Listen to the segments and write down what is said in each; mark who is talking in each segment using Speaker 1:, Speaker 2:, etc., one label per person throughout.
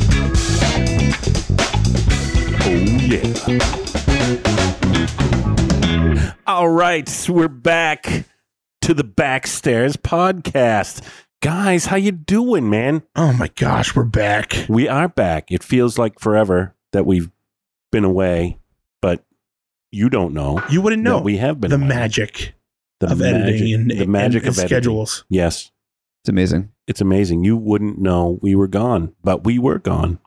Speaker 1: Oh, Yeah. All right, we're back to the Backstairs podcast. Guys, how you doing, man?
Speaker 2: Oh my gosh, we're back.
Speaker 1: We are back. It feels like forever that we've been away, but you don't know.
Speaker 2: You wouldn't know
Speaker 1: that we have been
Speaker 2: the
Speaker 1: away.
Speaker 2: magic
Speaker 1: the
Speaker 2: of editing and,
Speaker 1: the magic
Speaker 2: and-
Speaker 1: of
Speaker 2: and
Speaker 1: editing.
Speaker 2: schedules.
Speaker 1: Yes,
Speaker 3: It's amazing.
Speaker 1: it's amazing. You wouldn't know we were gone, but we were gone.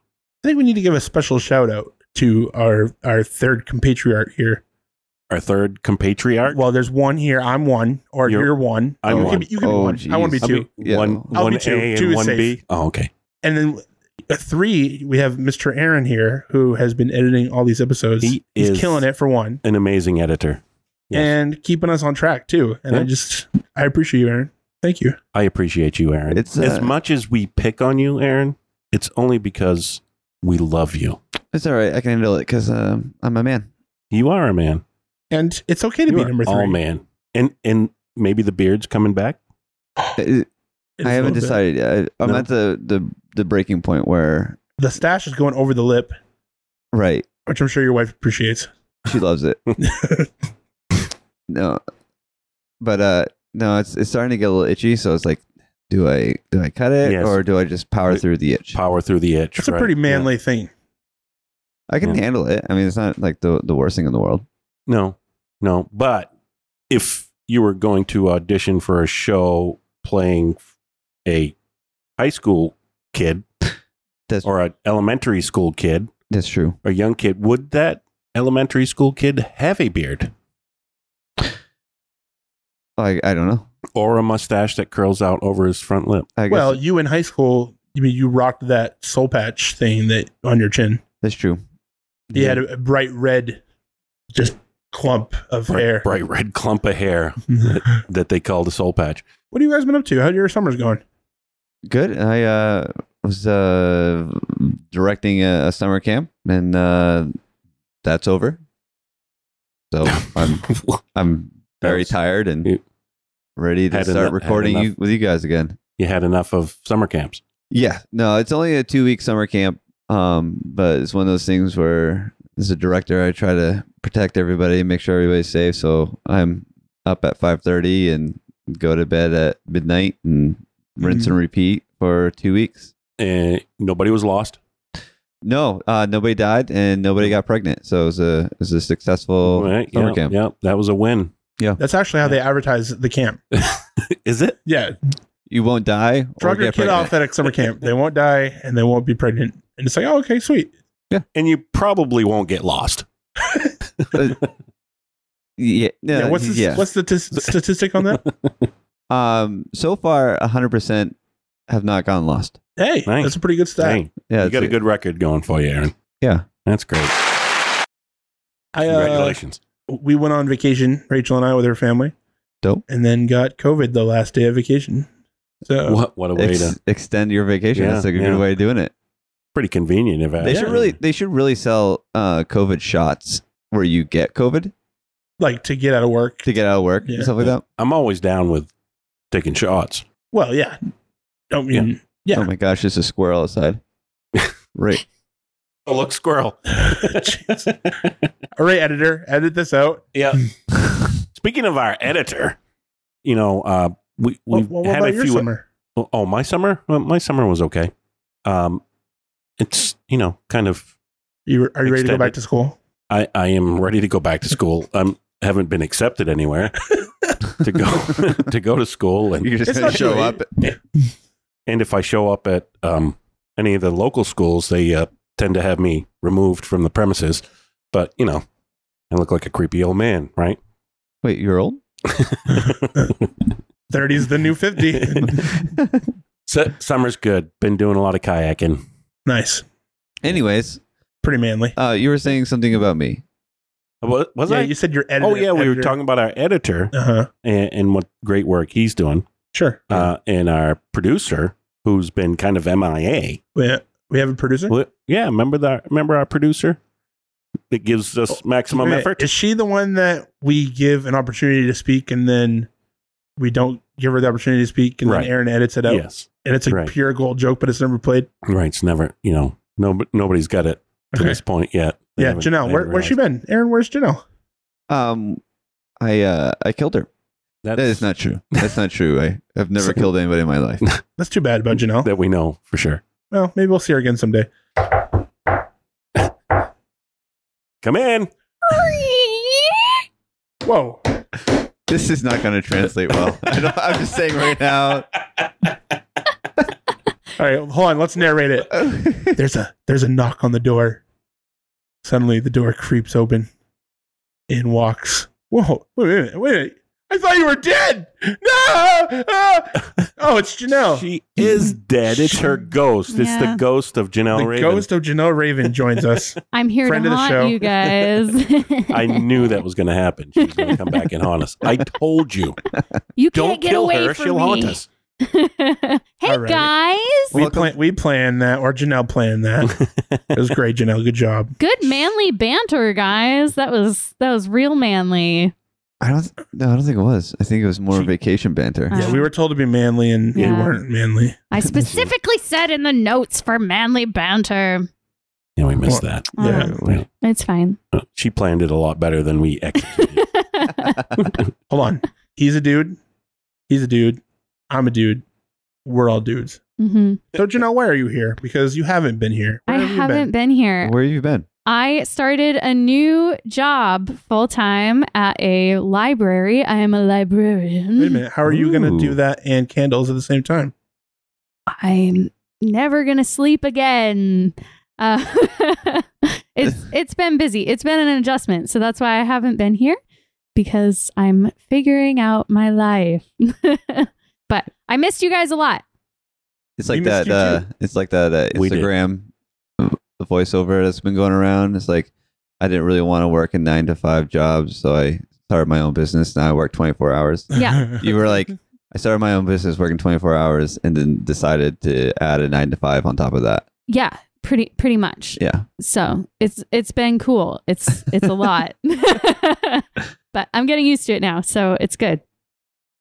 Speaker 2: I think we need to give a special shout out to our our third compatriot here.
Speaker 1: Our third compatriarch.
Speaker 2: Well, there's one here. I'm one, or
Speaker 1: You're-
Speaker 2: you're, one.
Speaker 1: I'm
Speaker 2: you
Speaker 1: one.
Speaker 2: Can be, you can
Speaker 3: Oh,
Speaker 2: be one. I want to be
Speaker 1: I
Speaker 2: two.
Speaker 3: geez.
Speaker 1: mean,
Speaker 3: Yeah.
Speaker 1: One,
Speaker 2: I'll
Speaker 1: one
Speaker 2: be two.
Speaker 1: A
Speaker 2: Two
Speaker 1: and
Speaker 2: is
Speaker 1: one
Speaker 2: safe.
Speaker 1: B. Oh, okay.
Speaker 2: and then at three, we have Mr. Aaron here, who has been editing all these episodes.
Speaker 1: He
Speaker 2: He's
Speaker 1: is
Speaker 2: killing it for one,
Speaker 1: An amazing editor. Yes.
Speaker 2: and keeping us on track too. And I
Speaker 1: Yeah.
Speaker 2: just, I appreciate you, Aaron. Thank you.
Speaker 1: I appreciate you, Aaron.
Speaker 3: It's,
Speaker 1: as
Speaker 3: uh,
Speaker 1: much as we pick on you, Aaron. It's only because we love you.
Speaker 3: It's all right. I can handle it because um, I'm a man.
Speaker 1: You are a man.
Speaker 2: And it's okay to
Speaker 1: You
Speaker 2: be
Speaker 1: are
Speaker 2: number three.
Speaker 1: all man, and and maybe the beard's coming back.
Speaker 3: I,
Speaker 2: It is
Speaker 3: I
Speaker 2: a
Speaker 3: haven't
Speaker 2: little bit.
Speaker 3: decided yet. I, I'm
Speaker 1: No.
Speaker 3: at the, the the breaking point where
Speaker 2: The stash is going over the lip,
Speaker 3: right,
Speaker 2: which I'm sure your wife appreciates.
Speaker 3: she loves it. No, but uh, no, it's it's starting to get a little itchy. So it's like, do I do I cut it
Speaker 1: Yes.
Speaker 3: or do I just power
Speaker 1: It-
Speaker 3: through the itch?
Speaker 1: Power through the itch.
Speaker 2: That's a
Speaker 1: right?
Speaker 2: pretty
Speaker 1: Yeah.
Speaker 2: manly thing.
Speaker 3: I can
Speaker 1: Yeah.
Speaker 3: handle it. I mean, it's not like the the worst thing in the world.
Speaker 1: No, no. But if you were going to audition for a show playing a high school kid
Speaker 3: That's
Speaker 1: or an elementary school kid
Speaker 3: that's true.
Speaker 1: or young kid, would that elementary school kid have a beard
Speaker 3: I I don't know.
Speaker 1: or a mustache that curls out over his front lip?
Speaker 3: I guess
Speaker 2: Well, you in high school, you mean you rocked that soul patch thing that on your chin.
Speaker 3: that's true.
Speaker 2: You had a, a bright red, just clump of hair.
Speaker 1: Bright, bright red clump of hair that they call the soul patch.
Speaker 2: what have you guys been up to? How your summers going?
Speaker 3: Good. I uh, was uh, directing a, a summer camp, and uh, that's over. So I'm I'm very
Speaker 1: That's-
Speaker 3: tired and
Speaker 1: you-
Speaker 3: ready to
Speaker 1: Had
Speaker 3: start
Speaker 1: enough- had
Speaker 3: recording you,
Speaker 1: enough.
Speaker 3: with you guys again.
Speaker 1: You had enough of summer camps.
Speaker 3: Yeah. No, it's only a two week summer camp, um, but it's one of those things where as a director, I try to protect everybody, make sure everybody's safe. So I'm up at five thirty and go to bed at midnight and rinse
Speaker 1: Mm.
Speaker 3: and repeat for two weeks.
Speaker 1: And nobody was lost.
Speaker 3: No, uh, nobody died and nobody got pregnant. So it was a it was a successful
Speaker 1: Mm. Right?
Speaker 3: Oh, summer
Speaker 1: yeah,
Speaker 3: camp.
Speaker 1: yeah, that was a win.
Speaker 2: That's actually how they advertise the camp.
Speaker 1: Is it?
Speaker 2: Yeah,
Speaker 3: You won't die. or
Speaker 2: drug your
Speaker 3: get
Speaker 2: kid
Speaker 3: pregnant.
Speaker 2: off at a summer camp. They won't die and they won't be pregnant. And it's like, oh, okay, sweet.
Speaker 1: And you probably won't get lost.
Speaker 3: Yeah.
Speaker 2: Yeah,
Speaker 3: No,
Speaker 2: what's the,
Speaker 3: yeah.
Speaker 2: what's the t- statistic on that?
Speaker 3: um, so far, hundred percent have not gone lost.
Speaker 2: Hey,
Speaker 1: Nice.
Speaker 2: that's a pretty good stat.
Speaker 1: Dang,
Speaker 3: Yeah,
Speaker 1: you
Speaker 3: it's
Speaker 1: got a
Speaker 3: it.
Speaker 1: good record going for you, Aaron.
Speaker 3: Yeah.
Speaker 1: That's great.
Speaker 2: I, uh,
Speaker 1: Congratulations.
Speaker 2: we went on vacation, Rachel and I, with her family.
Speaker 3: Dope.
Speaker 2: And then got COVID the last day of vacation. So
Speaker 1: what what a way
Speaker 3: Ex-
Speaker 1: to
Speaker 3: extend your vacation.
Speaker 1: Yeah,
Speaker 3: That's like a
Speaker 1: yeah.
Speaker 3: good way of doing it.
Speaker 1: pretty convenient if
Speaker 3: They should really they should really sell uh, COVID shots where you get COVID
Speaker 2: like to get out of work.
Speaker 3: to get out of work
Speaker 2: Yeah.
Speaker 3: and stuff like that.
Speaker 1: I'm always down with taking shots.
Speaker 2: well, yeah. Don't mean
Speaker 1: Mm.
Speaker 2: Yeah.
Speaker 3: Oh my gosh, there's a squirrel outside. right.
Speaker 1: Oh look, squirrel.
Speaker 2: Jeez. All right, editor, edit this out.
Speaker 1: yeah.
Speaker 2: Hmm.
Speaker 1: Speaking of our editor, you know, uh we we
Speaker 2: Well,
Speaker 1: have
Speaker 2: well, what
Speaker 1: had
Speaker 2: about
Speaker 1: a
Speaker 2: your
Speaker 1: few
Speaker 2: summer?
Speaker 1: Oh, Oh, my summer? Well, my summer was okay. Um it's, you know, kind of
Speaker 2: You were- are you ready to go back
Speaker 1: Extended.
Speaker 2: to school?
Speaker 1: I I am ready to go back to school. I'm haven't been accepted anywhere to go to go to school and
Speaker 3: You're just
Speaker 2: It's
Speaker 3: gonna
Speaker 2: not too
Speaker 3: show
Speaker 2: late.
Speaker 3: up.
Speaker 1: And if I show up at um, any of the local schools, they uh, tend to have me removed from the premises. But, you know, I look like a creepy old man, right?
Speaker 3: Wait, you're old?
Speaker 2: 30's the new 50.
Speaker 1: So, summer's good. Been doing a lot of kayaking.
Speaker 2: nice.
Speaker 3: Anyways,
Speaker 2: Pretty manly.
Speaker 3: uh, you were saying something about me.
Speaker 1: Was, was
Speaker 2: yeah,
Speaker 1: I?
Speaker 2: you said your editor.
Speaker 1: oh, yeah. We were talking about our editor
Speaker 2: Uh huh.
Speaker 1: and, and what great work he's doing,
Speaker 2: Sure.
Speaker 1: uh, and our producer, who's been kind of MIA.
Speaker 2: we, ha- we have a producer.
Speaker 1: What- Yeah, remember that? Remember our producer? It gives
Speaker 2: Oh,
Speaker 1: us maximum
Speaker 2: Wait,
Speaker 1: effort.
Speaker 2: Is she the one that we give an opportunity to speak and then we don't give her the opportunity to speak and
Speaker 1: Right.
Speaker 2: then Aaron edits it out?
Speaker 1: Yes.
Speaker 2: And it's a
Speaker 1: Right.
Speaker 2: pure gold joke, but it's never played.
Speaker 1: Right. It's never, you know, no, nobody's got it to
Speaker 2: Okay.
Speaker 1: this point yet. They
Speaker 2: Yeah,
Speaker 1: haven't-
Speaker 2: Janelle,
Speaker 1: they
Speaker 2: where,
Speaker 1: haven't
Speaker 2: where's she
Speaker 1: realized.
Speaker 2: been? Aaron, where's Janelle?
Speaker 3: Um, I uh, I killed her.
Speaker 1: That's,
Speaker 3: That is not true. That's not true. I have never
Speaker 1: So-
Speaker 3: killed anybody in my life.
Speaker 2: That's too bad about Janelle.
Speaker 1: that we know for sure.
Speaker 2: Well, maybe we'll see her again someday.
Speaker 1: Come in.
Speaker 2: Whoa.
Speaker 3: This is not going to translate well. I don't, I'm just saying right now.
Speaker 2: All right, hold on. Let's narrate it. There's a there's a knock on the door. Suddenly, the door creeps open. In walks. Whoa! Wait a minute! Wait a minute! I thought you were dead. No! Ah! Oh, it's Janelle.
Speaker 1: She is dead. It's her ghost. It's the
Speaker 4: Yeah.
Speaker 1: ghost of Janelle
Speaker 2: the
Speaker 1: Raven.
Speaker 2: ghost of Janelle Raven joins us.
Speaker 4: I'm here
Speaker 2: Friend of the
Speaker 4: to haunt
Speaker 2: show.
Speaker 4: you guys.
Speaker 1: I knew that was going to happen. She's going to come back and haunt us. I told you.
Speaker 4: You
Speaker 1: Don't
Speaker 4: can't get
Speaker 1: kill
Speaker 4: away
Speaker 1: her.
Speaker 4: from
Speaker 1: She'll
Speaker 4: me.
Speaker 1: haunt us.
Speaker 4: hey
Speaker 2: All right.
Speaker 4: guys,
Speaker 2: we
Speaker 3: Welcome.
Speaker 2: plan we planned that, or Janelle planned that. It was great, Janelle. Good job.
Speaker 4: good manly banter, guys. That was that was real manly.
Speaker 3: I don't. No, I don't think it was. I think it was more
Speaker 2: She-
Speaker 3: vacation banter.
Speaker 4: Uh,
Speaker 2: Yeah, we were told to be manly, and we
Speaker 4: Yeah.
Speaker 2: weren't manly.
Speaker 4: I specifically said in the notes for manly banter.
Speaker 1: Yeah, we missed that.
Speaker 4: Uh,
Speaker 2: Yeah.
Speaker 1: Yeah.
Speaker 4: It's fine.
Speaker 1: She planned it a lot better than we executed.
Speaker 2: Hold on. He's a dude. He's a dude. I'm a dude. We're all dudes.
Speaker 4: hmm
Speaker 2: So Janelle, why are you here? Because you haven't been here.
Speaker 4: I
Speaker 2: Where have you been?
Speaker 4: haven't been here.
Speaker 3: Where have you been?
Speaker 4: I started a new job full time at a library. I am a librarian.
Speaker 2: Wait a minute. How are you going to do
Speaker 3: Ooh.
Speaker 2: that and candles at the same time?
Speaker 4: I'm never gonna sleep again. Uh, it's it's been busy. It's been an adjustment, so that's why I haven't been here because I'm figuring out my life. but I missed you guys a lot.
Speaker 3: It's
Speaker 2: We
Speaker 3: like
Speaker 2: missed
Speaker 3: that.
Speaker 2: you
Speaker 3: Uh, it's like that uh,
Speaker 1: We did.
Speaker 3: Instagram the voiceover that's been going around. It's like I didn't really want to work in nine to five jobs, so I started my own business. Now I work twenty four hours.
Speaker 4: Yeah.
Speaker 3: You were like, I started my own business working twenty four hours, and then decided to add a nine to five on top of that.
Speaker 4: Yeah, pretty pretty much.
Speaker 3: Yeah,
Speaker 4: So it's it's been cool. It's it's a lot, but I'm getting used to it now, so it's good.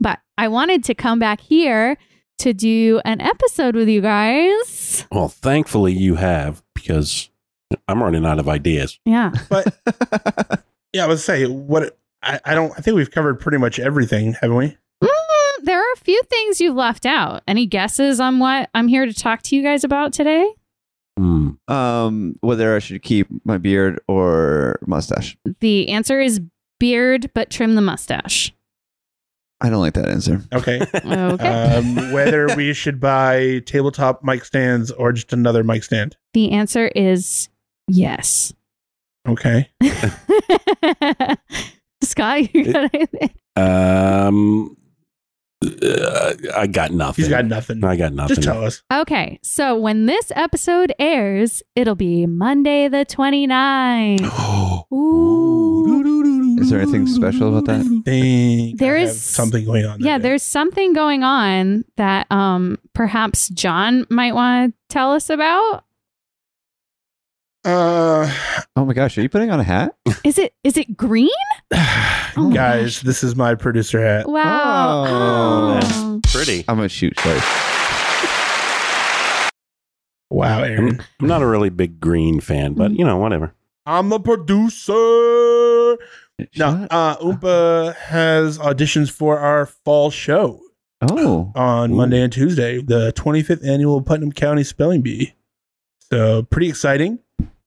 Speaker 4: But I wanted to come back here to do an episode with you guys.
Speaker 1: well, thankfully you have because I'm running out of ideas.
Speaker 4: Yeah.
Speaker 2: but yeah, I was say what I, I don't. I think we've covered pretty much everything, haven't we?
Speaker 4: Mm, there are a few things you've left out. Any guesses on what I'm here to talk to you guys about today?
Speaker 1: Hmm.
Speaker 3: um, whether I should keep my beard or mustache.
Speaker 4: The answer is beard, but trim the mustache.
Speaker 3: I don't like that answer.
Speaker 2: Okay.
Speaker 4: Okay.
Speaker 2: Um, whether we should buy tabletop mic stands or just another mic stand.
Speaker 4: the answer is yes.
Speaker 2: Okay.
Speaker 4: Scott, you got anything?
Speaker 1: Um, uh, I got nothing.
Speaker 2: He's got nothing.
Speaker 1: I got nothing.
Speaker 2: Just tell us.
Speaker 4: Okay, so when this episode airs, it'll be Monday the 29th.
Speaker 1: Oh.
Speaker 4: Ooh.
Speaker 3: Is there anything special about that?
Speaker 2: Think I
Speaker 4: There
Speaker 2: have
Speaker 4: is-
Speaker 2: something going on. that
Speaker 4: Yeah,
Speaker 2: day.
Speaker 4: there's something going on that um perhaps John might want to tell us about.
Speaker 2: Uh,
Speaker 3: Oh my gosh, are you putting on a hat?
Speaker 4: Is it is it green? Oh my
Speaker 2: guys, this is my producer hat.
Speaker 4: Wow.
Speaker 3: Uh, Oh.
Speaker 4: Oh.
Speaker 1: Pretty.
Speaker 3: I'm gonna shoot twice.
Speaker 2: Wow,
Speaker 4: Mm.
Speaker 2: Aaron.
Speaker 1: I'm, I'm not a really big green fan, but you know, whatever.
Speaker 2: I'm the producer. No,
Speaker 3: Shot?
Speaker 2: uh, Oompa has auditions for our fall show
Speaker 3: Oh.
Speaker 2: on
Speaker 1: Ooh.
Speaker 2: Monday and Tuesday, the 25th annual Putnam County Spelling Bee. So pretty exciting.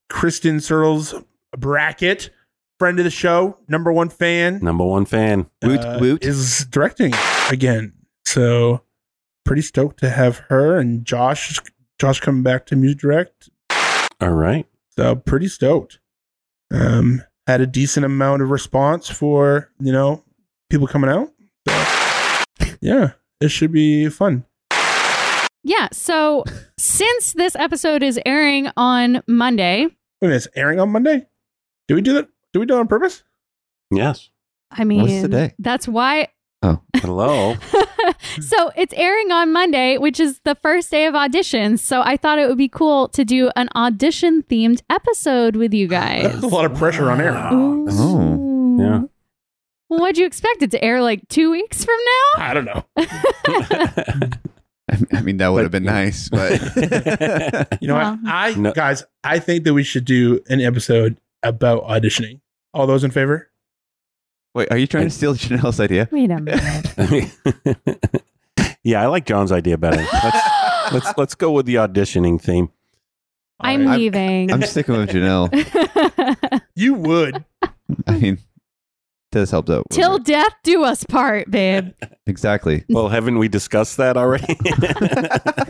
Speaker 2: Kristen Searles bracket, friend of the show, number one fan,
Speaker 1: Number one fan.
Speaker 3: Woot,
Speaker 2: uh,
Speaker 3: woot.
Speaker 2: is directing again. So pretty stoked to have her and Josh. Josh coming back to music direct.
Speaker 1: All right.
Speaker 2: So pretty stoked. Um, had a decent amount of response for you know people coming out. So, yeah, it should be fun.
Speaker 4: Yeah, so since this episode is airing on Monday,
Speaker 2: Wait a minute, it's airing on Monday. Do we do that? Do we do it on purpose?
Speaker 1: Yes.
Speaker 4: I mean
Speaker 3: today?
Speaker 4: that's why
Speaker 1: Hello.
Speaker 4: so it's airing on Monday, which is the first day of auditions. So I thought it would be cool to do an audition themed episode with you guys.
Speaker 2: That's a lot of pressure on Aaron.
Speaker 4: Ooh.
Speaker 3: Oh.
Speaker 1: Yeah.
Speaker 4: Well, what'd you expect it to air like two weeks from now?
Speaker 2: I don't know.
Speaker 3: I mean- I mean, that would
Speaker 1: But-
Speaker 3: have been nice, but
Speaker 2: You know
Speaker 4: Well-
Speaker 2: what? I
Speaker 1: No.
Speaker 2: guys, I think that we should do an episode about auditioning. All those in favor?
Speaker 3: wait, are you trying to steal Janelle's idea?
Speaker 4: Wait a minute.
Speaker 1: I mean, yeah, I like John's idea better. Let's let's let's go with the auditioning theme.
Speaker 2: All
Speaker 4: I'm
Speaker 2: right.
Speaker 4: leaving.
Speaker 3: I'm sticking with Janelle.
Speaker 2: you would.
Speaker 3: I mean, this helped out. a little
Speaker 4: Till
Speaker 3: bit.
Speaker 4: death do us part, babe.
Speaker 3: exactly.
Speaker 1: Well, haven't we discussed that already?
Speaker 2: All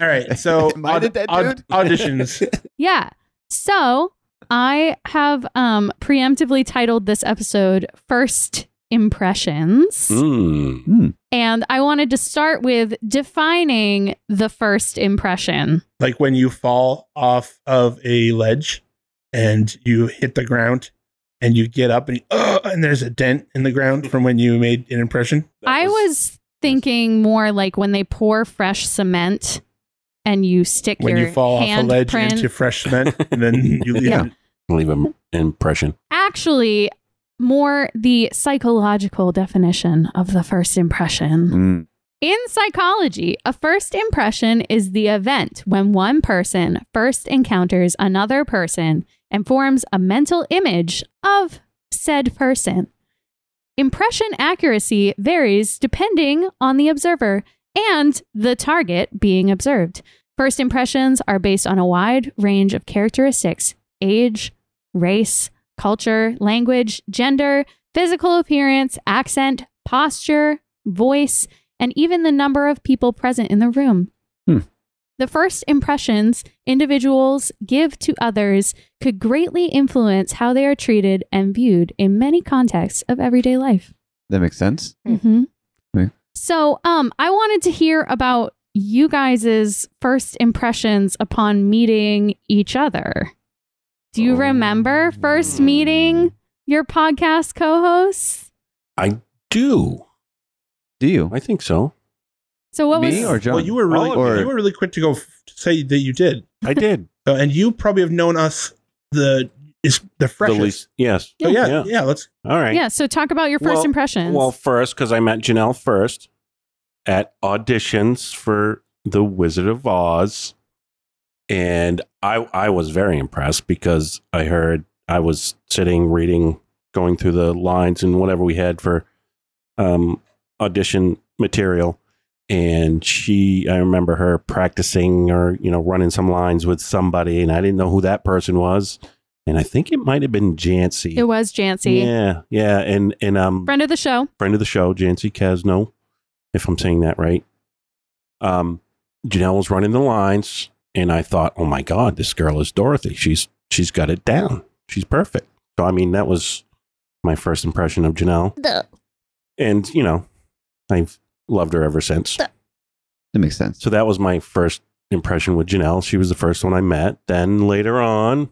Speaker 2: right. So
Speaker 3: Am I the dead dude?
Speaker 2: auditions.
Speaker 4: yeah. So I have um preemptively titled this episode First Impressions.
Speaker 1: Mm.
Speaker 4: And I wanted to start with defining the first impression.
Speaker 2: like when you fall off of a ledge and you hit the ground and you get up and you, "Ugh," and there's a dent in the ground from when you made an impression.
Speaker 1: That
Speaker 4: I was thinking more like when they pour fresh cement and you stick
Speaker 2: When
Speaker 4: your
Speaker 2: you fall off a
Speaker 4: hand
Speaker 2: ledge
Speaker 4: print.
Speaker 2: into fresh cement and then you leave
Speaker 4: Yeah.
Speaker 2: it.
Speaker 1: leave an impression.
Speaker 4: Actually, more the psychological definition of the first impression.
Speaker 3: Mm.
Speaker 4: In psychology, a first impression is the event when one person first encounters another person and forms a mental image of said person. Impression accuracy varies depending on the observer and the target being observed. First impressions are based on a wide range of characteristics age, race, culture, language, gender, physical appearance, accent, posture, voice, and even the number of people present in the room.
Speaker 3: Hmm.
Speaker 4: The first impressions individuals give to others could greatly influence how they are treated and viewed in many contexts of everyday life.
Speaker 3: That makes sense.
Speaker 1: Hmm.
Speaker 4: Mm-hmm.
Speaker 3: Yeah.
Speaker 4: So, um, I wanted to hear about you guys' first impressions upon meeting each other. Do you
Speaker 3: Oh.
Speaker 4: remember first
Speaker 1: Oh.
Speaker 4: meeting your podcast co-hosts?
Speaker 1: I do.
Speaker 3: Do you?
Speaker 1: I think so.
Speaker 4: So, what
Speaker 3: Me
Speaker 4: was
Speaker 3: or John?
Speaker 2: Well, you were really
Speaker 1: All of
Speaker 3: you.
Speaker 2: you were really quick to go f- to say that you did.
Speaker 1: I did.
Speaker 2: So, and you probably have known us the is the freshest.
Speaker 1: Yes.
Speaker 2: So yeah,
Speaker 1: Yeah.
Speaker 2: yeah, let's
Speaker 1: All right.
Speaker 4: yeah? So, talk about your first
Speaker 1: Well-
Speaker 4: impressions.
Speaker 1: Well, first, because I met Janelle first at auditions for The Wizard of Oz, and I I was very impressed because I heard I was sitting reading, going through the lines and whatever we had for um, audition material, and she I remember her practicing or you know running some lines with somebody, and I didn't know who that person was, and I think it might have been Jancy.
Speaker 4: It was Jancy,
Speaker 1: Yeah, yeah, and and um,
Speaker 4: friend of the show.
Speaker 1: friend of the show, Jancy Casno, if I'm saying that right. Um, Janelle was running the lines, and I thought, oh my god, this girl is Dorothy. She's she's got it down. She's perfect. So I mean, that was my first impression of Janelle, and you know, I've loved her ever since.
Speaker 3: That makes sense.
Speaker 1: So that was my first impression with Janelle. She was the first one I met. Then later on,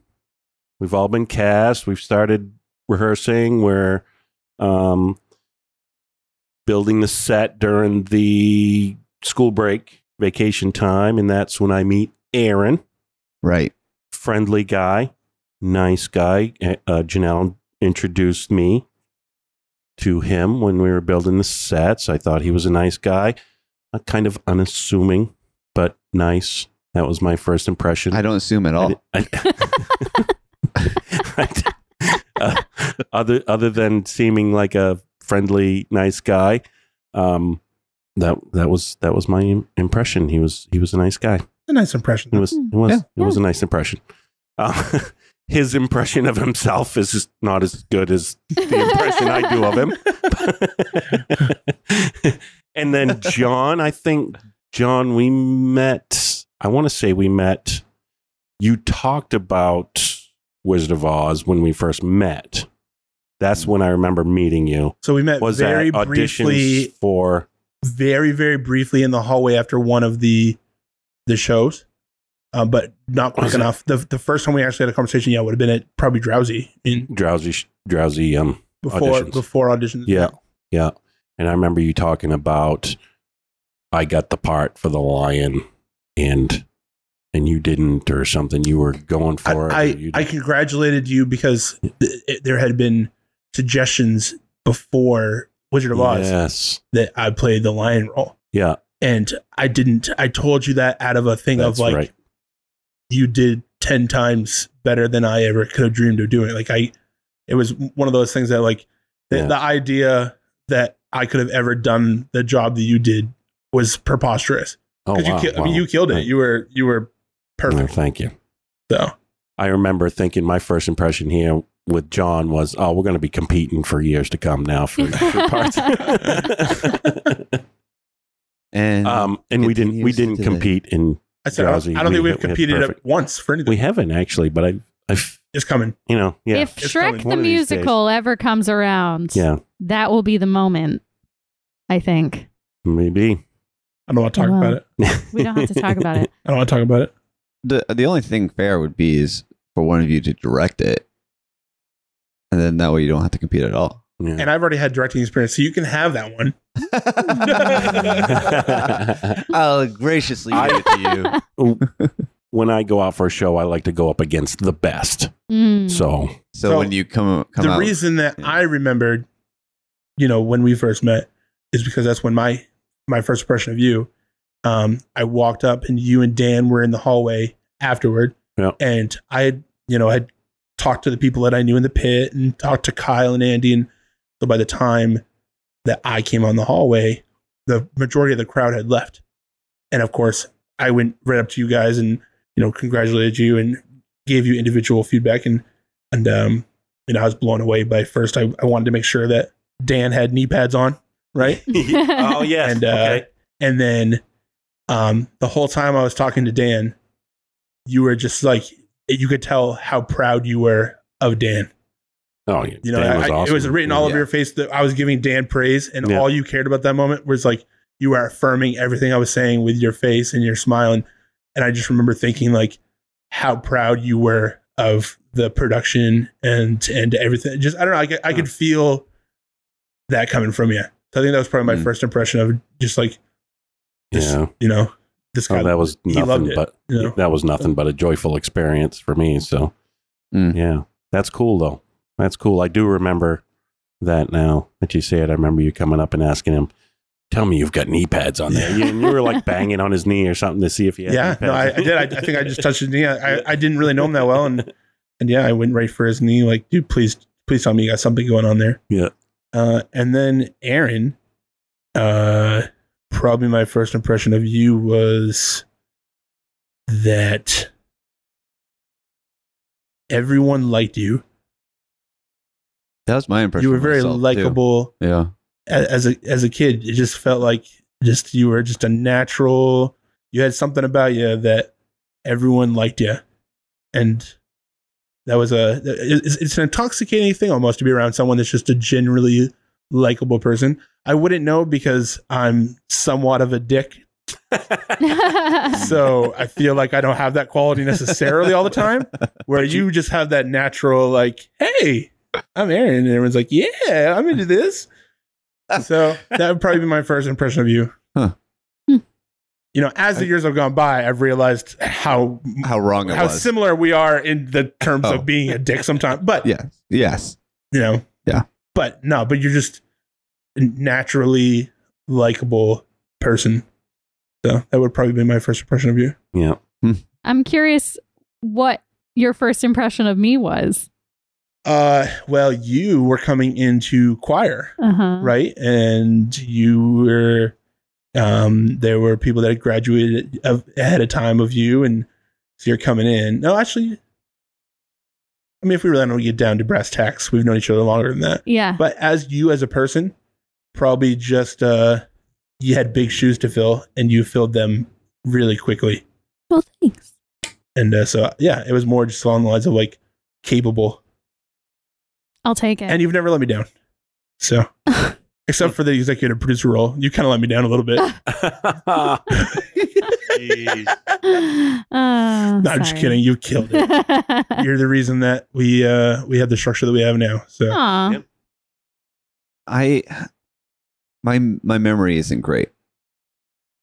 Speaker 1: we've all been cast. We've started rehearsing. We're um, building the set during the school break, vacation time. And that's when I meet Aaron,
Speaker 3: Right.
Speaker 1: friendly guy, nice guy. Uh, uh, Janelle introduced me to him when we were building the sets. I thought he was a nice guy, uh, kind of unassuming, but nice. That was my first impression.
Speaker 3: I don't assume at all.
Speaker 1: I di- I- Uh, other other than seeming like a friendly, nice guy, um, that that was that was my im- impression. He was he was a nice guy.
Speaker 2: a nice impression.
Speaker 1: It was it was
Speaker 3: Hmm. Yeah.
Speaker 1: it was a nice impression. Uh, his impression of himself is just not as good as the impression I do of him. and then John, I think John, we met. I want to say we met. You talked about Wizard of Oz when we first met. That's when I remember meeting you.
Speaker 2: so we met
Speaker 1: Was
Speaker 2: Uh, very
Speaker 1: that auditions
Speaker 2: briefly
Speaker 1: for?
Speaker 2: very very briefly in the hallway after one of the the shows uh, but not quick
Speaker 1: Was it-
Speaker 2: enough the, the first time we actually had a conversation yeah would have been at probably drowsy in
Speaker 1: Drowsy, sh- drowsy. Um,
Speaker 2: before
Speaker 1: Auditions.
Speaker 2: before auditions
Speaker 1: Yeah. Yeah. And I remember you talking about I got the part for the lion and and you didn't or something. You were going
Speaker 2: I,
Speaker 1: for it. or
Speaker 2: I,
Speaker 1: you
Speaker 2: I congratulated you because th- it- there had been suggestions before wizard of oz
Speaker 1: Yes.
Speaker 2: that i played the lion role
Speaker 1: Yeah.
Speaker 2: And I didn't. I told you that out of a thing
Speaker 1: That's
Speaker 2: of like,
Speaker 1: right.
Speaker 2: you did 10 times better than I ever could have dreamed of doing. Like, I, it was one of those things that, like, the,
Speaker 1: Yeah.
Speaker 2: the idea that I could have ever done the job that you did was preposterous.
Speaker 1: Oh,
Speaker 2: Because
Speaker 1: wow,
Speaker 2: you, ki- I mean,
Speaker 1: wow.
Speaker 2: you killed
Speaker 1: Right.
Speaker 2: it. You were, you were
Speaker 1: No,
Speaker 2: perfect.
Speaker 1: thank you.
Speaker 2: So,
Speaker 1: I remember thinking my first impression here with John was, oh, we're going to be competing for years to come now for, for parts.
Speaker 3: And
Speaker 1: um, and we didn't we
Speaker 3: Continues
Speaker 1: didn't
Speaker 3: today.
Speaker 1: competed in
Speaker 2: I said, I don't,
Speaker 1: Drowsy,
Speaker 2: I don't
Speaker 1: we
Speaker 2: think we've
Speaker 1: hit- we hit
Speaker 2: competed
Speaker 1: perfect.
Speaker 2: once for anything.
Speaker 1: we haven't actually, but I I f-
Speaker 2: it's coming.
Speaker 1: you know yeah
Speaker 4: if
Speaker 2: It's
Speaker 4: Shrek
Speaker 2: coming.
Speaker 4: the
Speaker 1: One of these days.
Speaker 4: musical ever comes around,
Speaker 1: yeah
Speaker 4: that will be the moment. I think
Speaker 1: maybe
Speaker 2: I don't want to talk
Speaker 4: Wow.
Speaker 2: about it.
Speaker 4: we don't have to talk about it.
Speaker 2: I don't want to talk about it.
Speaker 3: the the only thing fair would be is for one of you to direct it, and then that way you don't have to compete at all.
Speaker 1: Yeah.
Speaker 2: And I've already had directing experience, so you can have that one.
Speaker 3: I'll graciously give it to you.
Speaker 1: when I go out for a show, I like to go up against the best.
Speaker 4: Mm.
Speaker 1: So
Speaker 3: So,
Speaker 2: So
Speaker 3: when you come come
Speaker 2: the
Speaker 3: out,
Speaker 2: reason that
Speaker 3: Yeah.
Speaker 2: I remembered, you know, when we first met, is because that's when my my first impression of you. Um, I walked up and you and Dan were in the hallway afterward,
Speaker 1: Yeah.
Speaker 2: and I had you know I had talked to the people that I knew in the pit and talked to Kyle and Andy, and so by the time that I came on the hallway, the majority of the crowd had left, and of course I went right up to you guys and you know congratulated you and gave you individual feedback and and um you know, I was blown away by first. I, I wanted to make sure that Dan had knee pads on, right?
Speaker 4: Oh,
Speaker 1: yes,
Speaker 2: And, uh, okay. And then um, the whole time I was talking to Dan, you were just like, you could tell how proud you were of Dan.
Speaker 1: oh
Speaker 2: You know,
Speaker 1: that was
Speaker 2: I-
Speaker 1: awesome.
Speaker 2: it was written all over
Speaker 3: Yeah.
Speaker 2: your face that I was giving Dan praise, and
Speaker 1: Yeah.
Speaker 2: all you cared about that moment was like, you were affirming everything I was saying with your face and your smile. And, and I just remember thinking, like, how proud you were of the production and and everything. Just I don't know, I could, I could feel that coming from you. So I think that was probably my
Speaker 3: Mm.
Speaker 2: first impression of just like this,
Speaker 1: Hmm. yeah.
Speaker 2: you know, this guy.
Speaker 1: Oh, that was
Speaker 2: he loved
Speaker 1: nothing
Speaker 2: it,
Speaker 1: but
Speaker 2: you know?
Speaker 1: that was nothing but a joyful experience for me. So
Speaker 3: Mm.
Speaker 1: yeah, that's cool though. That's cool. I do remember that now that you say it. I remember you coming up and asking him, "Tell me you've got knee pads on there." You, and you were like banging on his knee or something to see if he had.
Speaker 2: yeah,
Speaker 1: knee
Speaker 2: no, I, I
Speaker 1: pads.
Speaker 2: did. I, I think I just touched his knee. I, I, I didn't really know him that well, and and yeah, I went right for his knee. Like, dude, please, please tell me you got something going on there.
Speaker 1: Yeah.
Speaker 2: Uh, and then Aaron, uh, probably my first impression of you was that everyone liked you.
Speaker 3: that was my impression.
Speaker 2: you were
Speaker 3: of
Speaker 2: very
Speaker 3: myself, too.
Speaker 2: likable.
Speaker 3: Yeah.
Speaker 2: a- as a as a kid, it just felt like just you were just a natural. You had something about you that everyone liked you, and that was a it's, it's an intoxicating thing almost to be around someone that's just a generally likable person. I wouldn't know because I'm somewhat of a dick, so I feel like I don't have that quality necessarily all the time. Where you, just have that natural like, hey, I'm Aaron, and everyone's like, yeah, I'm into this. so that would probably be my first impression of you.
Speaker 3: Huh.
Speaker 4: Hmm.
Speaker 2: You know, as the years have gone by, I've realized how
Speaker 3: How wrong it
Speaker 2: how
Speaker 3: was.
Speaker 2: similar we are in the terms
Speaker 3: Oh.
Speaker 2: of being a dick sometimes. But
Speaker 3: yeah. Yes.
Speaker 2: you know,
Speaker 3: Yeah.
Speaker 2: But no, but you're just a naturally likable person. So that would probably be my first impression of you.
Speaker 1: yeah.
Speaker 4: I'm curious what your first impression of me was.
Speaker 2: Uh, well, you were coming into choir,
Speaker 4: Uh-huh.
Speaker 2: right? And you were, um, there were people that had graduated of, ahead of time of you, and so you're coming in. No, actually, I mean, if we really don't get down to brass tacks, we've known each other longer than that.
Speaker 4: Yeah.
Speaker 2: But as you as a person, probably just uh, you had big shoes to fill, and you filled them really quickly.
Speaker 4: Well, thanks.
Speaker 2: And uh, so, yeah, it was more just along the lines of like capable.
Speaker 4: I'll take it.
Speaker 2: and you've never let me down. So, except for the executive producer role, you kind of let me down a little bit.
Speaker 1: Jeez.
Speaker 4: Uh,
Speaker 2: No, I'm just kidding. You killed it. You're the reason that we uh we have the structure that we have now. So
Speaker 4: Aw.
Speaker 1: Yep.
Speaker 3: I my my memory isn't great.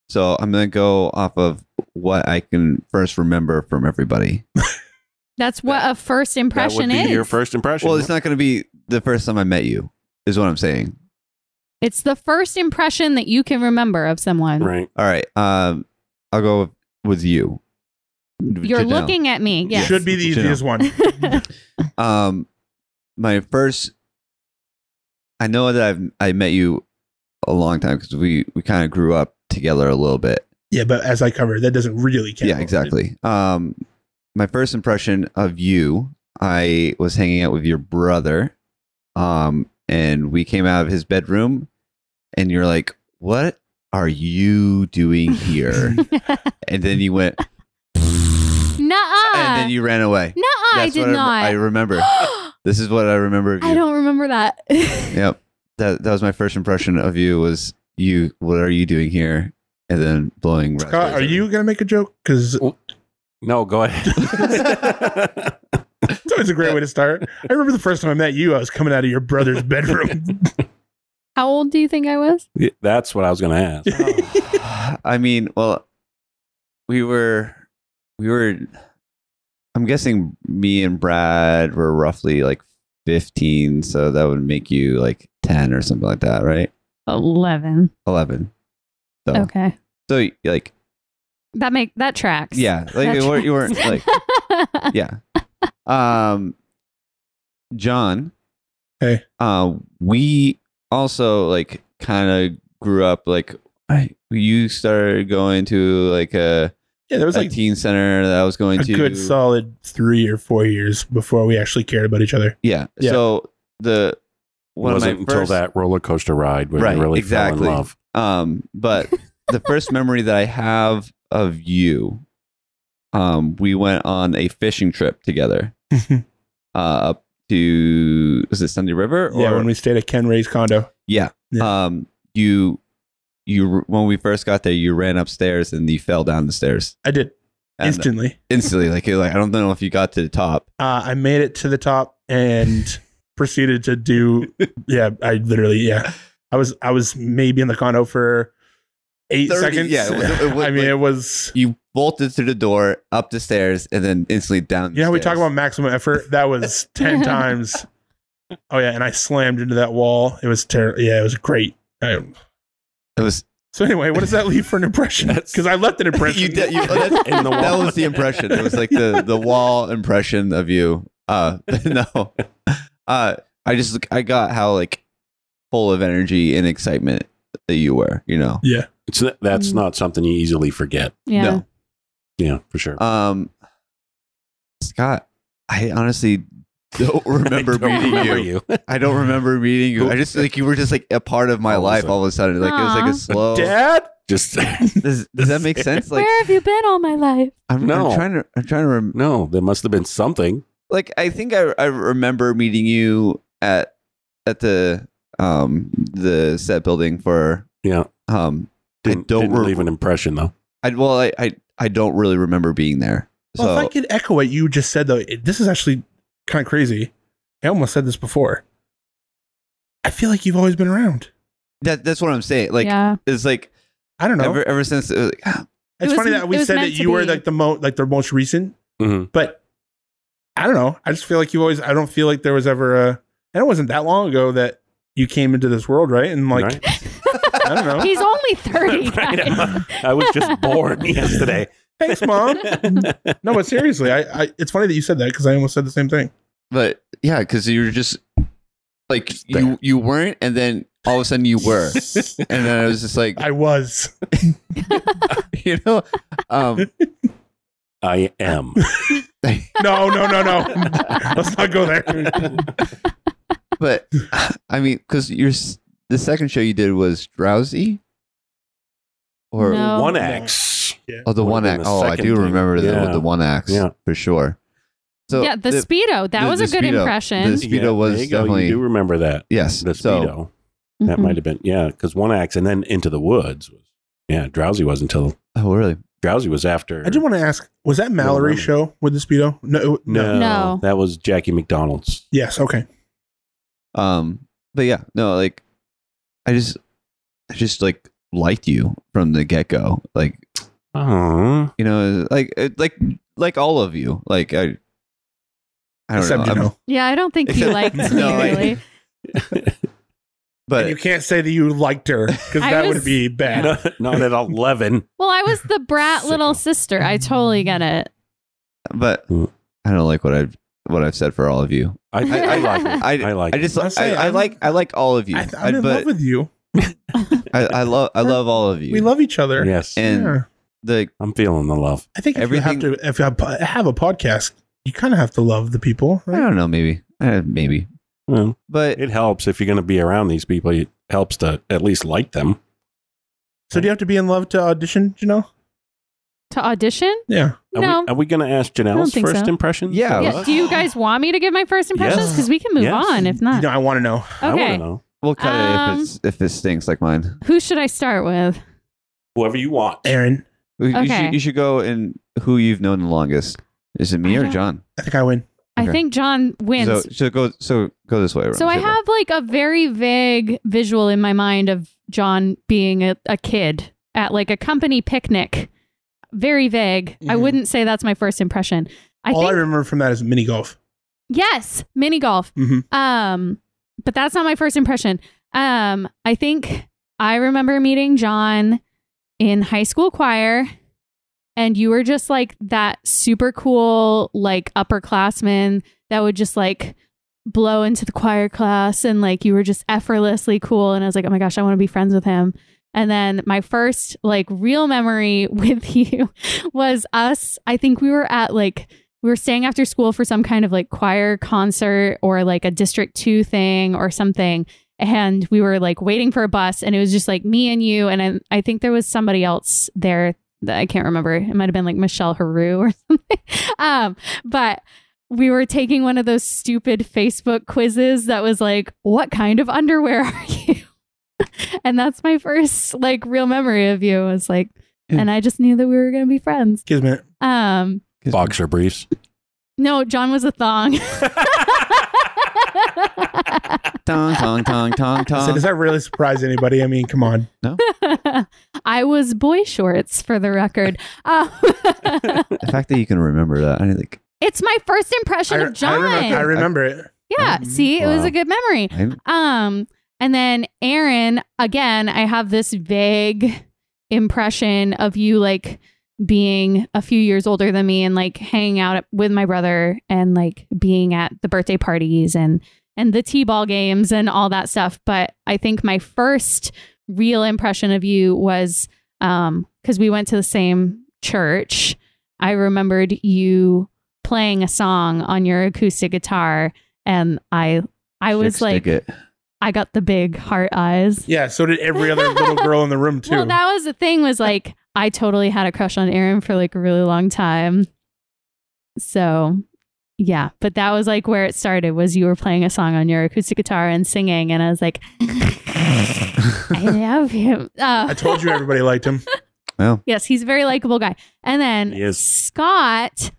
Speaker 3: So I'm gonna go off of what I can first remember from everybody.
Speaker 4: That's what a first
Speaker 1: that would
Speaker 4: impression
Speaker 1: be
Speaker 4: is.
Speaker 1: your first impression.
Speaker 3: Well, it's not gonna be the first time I met you, is what I'm saying.
Speaker 4: It's the first impression that you can remember of someone.
Speaker 1: Right.
Speaker 3: All right. Um, I'll go with, with you.
Speaker 4: You're
Speaker 3: Janelle.
Speaker 4: looking at me. Yes.
Speaker 2: Should be the
Speaker 3: Janelle.
Speaker 2: easiest one.
Speaker 3: Um, my first. I know that I've I met you a long time because we we kind of grew up together a little bit.
Speaker 2: yeah, but as I covered, that doesn't really count.
Speaker 3: yeah, exactly. Um, my first impression of you, I was hanging out with your brother, um, and we came out of his bedroom, and you're like, "What are you doing here?" and then you went,
Speaker 4: Nuh-uh.
Speaker 3: and then you ran away.
Speaker 4: Nuh-uh, I
Speaker 3: what
Speaker 4: did
Speaker 3: rem-
Speaker 4: not.
Speaker 3: I remember. this is what I remember of you.
Speaker 4: I don't remember that.
Speaker 3: Yep. That that was my first impression of you. Was you? What are you doing here? And then blowing.
Speaker 2: Scott, are
Speaker 3: raspberries.
Speaker 2: you gonna make a joke? Because
Speaker 1: No, go ahead.
Speaker 2: it's always a great way to start. I remember the first time I met you, I was coming out of your brother's bedroom.
Speaker 4: How old do you think I was?
Speaker 1: Yeah, That's what I was going to ask.
Speaker 3: I mean, well, we were, we were. I'm guessing me and Brad were roughly like 15, so that would make you like 10 or something like that, right?
Speaker 4: 11.
Speaker 3: 11. So,
Speaker 4: Okay.
Speaker 3: so like,
Speaker 4: That make that tracks.
Speaker 3: yeah, like
Speaker 4: That
Speaker 3: you weren't, you weren't like,
Speaker 4: tracks.
Speaker 3: yeah. Um, John.
Speaker 2: Hey.
Speaker 3: Uh, we also like kind of grew up like I, you started going to like a,
Speaker 2: yeah, there was
Speaker 3: a
Speaker 2: like
Speaker 3: teen center that I was going
Speaker 2: a
Speaker 3: to.
Speaker 2: good solid three or four years before we actually cared about each other.
Speaker 3: yeah.
Speaker 2: Yeah.
Speaker 3: So the one of my
Speaker 1: wasn't until
Speaker 3: first-
Speaker 1: that roller coaster ride when
Speaker 3: Right,
Speaker 1: you really
Speaker 3: exactly.
Speaker 1: fell in love.
Speaker 3: Um, but the first memory that I have of you, um, we went on a fishing trip together. uh, up to was it Sunday River?
Speaker 2: yeah, when we stayed at Ken Ray's condo.
Speaker 3: Yeah.
Speaker 2: Yeah.
Speaker 3: Um, you, you, when we first got there, you ran upstairs and you fell down the stairs
Speaker 2: I did
Speaker 3: and
Speaker 2: instantly.
Speaker 3: instantly. Like, you're like, I don't know if you got to the top.
Speaker 2: Uh, I made it to the top and proceeded to do. Yeah, I literally. Yeah, I was. I was maybe in the condo for eight
Speaker 3: 30,
Speaker 2: seconds.
Speaker 3: yeah, it was- it was
Speaker 2: I mean,
Speaker 3: like-
Speaker 2: it was.
Speaker 3: You bolted through the door, up the stairs, and then instantly down. The
Speaker 2: You know, how we talk
Speaker 3: stairs.
Speaker 2: about maximum effort. That was ten times. Oh yeah, and I slammed into that wall. It was terrible. Yeah, it was great. I-
Speaker 3: it was.
Speaker 2: so anyway, what does that leave for an impression?
Speaker 1: That's-
Speaker 2: Because I left an impression.
Speaker 3: You did- you- that's-
Speaker 1: In the wall.
Speaker 3: That was the impression. It was like the the wall impression of you. Uh, no, uh, I just I got how like full of energy and excitement that you were. You know.
Speaker 2: yeah,
Speaker 1: It's, that's
Speaker 4: Mm.
Speaker 1: not something you easily forget.
Speaker 4: yeah.
Speaker 3: No.
Speaker 1: Yeah, for sure.
Speaker 3: Um, Scott, I honestly don't remember
Speaker 1: I don't
Speaker 3: meeting
Speaker 1: remember
Speaker 3: you. I don't remember meeting you. I just like you were just like a part of my
Speaker 1: All of a
Speaker 3: life
Speaker 1: sudden.
Speaker 3: all of a sudden. Like it was like
Speaker 4: Aw.
Speaker 3: a slow.
Speaker 2: Dad.
Speaker 1: Just
Speaker 3: Does, does that make sense? Like
Speaker 4: Where have you been all my life?
Speaker 3: I'm,
Speaker 1: No.
Speaker 3: I'm trying to. I'm trying to. Rem-
Speaker 1: no, there must have been something.
Speaker 3: like I think I I remember meeting you at at the um the set building for
Speaker 1: Yeah,
Speaker 3: um.
Speaker 1: didn't,
Speaker 3: I don't
Speaker 1: didn't
Speaker 3: re-
Speaker 1: leave an impression though.
Speaker 3: I well I, I I don't really remember being there.
Speaker 2: Well, if I
Speaker 3: So
Speaker 2: could echo what you just said, though, it, this is actually kind of crazy. I almost said this before. I feel like you've always been around.
Speaker 3: that that's what I'm saying. Like
Speaker 4: yeah.
Speaker 3: it's like
Speaker 2: I don't know.
Speaker 3: ever ever since it was like,
Speaker 2: it's
Speaker 4: It was-
Speaker 2: funny that
Speaker 4: it
Speaker 2: we
Speaker 4: was
Speaker 2: said
Speaker 4: meant
Speaker 2: that
Speaker 4: to
Speaker 2: you were
Speaker 4: be.
Speaker 2: like the most, like the most recent,
Speaker 3: Mm-hmm.
Speaker 1: Mhm.
Speaker 2: but I don't know. I just feel like you always. I don't feel like there was ever a, and it wasn't that long ago that you came into this world, right? And like,
Speaker 1: Right?
Speaker 2: I don't know.
Speaker 4: He's only 30.
Speaker 1: Right.
Speaker 4: guys.
Speaker 1: I was just bored yesterday.
Speaker 2: Thanks, mom. no, but seriously, I, I. It's funny that you said that because I almost said the same thing.
Speaker 3: but yeah, because you were just like
Speaker 1: there.
Speaker 3: you you weren't, and then all of a sudden you were, and then I was just like,
Speaker 2: I was.
Speaker 3: you know, um,
Speaker 1: I am.
Speaker 2: No, no, no, no. Let's not go there.
Speaker 3: but I mean, because you're s- the second show you did was drowsy, or
Speaker 4: No.
Speaker 1: One axe.
Speaker 3: oh the
Speaker 1: Would've
Speaker 3: one
Speaker 1: been
Speaker 3: act.
Speaker 1: the
Speaker 3: Oh, I
Speaker 1: second
Speaker 3: do
Speaker 1: thing.
Speaker 3: remember
Speaker 1: Yeah.
Speaker 3: the the one axe
Speaker 1: Yeah.
Speaker 3: for sure. So
Speaker 4: yeah, the, speedo. That
Speaker 3: the-
Speaker 4: was
Speaker 3: the
Speaker 4: a good
Speaker 3: Speedo.
Speaker 4: impression.
Speaker 3: Speedo was
Speaker 1: there you go.
Speaker 3: definitely-
Speaker 1: You do remember that.
Speaker 3: yes,
Speaker 1: The speedo.
Speaker 3: so
Speaker 1: That
Speaker 4: Mhm.
Speaker 1: might have been yeah, because one axe and then into the woods. was Yeah, drowsy was until
Speaker 3: oh really?
Speaker 1: drowsy was after.
Speaker 2: I did want to ask: Was that Mallory
Speaker 1: Remember.
Speaker 2: show with the speedo? No, no.
Speaker 1: no,
Speaker 4: No.
Speaker 1: that was Jackie McDonald's.
Speaker 2: Yes. Okay.
Speaker 3: Um, but yeah, no, like I just I just like liked you from the get go, like
Speaker 1: Oh,
Speaker 3: you know, like uh, like like all of you, like I. I don't
Speaker 2: Except
Speaker 3: know.
Speaker 2: you
Speaker 3: I'm-
Speaker 4: Mm-hmm.
Speaker 2: know,
Speaker 4: Yeah, I don't think you
Speaker 3: Except-
Speaker 4: liked me
Speaker 3: No, I-
Speaker 4: really.
Speaker 3: But
Speaker 2: and you can't say that you liked her because
Speaker 4: I
Speaker 2: that
Speaker 4: was-
Speaker 2: would be bad.
Speaker 1: No, not at 11.
Speaker 4: Well, I was the brat
Speaker 1: Sicko.
Speaker 4: little sister. I totally get it.
Speaker 3: but
Speaker 1: Mm.
Speaker 3: I don't like what I've what I've said for all of you.
Speaker 1: I, I, like it.
Speaker 3: I,
Speaker 1: I like
Speaker 3: I just
Speaker 2: I'm
Speaker 3: I,
Speaker 2: saying,
Speaker 3: I
Speaker 2: I'm-
Speaker 3: like I like all of you.
Speaker 2: I, th- I'm
Speaker 3: I-
Speaker 2: in
Speaker 3: but
Speaker 2: love with you.
Speaker 3: I, I love I love all of you.
Speaker 2: We love each other.
Speaker 1: Yes.
Speaker 3: and
Speaker 2: Yeah.
Speaker 3: the
Speaker 1: I'm feeling the love.
Speaker 2: I think if
Speaker 3: everything-
Speaker 2: you have to, if you have, have a podcast, you kind of have to love the people.
Speaker 3: I
Speaker 2: Right?
Speaker 3: don't know maybe uh, maybe
Speaker 1: Well,
Speaker 3: but
Speaker 1: it helps if you're going to be around these people. It helps to at least like them.
Speaker 2: So do you have to be in love to audition, Janelle?
Speaker 4: To audition?
Speaker 2: Yeah.
Speaker 1: Are
Speaker 4: no.
Speaker 1: we, are we going to ask Janelle's
Speaker 4: think
Speaker 1: first
Speaker 4: so.
Speaker 1: impression?
Speaker 3: Yeah.
Speaker 4: Yeah, do you guys want me to give my first impressions?
Speaker 1: Yes.
Speaker 4: Because we can move
Speaker 1: Yes.
Speaker 4: on if
Speaker 2: You
Speaker 4: not.
Speaker 2: know, I want to know.
Speaker 1: I want to
Speaker 4: Okay.
Speaker 1: know.
Speaker 3: we'll cut
Speaker 4: Um,
Speaker 3: it if it's if it stinks like mine.
Speaker 4: Who should I start with?
Speaker 1: Whoever you want.
Speaker 2: Aaron,
Speaker 3: You- You,
Speaker 4: Okay.
Speaker 3: should, you should go and who you've known the longest. Is it me
Speaker 4: I
Speaker 3: or
Speaker 4: don't-
Speaker 3: John?
Speaker 2: I think I win.
Speaker 4: I
Speaker 3: Okay.
Speaker 4: think John wins.
Speaker 3: So, so go so go this way.
Speaker 4: So I
Speaker 3: Rosemary.
Speaker 4: have like a very vague visual in my mind of John being a, a kid at like a company picnic. Very vague. I
Speaker 2: Mhm.
Speaker 4: wouldn't say that's my first impression. I
Speaker 2: All
Speaker 4: think
Speaker 2: I remember from that is mini golf.
Speaker 4: yes, mini golf.
Speaker 2: Mhm.
Speaker 4: Um, but that's not my first impression. Um, I think I remember meeting John in high school choir, and you were just like that super cool like upperclassman that would just like blow into the choir class and like you were just effortlessly cool and I was like, "Oh my gosh, I want to be friends with him." And then my first like real memory with you was us. I think we were at like we were staying after school for some kind of like choir concert or like a district 2 thing or something and we were like waiting for a bus and it was just like me and you and I, I think there was somebody else there that I can't remember. It might have been like Michelle Haru or something. um but we were taking one of those stupid Facebook quizzes that was like, "What kind of underwear are you?" and that's my first like real memory of you. Was like,
Speaker 3: Yeah.
Speaker 4: and I just knew that we were gonna be friends.
Speaker 2: Excuse me.
Speaker 4: Um,
Speaker 1: Boxer briefs.
Speaker 4: no, John was a thong.
Speaker 3: tong tong tong tong
Speaker 2: I
Speaker 3: tong.
Speaker 2: said, does that really surprise anybody? I mean, come on.
Speaker 4: I was boy shorts for the record. Um,
Speaker 3: the fact that you can remember that, I think
Speaker 4: it's my first impression
Speaker 2: I,
Speaker 4: of John.
Speaker 2: I remember, I oh, remember it.
Speaker 4: yeah,
Speaker 3: Mhm.
Speaker 4: see, it was
Speaker 3: Wow.
Speaker 4: a good memory.
Speaker 3: I,
Speaker 4: Um, and then Aaron, again, I have this vague impression of you like being a few years older than me and like hanging out with my brother and like being at the birthday parties and and the t-ball games and all that stuff. But I think my first real impression of you was um because we went to the same church. I remembered you playing a song on your acoustic guitar and I I was
Speaker 3: Chicks
Speaker 4: like
Speaker 3: dig it.
Speaker 4: I got the big heart eyes.
Speaker 2: Yeah. So did every other little girl in the room too.
Speaker 4: Well, that was the thing was like I totally had a crush on Aaron for like a really long time. So, yeah, but that was like where it started was you were playing a song on your acoustic guitar and singing and I was like I love him.
Speaker 2: I
Speaker 4: Uh,
Speaker 2: told you everybody liked him.
Speaker 3: well,
Speaker 4: yes, he's a very likable guy. And then
Speaker 1: He is.
Speaker 4: Scott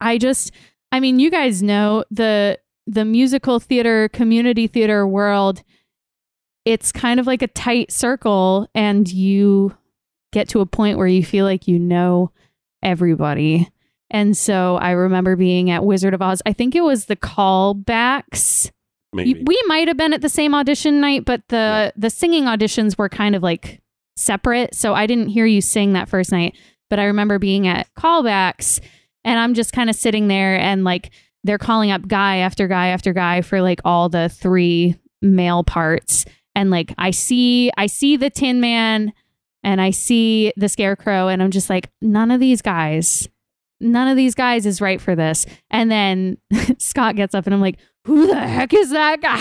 Speaker 4: I just I mean, you guys know the the musical theater, community theater world, it's kind of like a tight circle and you get to a point where you feel like you know everybody. And so I remember being at Wizard of Oz. I think it was the callbacks.
Speaker 1: Maybe.
Speaker 4: You- We might have been at the same audition night, but the the singing auditions were kind of like separate, so I didn't hear you sing that first night, but I remember being at callbacks and I'm just kind of sitting there and like they're calling up guy after guy after guy for like all the three male parts and like I see I see the tin man and I see the scarecrow and I'm just like none of these guys none of these guys is right for this. And then Scott gets up and I'm like, who the heck is that guy?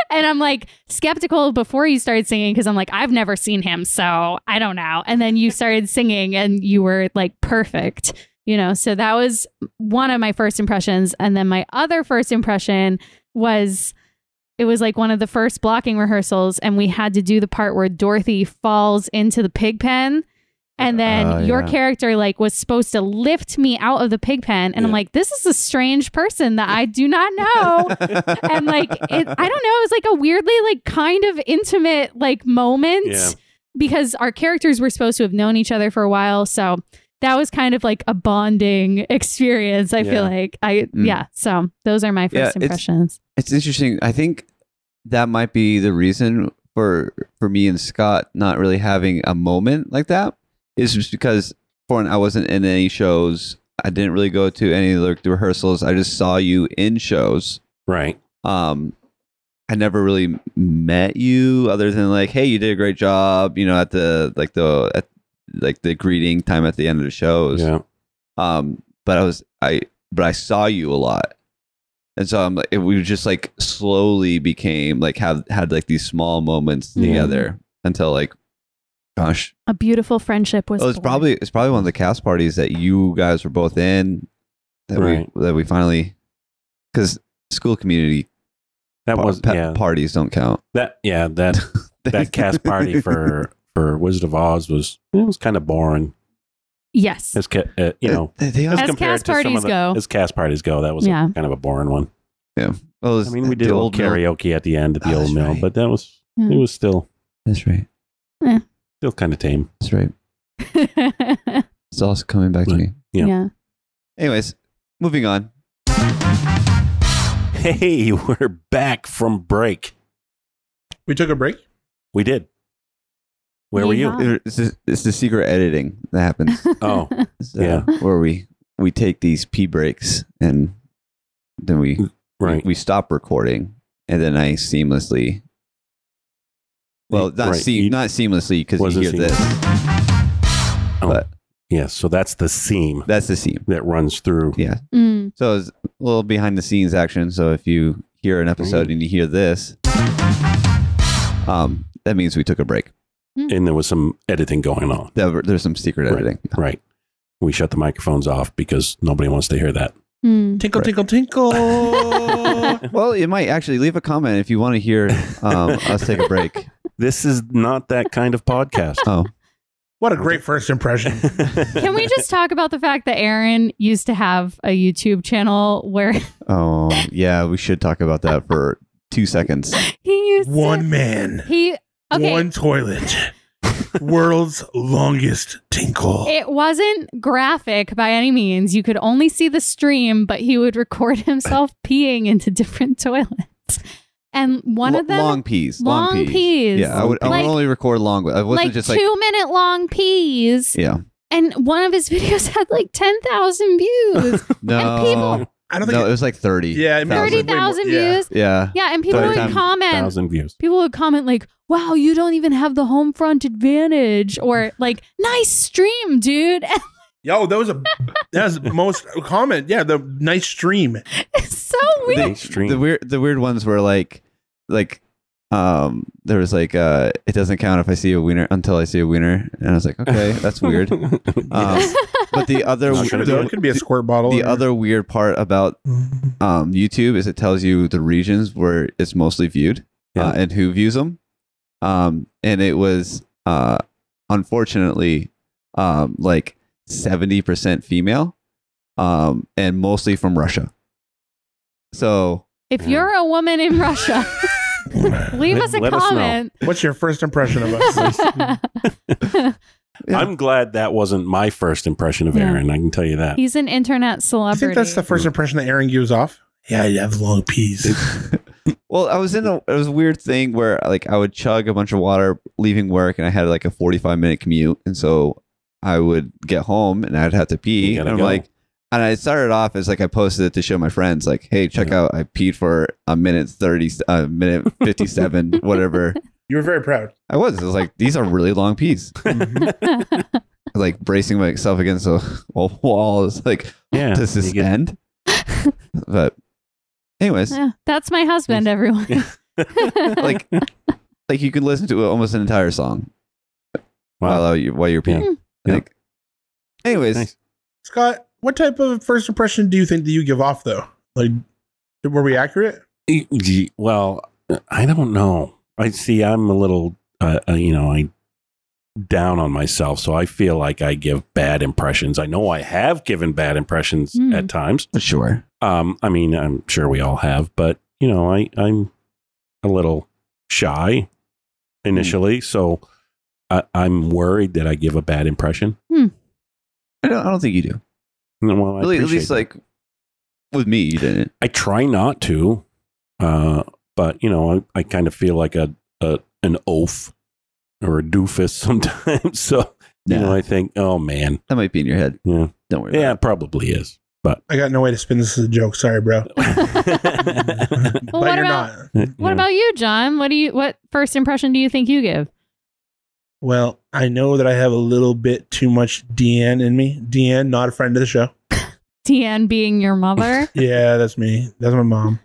Speaker 4: and I'm like skeptical before you started singing because I'm like, I've never seen him, so I don't know. And then you started singing and you were like perfect, you know? So that was one of my first impressions. And then my other first impression was it was like one of the first blocking rehearsals, and we had to do the part where Dorothy falls into the pig pen. And then
Speaker 3: Oh,
Speaker 4: your
Speaker 3: yeah.
Speaker 4: character like was supposed to lift me out of the pig pen, and I'm
Speaker 1: Yeah.
Speaker 4: like, this is a strange person that I do not know. "Oh." and like it, I don't know, it was like a weirdly like kind of intimate like moment
Speaker 1: Yeah.
Speaker 4: because our characters were supposed to have known each other for a while, so that was kind of like a bonding experience. I
Speaker 1: Yeah.
Speaker 4: feel like I
Speaker 3: Mm.
Speaker 4: yeah. So those are my
Speaker 3: Yeah,
Speaker 4: first
Speaker 3: it's-
Speaker 4: impressions.
Speaker 3: It's interesting. I think that might be the reason for for me and Scott not really having a moment like that is just because for one I wasn't in any shows. I didn't really go to any of the rehearsals. I just saw you in shows.
Speaker 1: Right.
Speaker 3: Um, I never really met you other than like, hey, you did a great job. You know, at the like the at, like the greeting time at the end of the shows.
Speaker 1: Yeah.
Speaker 3: Um, but I was I but I saw you a lot. And so I'm like it, we just like slowly became like have had like these small moments
Speaker 1: Hmm.
Speaker 4: Yeah.
Speaker 3: together until like gosh.
Speaker 4: A beautiful friendship was.
Speaker 3: Oh, it's
Speaker 4: born.
Speaker 3: probably it's probably one of the cast parties that you guys were both in that
Speaker 1: Right.
Speaker 3: we that we finally cuz school community
Speaker 1: That
Speaker 3: par-
Speaker 1: was
Speaker 3: pa-
Speaker 1: yeah.
Speaker 3: parties don't count.
Speaker 1: That yeah, that that cast party for for Wizard of Oz was it was kind of boring.
Speaker 4: yes.
Speaker 1: As ca- uh, you know,
Speaker 3: They- they all-
Speaker 4: As
Speaker 1: compared
Speaker 4: cast
Speaker 1: to some of
Speaker 4: parties
Speaker 1: the-
Speaker 4: go.
Speaker 1: as cast parties go, that was a-
Speaker 4: Yeah.
Speaker 1: kind of a boring one.
Speaker 3: well, it was
Speaker 1: I mean, we
Speaker 3: the
Speaker 1: did a little
Speaker 3: mill.
Speaker 1: karaoke at the end at the
Speaker 3: Oh,
Speaker 1: old
Speaker 3: that's
Speaker 1: mill,
Speaker 3: right.
Speaker 1: but that was
Speaker 4: Yeah.
Speaker 1: it was still
Speaker 3: That's right.
Speaker 1: still kind of tame.
Speaker 3: That's right.
Speaker 4: yeah.
Speaker 3: It's all coming back to me.
Speaker 1: Yeah.
Speaker 3: Anyways, moving on.
Speaker 1: Hey, we're back from break.
Speaker 2: We took a break.
Speaker 1: We did. Where were you?
Speaker 4: Yeehaw.
Speaker 3: It's the, it's the secret editing that happens.
Speaker 1: Oh,
Speaker 3: So,
Speaker 1: Yeah.
Speaker 3: Where we we take these pee breaks and then we
Speaker 1: right.
Speaker 3: we stop recording and then I seamlessly well not
Speaker 1: Right,
Speaker 3: seam
Speaker 1: you-
Speaker 3: not seamlessly because you
Speaker 1: Wasn't
Speaker 3: hear this
Speaker 1: Yes, so that's the seam
Speaker 3: that's the seam
Speaker 1: that runs through.
Speaker 3: Yeah.
Speaker 4: Mm.
Speaker 3: so it's a little behind the scenes action so if you hear an episode and you hear this um that means we took a break
Speaker 1: And there was some editing going on.
Speaker 3: There were- there's some secret
Speaker 1: Right.
Speaker 3: editing
Speaker 1: Right. We shut the microphones off because nobody wants to hear that.
Speaker 4: Mm.
Speaker 2: Tinkle,
Speaker 3: Right.
Speaker 2: tinkle, tinkle.
Speaker 3: well you might actually leave a comment if you want to hear um us take a break
Speaker 1: This is not that kind of podcast.
Speaker 3: oh
Speaker 2: what a great first impression.
Speaker 4: Can we just talk about the fact that Aaron used to have a YouTube channel where
Speaker 3: Oh, yeah, we should talk about that for two seconds.
Speaker 4: he used
Speaker 2: One
Speaker 4: to,
Speaker 2: man,
Speaker 4: he okay.
Speaker 2: one toilet. World's longest tinkle.
Speaker 4: It wasn't graphic by any means. You could only see the stream, but he would record himself peeing into different toilets. And one
Speaker 3: Lo-
Speaker 4: of them
Speaker 3: long peas, long,
Speaker 4: long
Speaker 3: peas.
Speaker 4: peas.
Speaker 3: Yeah, I would, I
Speaker 4: Like-
Speaker 3: would only record long. I wasn't
Speaker 4: like
Speaker 3: just
Speaker 4: two
Speaker 3: like
Speaker 4: minute long peas.
Speaker 3: yeah,
Speaker 4: And one of his videos had like ten thousand views.
Speaker 3: no,
Speaker 4: people-
Speaker 2: I don't think
Speaker 3: no, it was like thirty.
Speaker 2: Yeah, it made-
Speaker 4: Thirty
Speaker 3: 1,000.
Speaker 4: thousand
Speaker 2: Way more- yeah.
Speaker 4: views.
Speaker 3: Yeah,
Speaker 4: Yeah, and people would
Speaker 1: 30,000.
Speaker 4: comment
Speaker 1: thousand views.
Speaker 4: people would comment like wow you don't even have the home front advantage or like nice stream dude
Speaker 2: Yo, that was a that was the most comment. Yeah, the nice
Speaker 3: Uh,
Speaker 2: stream.
Speaker 4: it's so weird
Speaker 1: They
Speaker 3: the
Speaker 1: stream.
Speaker 3: weird, the weird ones were like, like, um, there was like, uh, it doesn't count if I see a wiener until I see a wiener, and I was like, okay, that's weird. Um, but the other,
Speaker 1: Not gonna do
Speaker 2: It
Speaker 3: the,
Speaker 2: could be a squirt bottle.
Speaker 3: the
Speaker 2: or-
Speaker 3: other weird part about um, YouTube is it tells you the regions where it's mostly viewed
Speaker 1: Yeah.
Speaker 3: uh, and who views them. Um, and it was uh, unfortunately um, like 70% female um, and mostly from Russia. So
Speaker 4: if you're a woman in russia leave
Speaker 1: Let-
Speaker 4: us a
Speaker 1: let us know.
Speaker 4: comment
Speaker 2: What's your first impression of us?
Speaker 1: I'm glad that wasn't my first impression of
Speaker 4: Yeah.
Speaker 1: Aaron. I can tell you that.
Speaker 4: he's an internet
Speaker 2: I
Speaker 4: celebrity
Speaker 2: think that's the first impression that Aaron gives off. Yeah, you have long peas.
Speaker 3: well, I was in a it was a weird thing where like I would chug a bunch of water leaving work, and I had like a forty five minute commute, and so I would get home and I'd have to pee,
Speaker 1: You
Speaker 3: and
Speaker 1: gotta
Speaker 3: I'm
Speaker 1: go.
Speaker 3: like, and I started off as like I posted it to show my friends, like, hey, check out I peed for a minute thirty, a minute fifty seven, whatever.
Speaker 2: You were very proud. Mm-hmm.
Speaker 3: I was, I was like, these are really long pees, like bracing myself against a a wall. It's like,
Speaker 1: yeah.
Speaker 3: does this
Speaker 1: you get-
Speaker 3: end? but, anyways,
Speaker 4: Yeah, that's my husband everyone
Speaker 3: like like you can listen to almost an entire song
Speaker 1: Wow.
Speaker 3: while uh, you while you're
Speaker 1: Yeah.
Speaker 3: peeing.
Speaker 1: Yeah.
Speaker 3: Like, anyways,
Speaker 1: Nice.
Speaker 2: Scott, what type of first impression do you think that you give off though? Like were we accurate?
Speaker 1: E- gee, Well, I don't know. I see. I'm a little, uh, uh, you know, I down on myself, so I feel like I give bad impressions. I know I have given bad impressions
Speaker 4: Hmm.
Speaker 1: at times.
Speaker 3: sure.
Speaker 1: Um, I mean, I'm sure we all have, but you know, I I'm a little shy initially, so I, I'm worried that I give a bad impression.
Speaker 3: I don't. I don't think you do.
Speaker 1: And, Well, I
Speaker 3: Really, at
Speaker 1: appreciate
Speaker 3: least
Speaker 1: that.
Speaker 3: like with me, you didn't.
Speaker 1: I try not to. Uh, but you know, I, I kind of feel like a, a an oaf or a doofus sometimes. so you know,
Speaker 3: Nah,
Speaker 1: I think, oh man,
Speaker 3: that might be in your head.
Speaker 1: yeah,
Speaker 3: Don't worry.
Speaker 1: yeah, it probably is. But
Speaker 2: I got no way to spin this as a joke. Sorry, bro.
Speaker 1: what
Speaker 2: but
Speaker 4: what
Speaker 2: you're
Speaker 4: about-
Speaker 2: not.
Speaker 4: What about you, John? What do you what first impression do you think you give?
Speaker 2: Well, I know that I have a little bit too much Deanne in me. Deanne, not a friend of the show.
Speaker 4: Deanne being your mother.
Speaker 2: Yeah, that's me. That's my mom.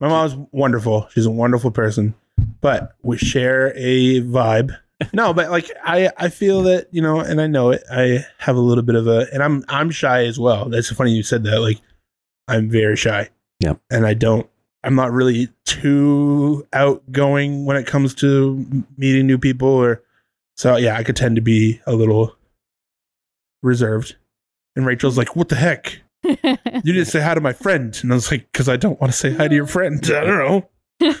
Speaker 2: My mom's wonderful. She's a wonderful person, but we share a vibe. No, but like I, I feel that you know, and I know it. I have a little bit of a, and I'm, I'm shy as well. That's funny you said that. Like, I'm very shy.
Speaker 1: Yeah.
Speaker 2: and I don't. I'm not really too outgoing when it comes to m- meeting new people, or so. Yeah, I could tend to be a little reserved. And Rachel's like, "What the heck? you didn't say hi to my friend and i was like because i don't want to say hi to your friend i don't know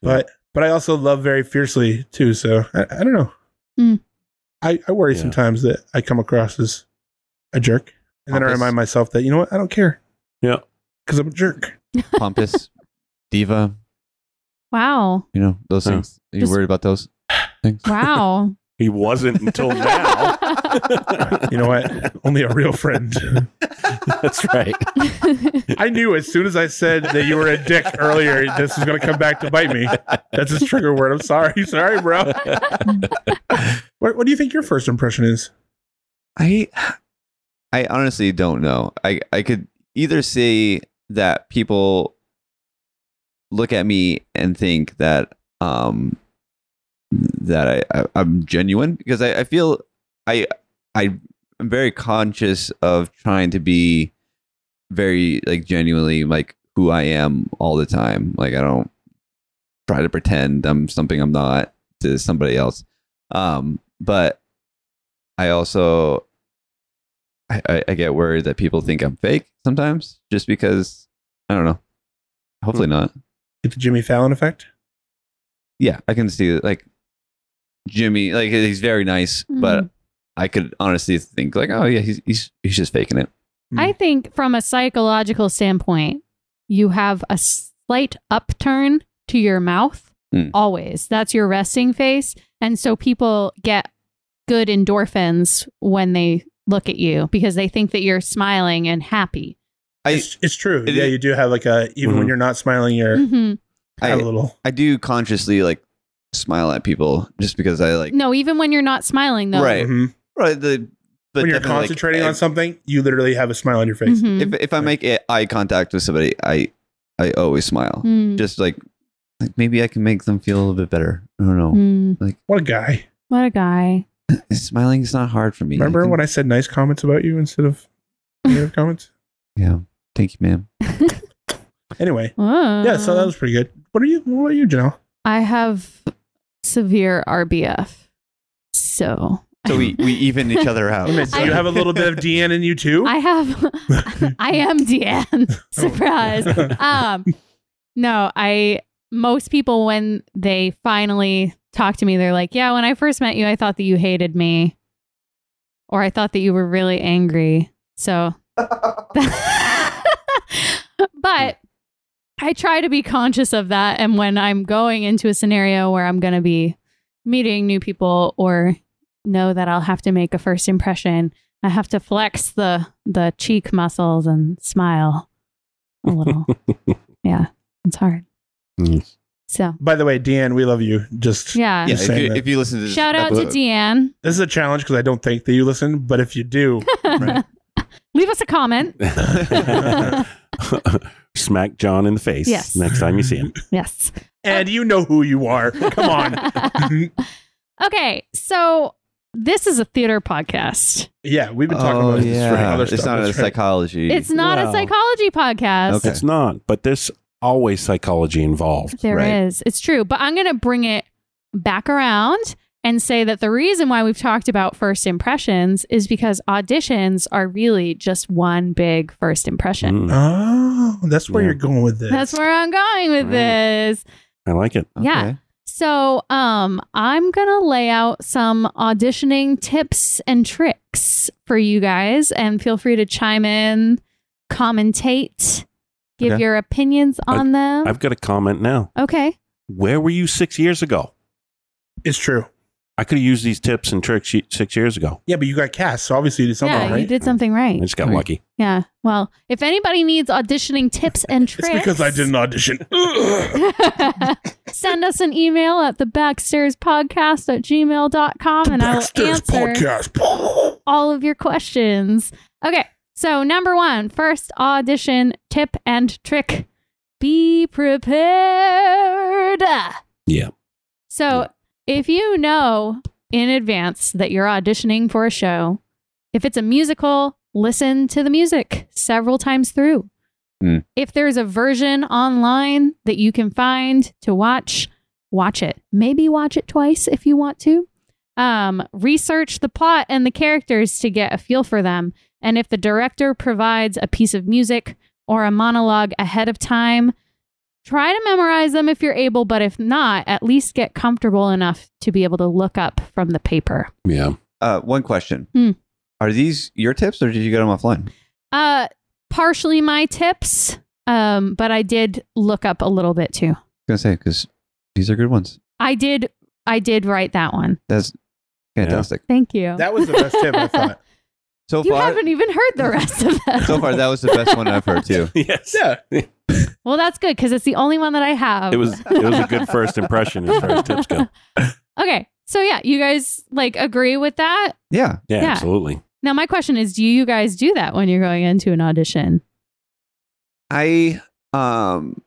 Speaker 2: but but i also love very fiercely too so i, I don't know
Speaker 4: Hmm.
Speaker 2: I, I worry
Speaker 1: Yeah.
Speaker 2: sometimes that i come across as a jerk and then i
Speaker 3: Pompous.
Speaker 2: remind myself that you know what i don't care
Speaker 1: Yeah.
Speaker 2: because i'm a jerk
Speaker 3: Pompous, diva.
Speaker 4: wow.
Speaker 3: You know those
Speaker 1: Yeah.
Speaker 3: things. Are you
Speaker 4: Just-
Speaker 3: worried about those things?
Speaker 4: Wow.
Speaker 1: He wasn't until now.
Speaker 2: you know what only a real friend
Speaker 1: That's right.
Speaker 2: i knew as soon as i said that you were a dick earlier this was going to come back to bite me that's his trigger word i'm sorry sorry bro what, what do you think your first impression is
Speaker 3: I I honestly don't know. I I could either say that people look at me and think that um that I, I I'm genuine because I, I feel I I I'm very conscious of trying to be very like genuinely like who I am all the time. Like I don't try to pretend I'm something I'm not to somebody else. Um but I also I, I, I get worried that people think I'm fake sometimes just because I don't know. Hopefully not.
Speaker 2: get the jimmy fallon effect
Speaker 3: Yeah, I can see that like Jimmy, like he's very nice, but I could honestly think like, oh yeah, he's he's he's just faking it.
Speaker 4: I think from a psychological standpoint, you have a slight upturn to your mouth
Speaker 3: Mm.
Speaker 4: always. That's your resting face. And so people get good endorphins when they look at you because they think that you're smiling and happy.
Speaker 3: I-
Speaker 2: it's, it's true.
Speaker 3: it
Speaker 2: yeah,
Speaker 3: is- Mm-hmm.
Speaker 2: you do have like a even when
Speaker 1: Mhm.
Speaker 2: you're not smiling, you're
Speaker 4: Mhm.
Speaker 2: a little.
Speaker 3: I do consciously like smile at people just because I like
Speaker 4: No, even when you're not smiling, though.
Speaker 3: Right.
Speaker 2: Mhm.
Speaker 3: right, the but
Speaker 2: when you're
Speaker 3: definitely, like,
Speaker 2: concentrating
Speaker 3: I-
Speaker 2: on something, you literally have a smile on your face.
Speaker 4: Mhm.
Speaker 3: If if I make a- eye contact with somebody, I I always smile.
Speaker 4: Mm.
Speaker 3: Just like like maybe I can make them feel a little bit better. I don't know.
Speaker 4: Mm.
Speaker 2: What a guy!
Speaker 4: What a guy.
Speaker 3: Smiling is not hard for me.
Speaker 2: Remember when I said nice comments about you instead of negative comments?
Speaker 3: Yeah. Thank you, ma'am.
Speaker 2: Anyway,
Speaker 4: Whoa.
Speaker 2: yeah. So that was pretty good. What are you? What are you, Janelle?
Speaker 4: I have severe RBF. So
Speaker 3: So we, we even each other out.
Speaker 2: Wait a minute, do
Speaker 4: I-
Speaker 2: you have a little bit of DN in you too?
Speaker 4: I have I am Deanne. Surprise. Um no, I most people when they finally talk to me, they're like, Yeah, when I first met you, I thought that you hated me. Or I thought that you were really angry. So but I try to be conscious of that. And when I'm going into a scenario where I'm gonna be meeting new people or know that I'll have to make a first impression, I have to flex the the cheek muscles and smile a little. yeah, it's hard.
Speaker 1: Yes.
Speaker 4: So
Speaker 2: By the way, DN, we love you. Just
Speaker 4: yeah,
Speaker 3: Yeah,
Speaker 2: Just
Speaker 3: if
Speaker 2: saying
Speaker 3: you,
Speaker 2: that.
Speaker 3: if you listen to this
Speaker 4: shout out to
Speaker 3: episode-
Speaker 4: Deanne.
Speaker 2: this is a challenge because I don't think that you listen, but if you do,
Speaker 3: Right.
Speaker 4: Leave us a comment.
Speaker 1: Smack John in the face
Speaker 4: Yes.
Speaker 1: next time you see him.
Speaker 4: Yes.
Speaker 2: and you know who you are. Come on.
Speaker 4: okay, so this is a theater podcast.
Speaker 2: yeah, we've been talking
Speaker 3: Oh,
Speaker 2: about this for
Speaker 3: yeah.
Speaker 2: other
Speaker 3: It's
Speaker 2: stuff.
Speaker 3: not a
Speaker 2: That's right.
Speaker 3: psychology.
Speaker 4: It's not a
Speaker 1: Wow.
Speaker 4: psychology podcast.
Speaker 3: Okay.
Speaker 1: It's not, but there's always psychology involved.
Speaker 4: There is.
Speaker 3: Right.
Speaker 4: It's true. But I'm going to bring it back around and say that the reason why we've talked about first impressions is because auditions are really just one big first impression.
Speaker 1: Mm,
Speaker 2: Oh, that's where
Speaker 1: Yeah.
Speaker 2: you're going with this.
Speaker 4: That's where I'm going with
Speaker 1: Right.
Speaker 4: this.
Speaker 1: I like it.
Speaker 4: yeah.
Speaker 3: Okay.
Speaker 4: So, um, I'm going to lay out some auditioning tips and tricks for you guys and feel free to chime in, commentate, give
Speaker 3: Okay.
Speaker 4: your opinions
Speaker 1: I-
Speaker 4: on them.
Speaker 1: I've got a comment now.
Speaker 4: okay.
Speaker 1: Where were you six years ago?
Speaker 2: It's true.
Speaker 1: I could have used these tips and tricks y- six years ago.
Speaker 2: Yeah, but you got cast, so obviously you did something
Speaker 4: yeah, you
Speaker 2: right.
Speaker 4: did something
Speaker 1: I
Speaker 4: right.
Speaker 1: just got
Speaker 3: Right.
Speaker 1: lucky.
Speaker 4: Yeah. Well, if anybody needs auditioning tips and
Speaker 2: It's
Speaker 4: tricks,
Speaker 2: because I didn't audition.
Speaker 4: send us an email at the backstairs podcast at gmail.com and I will
Speaker 2: Baxter's
Speaker 4: answer
Speaker 2: podcast.
Speaker 4: all of your questions. Okay. So, number one, first audition tip and trick be prepared.
Speaker 1: Yeah.
Speaker 4: So,
Speaker 1: Yeah.
Speaker 4: if you know in advance that you're auditioning for a show, if it's a musical, listen to the music several times through.
Speaker 1: Hmm.
Speaker 3: Mm.
Speaker 4: If there's a version online that you can find to watch, watch it. Maybe watch it twice if you want to. Um, research the plot and the characters to get a feel for them. And if the director provides a piece of music or a monologue ahead of time, try to memorize them if you're able, but if not, at least get comfortable enough to be able to look up from the paper.
Speaker 1: Yeah.
Speaker 3: Uh, one question:
Speaker 4: Hmm.
Speaker 3: Are these your tips, or did you get them offline?
Speaker 4: Uh, partially my tips, um, but I did look up a little bit
Speaker 3: I
Speaker 4: too.
Speaker 3: was gonna say because these are good ones.
Speaker 4: I did, I did write that one.
Speaker 3: That's fantastic.
Speaker 4: Thank you.
Speaker 2: That was the best tip I thought.
Speaker 3: So
Speaker 4: you
Speaker 3: far,
Speaker 4: haven't even heard the rest of that.
Speaker 3: so far that was the best one I've heard too.
Speaker 1: Yes.
Speaker 2: Yeah,
Speaker 4: Well, that's good because it's the only one that I have.
Speaker 1: It was it was a good first impression as far as tips go.
Speaker 4: okay, so yeah, you guys like agree with that?
Speaker 3: Yeah,
Speaker 1: Yeah,
Speaker 4: Yeah.
Speaker 1: absolutely.
Speaker 4: Now, my question is, do you guys do that when you're going into an audition?
Speaker 3: I um,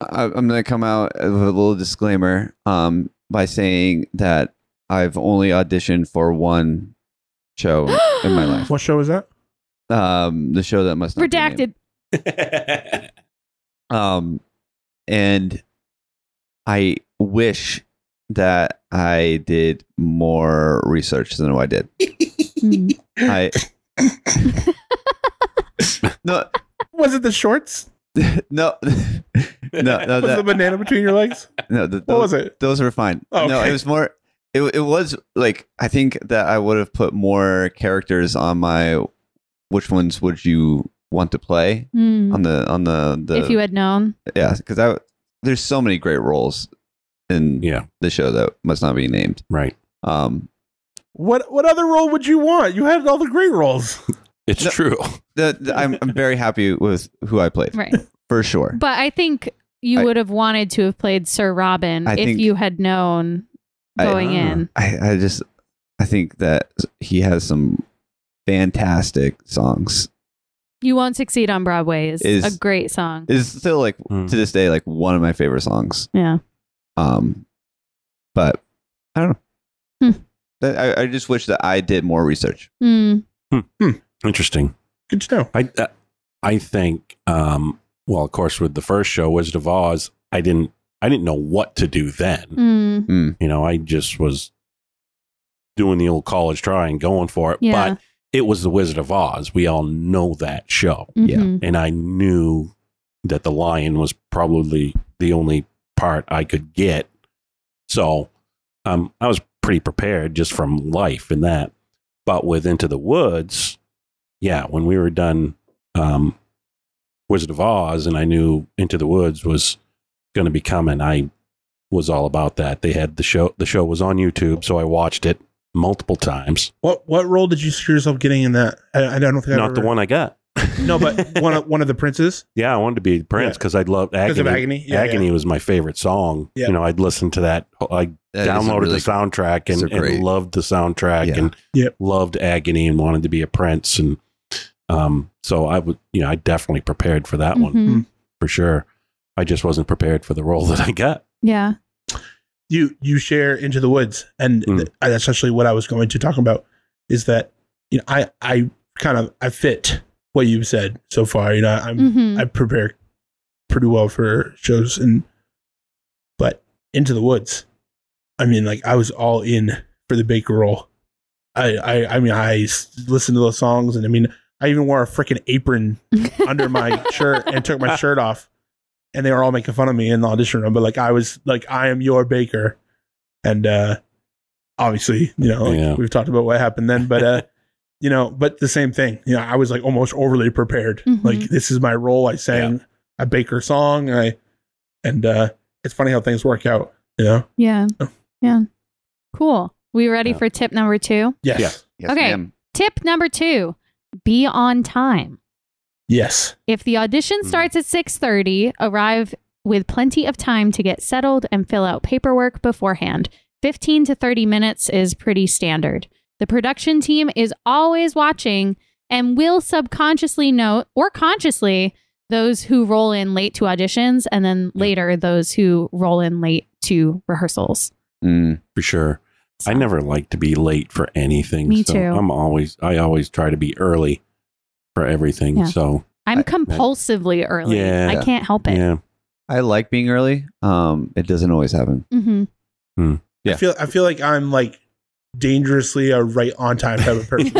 Speaker 3: I, I'm gonna come out with a little disclaimer um by saying that I've only auditioned for one show in my life.
Speaker 2: what show was that?
Speaker 3: Um, the show that must not be named.
Speaker 4: Redacted.
Speaker 3: Um, and I wish that I did more research than I did.
Speaker 4: Mm.
Speaker 3: I no
Speaker 2: Was it the shorts?
Speaker 3: no no no
Speaker 2: Was the
Speaker 3: that,
Speaker 2: banana between your legs?
Speaker 3: no th-
Speaker 2: What was
Speaker 3: those,
Speaker 2: it?
Speaker 3: those were fine.
Speaker 2: Oh,
Speaker 3: No,
Speaker 2: okay.
Speaker 3: it was more. It it was like I think that I would have put more characters on my. Which ones would you want to play
Speaker 4: Mm.
Speaker 3: on the on the the
Speaker 4: if you had known.
Speaker 3: yeah because I there's so many great roles in
Speaker 1: yeah.
Speaker 3: the show that must not be named.
Speaker 1: Right.
Speaker 3: Um,
Speaker 2: What What other role would you want? You had all the great roles.
Speaker 1: It's
Speaker 3: No.
Speaker 1: true.
Speaker 3: the, the- I'm I'm very happy with who I played
Speaker 4: Right.
Speaker 3: for sure.
Speaker 4: But I think you
Speaker 3: I-
Speaker 4: would have wanted to have played Sir Robin
Speaker 3: I
Speaker 4: if
Speaker 3: think-
Speaker 4: you had known
Speaker 3: I- uh,
Speaker 4: going
Speaker 1: Ah.
Speaker 4: in.
Speaker 3: I I just I think that he has some fantastic songs.
Speaker 4: You Won't Succeed on Broadway is,
Speaker 3: Is-
Speaker 4: a great song.
Speaker 3: Is still like
Speaker 1: Mm.
Speaker 3: to this day like one of my favorite songs.
Speaker 4: yeah.
Speaker 3: Um, but I don't know.
Speaker 4: Hmm.
Speaker 3: That- I, I just wish that I did more research.
Speaker 4: Mm.
Speaker 1: Interesting.
Speaker 2: Good to know.
Speaker 1: I uh, I think um well of course with the first show Wizard of Oz I didn't I didn't know what to do then.
Speaker 4: Mm.
Speaker 1: You know, I just was doing the old college try and going for it.
Speaker 4: Yeah.
Speaker 1: But it was the Wizard of Oz. We all know that show.
Speaker 3: Yeah.
Speaker 4: Mhm.
Speaker 1: And I knew that the lion was probably the only part I could get. So um I was pretty prepared just from life and that. But with Into the Woods, yeah, when we were done um Wizard of Oz and I knew Into the Woods was gonna be coming, I was all about that. They had the show the show was on YouTube, so I watched it multiple times.
Speaker 2: What What role did you see yourself getting in that? I, I don't think I've
Speaker 1: Not the
Speaker 2: ever-
Speaker 1: one I got.
Speaker 2: No, but one of, one of the princes
Speaker 1: Yeah, I wanted to be Prince
Speaker 2: Yeah.
Speaker 1: because I loved
Speaker 2: because
Speaker 1: Agony.
Speaker 2: of agony. Yeah,
Speaker 1: Agony was my favorite song.
Speaker 2: Yeah.
Speaker 1: You know, I'd listen to that. uh, I
Speaker 3: That is a
Speaker 1: downloaded
Speaker 3: really-
Speaker 1: the soundtrack
Speaker 3: it's
Speaker 1: and,
Speaker 3: a
Speaker 1: and
Speaker 3: great-
Speaker 1: loved the soundtrack
Speaker 3: Yeah.
Speaker 1: and
Speaker 2: Yep.
Speaker 1: loved Agony and wanted to be a prince. And um, so I would, you know, I definitely prepared for that one
Speaker 4: Mhm.
Speaker 1: for sure. I just wasn't prepared for the role that I got.
Speaker 4: Yeah.
Speaker 2: Yeah. You You share into the woods, and
Speaker 1: Mm.
Speaker 2: th- that's actually what I was going to talk about. Is that you know I I kind of I fit what you've said so far. You know I'm
Speaker 4: Mhm.
Speaker 2: I prepare pretty well for shows and but into the woods. I mean, like I was all in for the baker roll. I I, I mean, I s- listened to those songs, and I mean, I even wore a freaking apron under my shirt and took my shirt off, and they were all making fun of me in the audition room. But like, I was like, I am your baker, and uh obviously, you know, like,
Speaker 1: Yeah.
Speaker 2: we've talked about what happened then, but uh you know, but the same thing. You know, I was like almost overly prepared.
Speaker 4: Mhm.
Speaker 2: Like this is my role. I sang I bake her a song. And I and uh, it's funny how things work out. You know?
Speaker 4: Yeah.
Speaker 2: Oh.
Speaker 4: Yeah. Cool. We ready
Speaker 1: Yeah.
Speaker 4: for tip number two?
Speaker 2: Yes.
Speaker 3: Yes,
Speaker 4: Okay.
Speaker 3: ma'am.
Speaker 4: Tip number two: be on time.
Speaker 2: Yes.
Speaker 4: If the audition
Speaker 1: Hmm.
Speaker 4: starts at six thirty, arrive with plenty of time to get settled and fill out paperwork beforehand. Fifteen to thirty minutes is pretty standard. The production team is always watching and will subconsciously note or consciously those who roll in late to auditions and then
Speaker 1: Yeah.
Speaker 4: later those who roll in late to rehearsals.
Speaker 3: Mm.
Speaker 1: for sure. I
Speaker 4: So-
Speaker 1: never like to be late for anything.
Speaker 4: Me
Speaker 1: so
Speaker 4: too.
Speaker 1: I'm always I always try to be early for everything.
Speaker 4: Yeah.
Speaker 1: So
Speaker 4: I'm
Speaker 3: I-
Speaker 4: compulsively early.
Speaker 1: Yeah.
Speaker 4: I can't help it.
Speaker 1: yeah,
Speaker 3: I like being early. Um, it doesn't always happen.
Speaker 4: hmm
Speaker 3: Yeah.
Speaker 2: I feel I feel like I'm like dangerously a right on time type of person.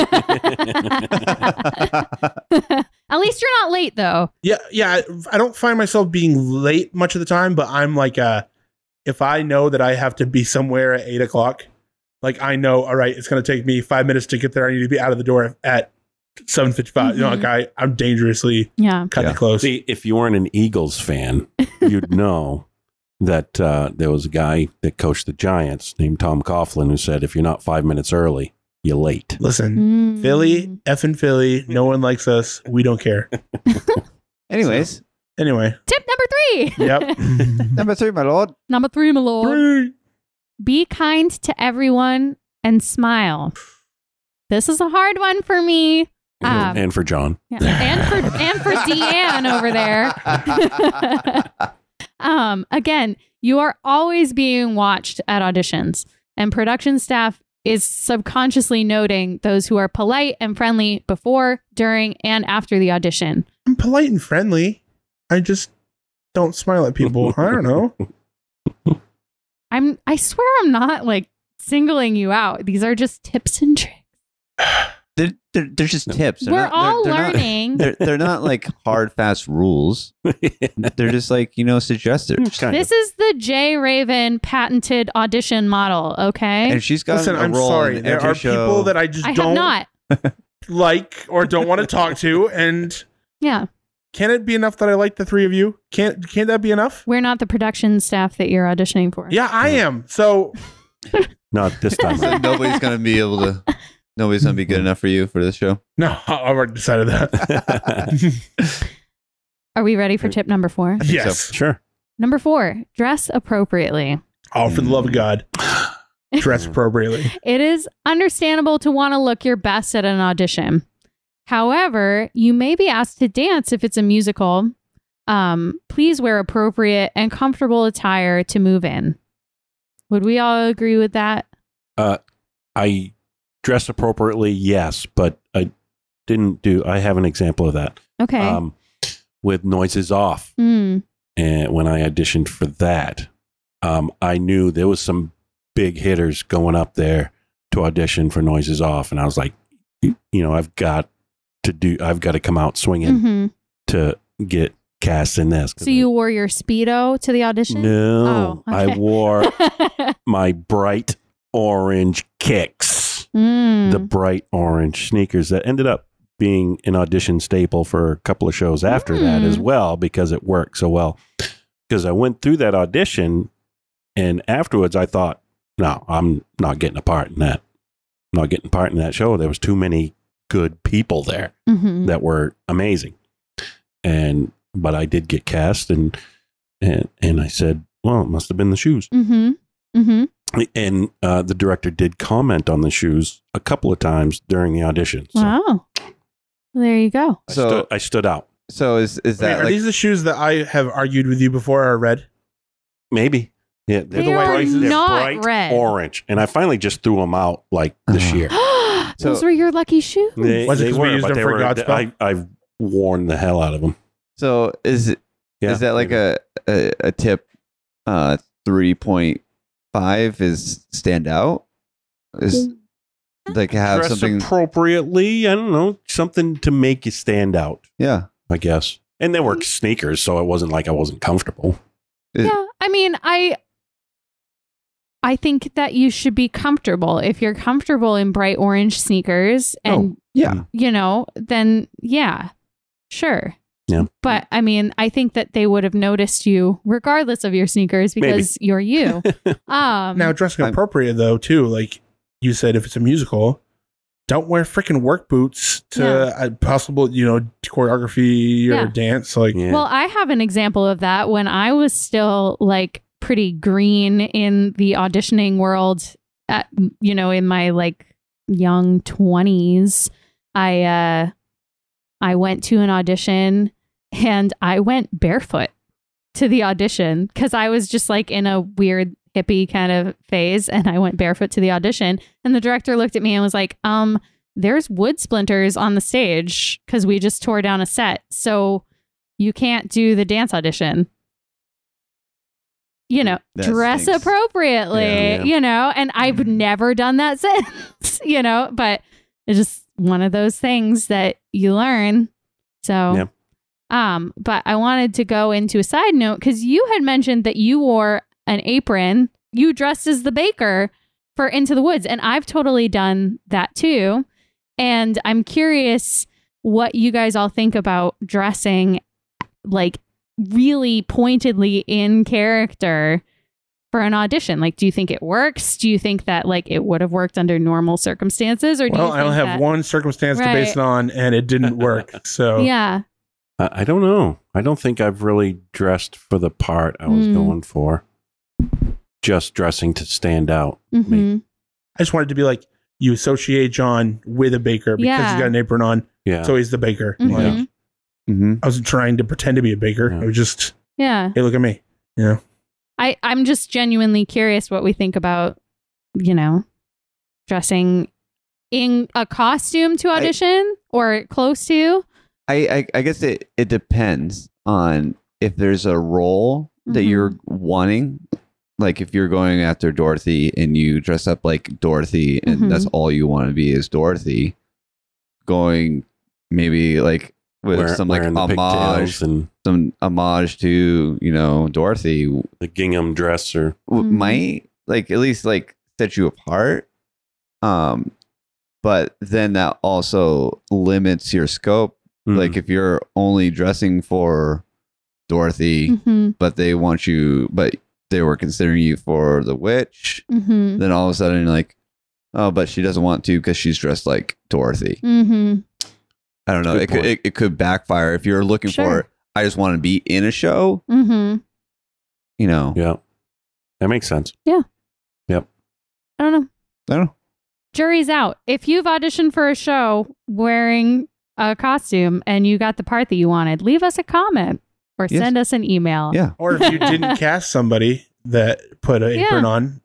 Speaker 4: At least you're not late though.
Speaker 2: yeah, yeah. I, I don't find myself being late much of the time, but I'm like uh if I know that I have to be somewhere at eight o'clock, like I know, all right, it's gonna take me five minutes to get there. I need to be out of the door at seven You know,
Speaker 4: Mhm.
Speaker 2: like I, I'm dangerously
Speaker 4: Yeah.
Speaker 2: cutting
Speaker 3: Yeah.
Speaker 2: close.
Speaker 1: see, if you weren't an Eagles fan, you'd know that uh, there was a guy that coached the Giants named Tom Coughlin who said, "If you're not five minutes early, you're late."
Speaker 2: Listen,
Speaker 4: Mm.
Speaker 2: Philly, effing Philly, no one likes us. We don't care.
Speaker 3: Anyways,
Speaker 2: Anyway,
Speaker 4: Tip number three.
Speaker 2: yep.
Speaker 3: number three, my lord.
Speaker 4: number three, my lord.
Speaker 2: Three.
Speaker 4: Be kind to everyone and smile. This is a hard one for me. Um,
Speaker 1: and for John,
Speaker 4: Yeah. And for and for Deanne over there. Um, again, you are always being watched at auditions, and production staff is subconsciously noting those who are polite and friendly before, during, and after the audition.
Speaker 2: I'm polite and friendly. I just don't smile at people. I don't know.
Speaker 4: I'm I swear I'm not like singling you out. These are just tips and tricks.
Speaker 3: they're, they're, they're just tips. They're
Speaker 4: We're
Speaker 3: not- they're-
Speaker 4: all
Speaker 3: they're not-
Speaker 4: learning.
Speaker 3: they're, they're not like hard, fast rules. They're just like, you know, suggestors.
Speaker 1: Kind
Speaker 4: this is the J Raven patented audition model, okay?
Speaker 3: And she's got
Speaker 2: Listen,
Speaker 3: a
Speaker 2: I'm
Speaker 3: role
Speaker 2: sorry.
Speaker 3: in
Speaker 2: There
Speaker 3: every
Speaker 2: are
Speaker 3: show.
Speaker 2: people that I just
Speaker 4: I have
Speaker 2: don't
Speaker 4: not.
Speaker 2: like or don't want to talk to. And
Speaker 4: Yeah.
Speaker 2: can it be enough that I like the three of you? Can't can that be enough?
Speaker 4: We're not the production staff that you're auditioning for.
Speaker 2: Yeah, I am. So
Speaker 1: not this time.
Speaker 3: So
Speaker 1: around.
Speaker 3: nobody's gonna be able to. Nobody's gonna be good enough for you for this show.
Speaker 2: no, I already decided that.
Speaker 4: Are we ready for tip number four?
Speaker 3: think
Speaker 2: yes.
Speaker 1: sure.
Speaker 4: Number four, dress appropriately.
Speaker 2: Oh, for the love of God. Dress appropriately.
Speaker 4: It is understandable to want to look your best at an audition. However, you may be asked to dance if it's a musical. Um, please wear appropriate and comfortable attire to move in. Would we all agree with that?
Speaker 1: Uh, I dress appropriately, yes, but I didn't do. I have an example of that
Speaker 4: Okay.
Speaker 1: um, with noises off.
Speaker 4: Mm,
Speaker 1: and when I auditioned for that, um, I knew there was some big hitters going up there to audition for Noises Off, and I was like, you you know, I've got to do, I've got to come out swinging
Speaker 4: mhm.
Speaker 1: to get cast in this. 'Cause
Speaker 4: So you wore your speedo to the audition?
Speaker 1: no,
Speaker 4: Oh, okay.
Speaker 1: I wore my bright orange kicks,
Speaker 4: Mm,
Speaker 1: the bright orange sneakers that ended up being an audition staple for a couple of shows after that
Speaker 4: Mm.
Speaker 1: as well because it worked so well. Because I went through that audition and afterwards I thought, no, I'm not getting a part in that. I'm not getting a part in that show. There was too many good people there
Speaker 4: mhm.
Speaker 1: that were amazing. And but I did get cast and and and I said, well, it must have been the shoes.
Speaker 4: Mhm. Mhm.
Speaker 1: And uh, the director did comment on the shoes a couple of times during the audition. So
Speaker 4: Wow. There you go.
Speaker 1: I,
Speaker 3: So-
Speaker 1: stood, I stood out.
Speaker 3: So is is
Speaker 2: Wait,
Speaker 3: that
Speaker 2: are
Speaker 3: like?
Speaker 2: these the shoes that I have argued with you before are red?
Speaker 1: Maybe. Yeah, they're,
Speaker 4: They
Speaker 2: are
Speaker 1: bright, they're
Speaker 4: not
Speaker 1: bright
Speaker 4: red.
Speaker 1: orange. And I finally just threw them out like this
Speaker 3: Uh-huh.
Speaker 1: year.
Speaker 4: Those
Speaker 3: So-
Speaker 4: were your lucky shoes.
Speaker 1: They,
Speaker 2: Was it 'cause we used them for Godspell?
Speaker 1: I, I've worn the hell out of them.
Speaker 3: so is it-
Speaker 1: Yeah,
Speaker 3: is that like
Speaker 1: maybe.
Speaker 3: a, a a tip? Uh, three point five is stand out. Is like have
Speaker 1: dress
Speaker 3: something?
Speaker 1: appropriately? I don't know, something to make you stand out,
Speaker 3: yeah.
Speaker 1: I guess. And they were
Speaker 4: Mm.
Speaker 1: sneakers, so it wasn't like I wasn't comfortable.
Speaker 3: It-
Speaker 4: yeah i mean i i think that you should be comfortable if you're comfortable in bright
Speaker 1: Oh.
Speaker 3: Mm,
Speaker 4: orange sneakers and
Speaker 3: Yeah.
Speaker 4: you know then yeah sure
Speaker 1: Yeah.
Speaker 4: But I mean, I think that they would have noticed you regardless of your sneakers
Speaker 1: Maybe.
Speaker 4: because you're you. um,
Speaker 2: Now dressing
Speaker 3: I'm-
Speaker 2: appropriate though too, like you said, if it's a musical, don't wear freaking work boots to
Speaker 4: Yeah.
Speaker 2: uh, possible you know choreography or
Speaker 4: Yeah.
Speaker 2: dance. Like
Speaker 1: Yeah.
Speaker 4: Well, I have an example of that when I was still like pretty green in the auditioning world at, you know, in my like young 20s. I uh I went to an audition and I went barefoot to the audition cuz I was just like in a weird hippie kind of phase and I went barefoot to the audition and the director looked at me and was like, "Um, there's wood splinters on the stage cuz we just tore down a set. So you can't do the dance audition. You know,
Speaker 3: That
Speaker 4: dress
Speaker 3: stinks.
Speaker 4: appropriately,
Speaker 1: Yeah. Mm-hmm.
Speaker 4: you know, and I've never done that since, you know, but it's just one of those things that you learn. So,
Speaker 1: Yeah.
Speaker 4: um, but I wanted to go into a side note because you had mentioned that you wore an apron, you dressed as the baker for Into the Woods, and I've totally done that too. And I'm curious what you guys all think about dressing like really pointedly in character for an audition. Like, do you think it works? Do you think that like it would have worked under normal circumstances? Or do
Speaker 2: well,
Speaker 4: you
Speaker 2: I only
Speaker 4: think
Speaker 2: have one circumstance to base it
Speaker 4: Right.
Speaker 2: on, and it didn't work. So
Speaker 4: that- Yeah.
Speaker 1: I, I don't know. I don't think I've really dressed for the part I was
Speaker 4: Mm.
Speaker 1: going for. Just dressing to stand out.
Speaker 4: hmm
Speaker 2: I just wanted to be like you associate John with a baker because
Speaker 4: Yeah.
Speaker 2: he's got an apron on,
Speaker 1: Yeah.
Speaker 2: so he's the baker.
Speaker 4: Mhm.
Speaker 2: Like,
Speaker 3: Mm-hmm.
Speaker 2: I wasn't trying to pretend to be a baker.
Speaker 1: Yeah.
Speaker 2: I was just
Speaker 4: Yeah.
Speaker 2: hey, look at me. Yeah,
Speaker 4: I, I'm just genuinely curious what we think about, you know, dressing in a costume to audition or close to.
Speaker 3: I, I I guess it it depends on if there's a role that
Speaker 4: Mhm.
Speaker 3: you're wanting. Like if you're going after Dorothy and you dress up like Dorothy and
Speaker 4: Mhm.
Speaker 3: that's all you want to be is Dorothy, going maybe like with
Speaker 1: Wear-
Speaker 3: some like
Speaker 1: wearing the
Speaker 3: homage,
Speaker 1: pigtails and
Speaker 3: some homage to you know Dorothy w-
Speaker 1: the gingham dress or
Speaker 3: w
Speaker 4: Mhm.
Speaker 3: might like at least like set you apart. Um, but then that also limits your scope
Speaker 1: hmm, Mm.
Speaker 3: like if you're only dressing for Dorothy,
Speaker 4: Mm-hmm.
Speaker 3: but they want you, but they were considering you for the witch,
Speaker 4: Mm-hmm.
Speaker 3: then all of a sudden you're like, oh, but she doesn't want to because she's dressed like Dorothy.
Speaker 4: Mm-hmm.
Speaker 3: I don't know.
Speaker 1: Good
Speaker 3: It could,
Speaker 1: point.
Speaker 3: it, it could backfire if you're looking
Speaker 4: Sure.
Speaker 3: for. I just want to be in a show.
Speaker 4: Mm-hmm.
Speaker 3: You know.
Speaker 1: yeah, that makes sense.
Speaker 4: I don't know.
Speaker 3: I don't know.
Speaker 4: Jury's out. If you've auditioned for a show wearing a costume and you got the part that you wanted, leave us a comment or
Speaker 3: Yes.
Speaker 4: send us an email.
Speaker 3: Yeah.
Speaker 2: or if you didn't cast somebody that put an
Speaker 4: Yeah.
Speaker 2: apron on,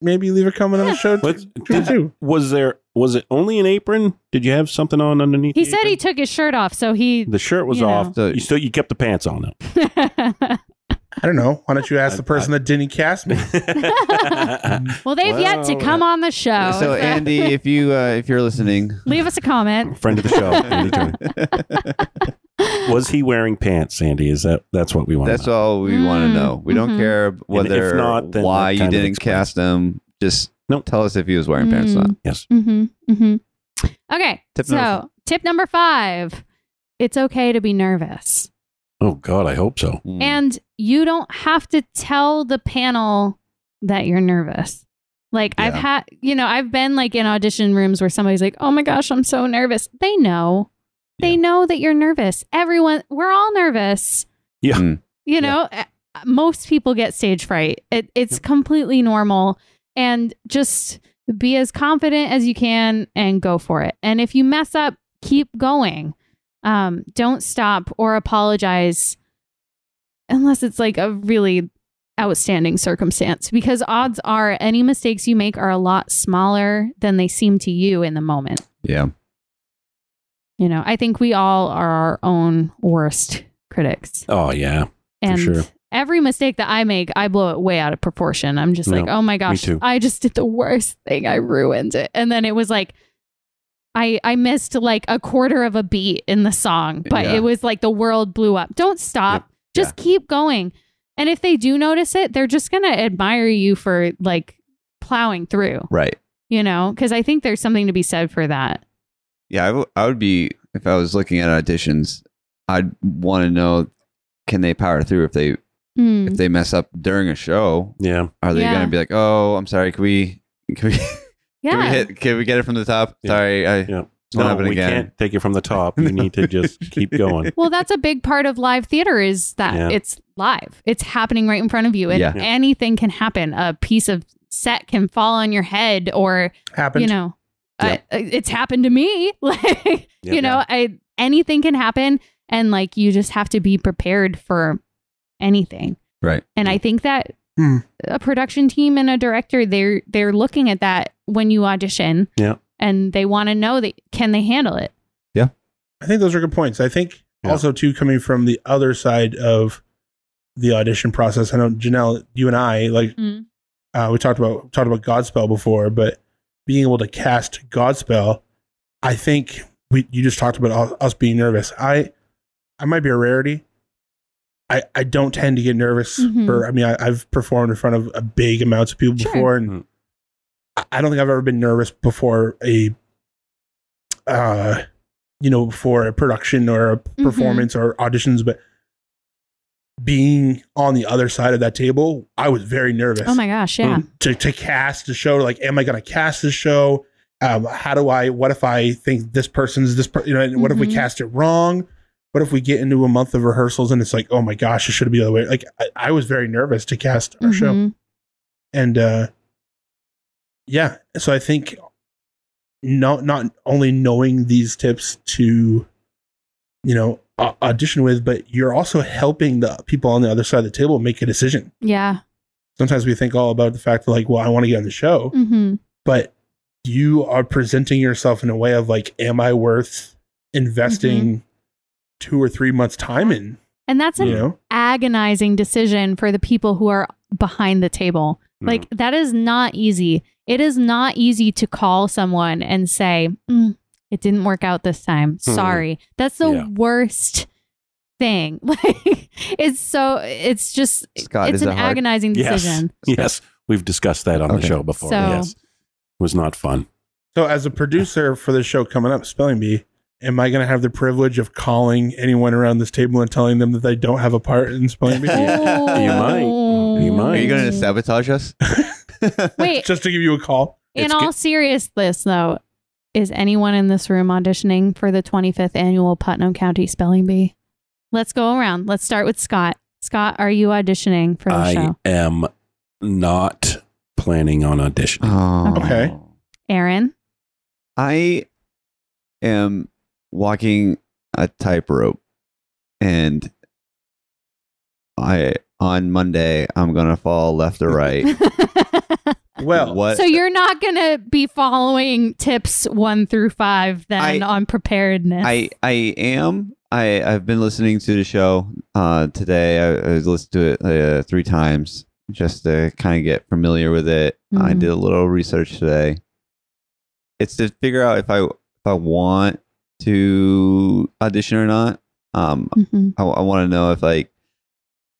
Speaker 2: maybe leave a comment on the show
Speaker 1: But
Speaker 2: t- too.
Speaker 1: was there was it only an apron? Did you have something on underneath?
Speaker 4: He
Speaker 1: the
Speaker 4: said he
Speaker 1: apron?
Speaker 4: took his shirt off, so he.
Speaker 1: the shirt was
Speaker 4: you know.
Speaker 1: off.
Speaker 3: So-
Speaker 1: You still you kept the pants on
Speaker 2: I don't know. Why don't you ask the person that didn't cast me?
Speaker 1: though.
Speaker 4: well, they've yet to
Speaker 1: Well,
Speaker 4: come on the show.
Speaker 3: so Andy, if you uh, if you're listening,
Speaker 4: leave us a comment.
Speaker 1: Friend of the show. Andy Turner. was he wearing pants, Andy? Is that that's what we want?
Speaker 3: that's all we want to
Speaker 4: Mm,
Speaker 3: know. We
Speaker 4: mhm.
Speaker 3: don't care whether
Speaker 1: not, then
Speaker 3: why
Speaker 1: that
Speaker 3: you
Speaker 1: kind of
Speaker 3: didn't
Speaker 1: explains.
Speaker 3: cast him. Just
Speaker 1: Nope.
Speaker 3: tell us if he was wearing pants or not.
Speaker 1: Yes.
Speaker 4: hmm hmm Okay.
Speaker 3: Tip
Speaker 4: so,
Speaker 3: number
Speaker 4: tip number five it's okay to be nervous.
Speaker 1: Oh God, I hope so.
Speaker 3: Mm.
Speaker 4: And you don't have to tell the panel that you're nervous. Like I've
Speaker 3: Yeah.
Speaker 4: had, you know, I've been like in audition rooms where somebody's like, "Oh my gosh, I'm so nervous." They know. They
Speaker 1: Yeah.
Speaker 4: know that you're nervous. Everyone, we're all nervous.
Speaker 1: Yeah.
Speaker 3: Mm.
Speaker 4: You know, eh, most people get stage fright. It, it's completely normal and just be as confident as you can and go for it. And if you mess up, keep going. Um, don't stop or apologize unless it's like a really outstanding circumstance because odds are any mistakes you make are a lot smaller than they seem to you in the moment.
Speaker 3: Yeah.
Speaker 4: You know, I think we all are our own worst critics.
Speaker 1: Oh yeah.
Speaker 4: And
Speaker 1: sure.
Speaker 4: every mistake that I make, I blow it way out of proportion. I'm just like,
Speaker 1: Yeah,
Speaker 4: oh my gosh,
Speaker 1: too.
Speaker 4: I just did the worst thing. I ruined it. And then it was like, I, I missed like a quarter of a beat in the song, but
Speaker 3: Yeah.
Speaker 4: it was like the world blew up. Don't stop. Just keep going. And if they do notice it, they're just going to admire you for like plowing through,
Speaker 3: Right.
Speaker 4: you know, because I think there's something to be said for that.
Speaker 3: Yeah. I, w- I would be, if I was looking at auditions, I'd want to know can they power through if they
Speaker 4: Mm.
Speaker 3: if they mess up during a show?
Speaker 1: Yeah.
Speaker 3: Are they
Speaker 4: Yeah.
Speaker 3: gonna be like, oh, I'm sorry, can we can we, can we
Speaker 4: yeah.
Speaker 3: hit can we get it from the top?
Speaker 1: Yeah.
Speaker 3: Sorry, I
Speaker 1: Yeah.
Speaker 3: it's not happening
Speaker 1: Oh, we
Speaker 3: again.
Speaker 1: can't take it from the top. You need to just keep going.
Speaker 4: well, that's a big part of live theater is that
Speaker 1: Yeah.
Speaker 4: it's live. It's happening right in front of you and
Speaker 3: Yeah.
Speaker 1: Yeah.
Speaker 4: anything can happen. A piece of set can fall on your head or
Speaker 2: Happened.
Speaker 4: you know,
Speaker 1: Yeah.
Speaker 4: I, it's happened to me. Like,
Speaker 1: Yeah.
Speaker 4: you know, I anything can happen, and like you just have to be prepared for anything.
Speaker 3: Right.
Speaker 4: And I think that
Speaker 2: Hmm.
Speaker 4: a production team and a director they're they're looking at that when you audition.
Speaker 1: Yeah.
Speaker 4: And they want to know that can they handle it?
Speaker 2: I think those are good points. I think
Speaker 1: Yeah.
Speaker 2: also too coming from the other side of the audition process. I know Janelle, you and I like
Speaker 4: Mm.
Speaker 2: uh, we talked about talked about Godspell before, but being able to cast Godspell, I think we you just talked about u- us being nervous. I I might be a rarity. I, I don't tend to get nervous
Speaker 4: Mhm.
Speaker 2: for I mean I, I've performed in front of a big amounts of people
Speaker 4: Sure.
Speaker 2: before and
Speaker 1: Mm.
Speaker 2: I- I don't think I've ever been nervous before a uh you know, for a production or a
Speaker 4: Mm-hmm.
Speaker 2: performance or auditions, but being on the other side of that table, I was very nervous
Speaker 4: Oh my gosh, yeah.
Speaker 2: to, to cast the show. Like, am I going to cast the show? Um, how do I, what if I think this person's this, per, you know, and what if we
Speaker 4: Mhm.
Speaker 2: cast it wrong? What if we get into a month of rehearsals and it's like, oh my gosh, it should be the other way? Like, I, I was very nervous to cast our show
Speaker 4: Mhm.
Speaker 2: and uh yeah so i think not not only knowing these tips to you know au- audition with but you're also helping the people on the other side of the table make a decision
Speaker 4: Yeah.
Speaker 2: sometimes we think all about the fact that like well i want to get on the show
Speaker 4: hmm
Speaker 2: but you are presenting yourself in a way of like am i worth investing two or three months time in
Speaker 4: And that's an
Speaker 2: you know
Speaker 4: agonizing decision for the people who are behind the table.
Speaker 1: Mm.
Speaker 4: Like that is not easy. It is not easy to call someone and say, "Mm, "It didn't work out this time.
Speaker 1: Hmm.
Speaker 4: Sorry." That's the
Speaker 1: Yeah.
Speaker 4: worst thing. Like it's so it's just
Speaker 3: Scott,
Speaker 4: it's
Speaker 3: is
Speaker 4: an
Speaker 3: it hard?
Speaker 4: agonizing
Speaker 1: yes.
Speaker 4: decision.
Speaker 1: Yes. We've discussed that on the
Speaker 3: Okay.
Speaker 1: show before.
Speaker 4: So-
Speaker 1: Yes. It was not fun.
Speaker 2: So, as a producer for the show coming up, Spelling Bee, am I going to have the privilege of calling anyone around this table and telling them that they don't have a part in Spelling Bee?
Speaker 1: Yeah. You might. You
Speaker 4: Oh.
Speaker 1: might.
Speaker 3: Are you going to sabotage us?
Speaker 4: Wait,
Speaker 2: Just to give you a call.
Speaker 4: in
Speaker 1: It's
Speaker 4: all
Speaker 1: good-
Speaker 4: seriousness though, is anyone in this room auditioning for the 25th annual Putnam County Spelling Bee? Let's go around. Let's start with Scott. Scott, are you auditioning for the
Speaker 1: I
Speaker 4: show?
Speaker 1: am not planning on auditioning.
Speaker 3: Oh.
Speaker 2: Okay.
Speaker 4: Aaron?
Speaker 3: I am walking a tightrope, and I on Monday I'm gonna fall left or right.
Speaker 2: Well,
Speaker 3: what?
Speaker 4: so you're not going to be following tips one through five then
Speaker 3: I-
Speaker 4: on preparedness.
Speaker 3: I I am. I I've been listening to the show uh, today. I, I was listened to it uh, three times just to kind of get familiar with it. I
Speaker 4: Mhm.
Speaker 3: did a little research today. It's to figure out if I if I want to audition or not. Um,
Speaker 4: Mhm,
Speaker 3: I, want to know if like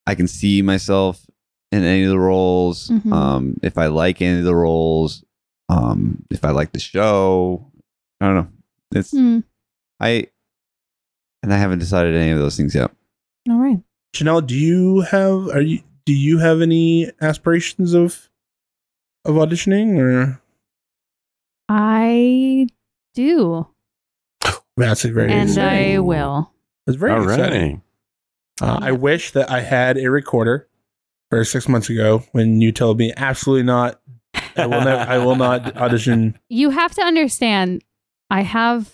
Speaker 3: I can see myself in any of the roles.
Speaker 4: Mhm.
Speaker 3: Um, if I like any of the roles. Um, if I like the show. I don't know. It's
Speaker 4: mm,
Speaker 3: I and I haven't decided any of those things yet.
Speaker 4: all right.
Speaker 2: Janelle, do you have are you do you have any aspirations of of auditioning or?
Speaker 4: I do.
Speaker 2: That's a very
Speaker 4: And uh, I
Speaker 1: Ooh.
Speaker 4: will.
Speaker 2: it's very
Speaker 1: All right.
Speaker 2: exciting. Uh, I wish that I had a recorder for six months ago when you told me absolutely not. I will never. I will not audition.
Speaker 4: you have to understand i have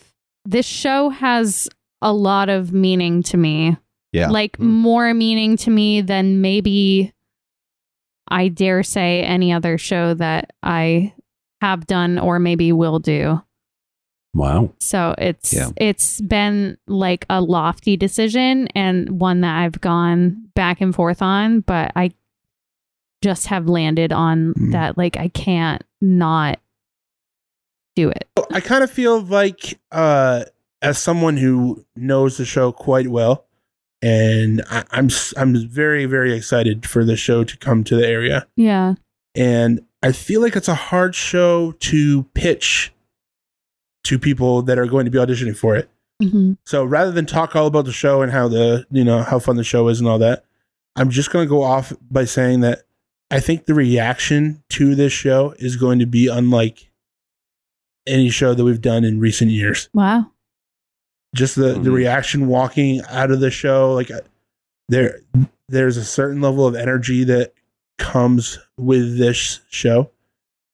Speaker 4: this show has a lot of meaning to me
Speaker 3: Yeah.
Speaker 4: like
Speaker 1: Mm.
Speaker 4: more meaning to me than maybe i dare say any other show that i have done or maybe will do
Speaker 1: Wow.
Speaker 4: so it's
Speaker 3: Yeah.
Speaker 4: it's been like a lofty decision and one that i've gone back and forth on but i just have landed on
Speaker 2: Mm.
Speaker 4: that like i can't not do it
Speaker 2: I kind of feel like, uh, as someone who knows the show quite well, and I, I'm s- I'm very very excited for the show to come to the area,
Speaker 4: yeah
Speaker 2: and I feel like it's a hard show to pitch to people that are going to be auditioning for it.
Speaker 4: Mhm.
Speaker 2: So rather than talk all about the show and how the you know how fun the show is and all that, I'm just going to go off by saying that I think the reaction to this show is going to be unlike any show that we've done in recent years.
Speaker 4: Wow.
Speaker 2: Just the the
Speaker 1: Mhm.
Speaker 2: reaction walking out of the show, like uh, there there's a certain level of energy that comes with this show,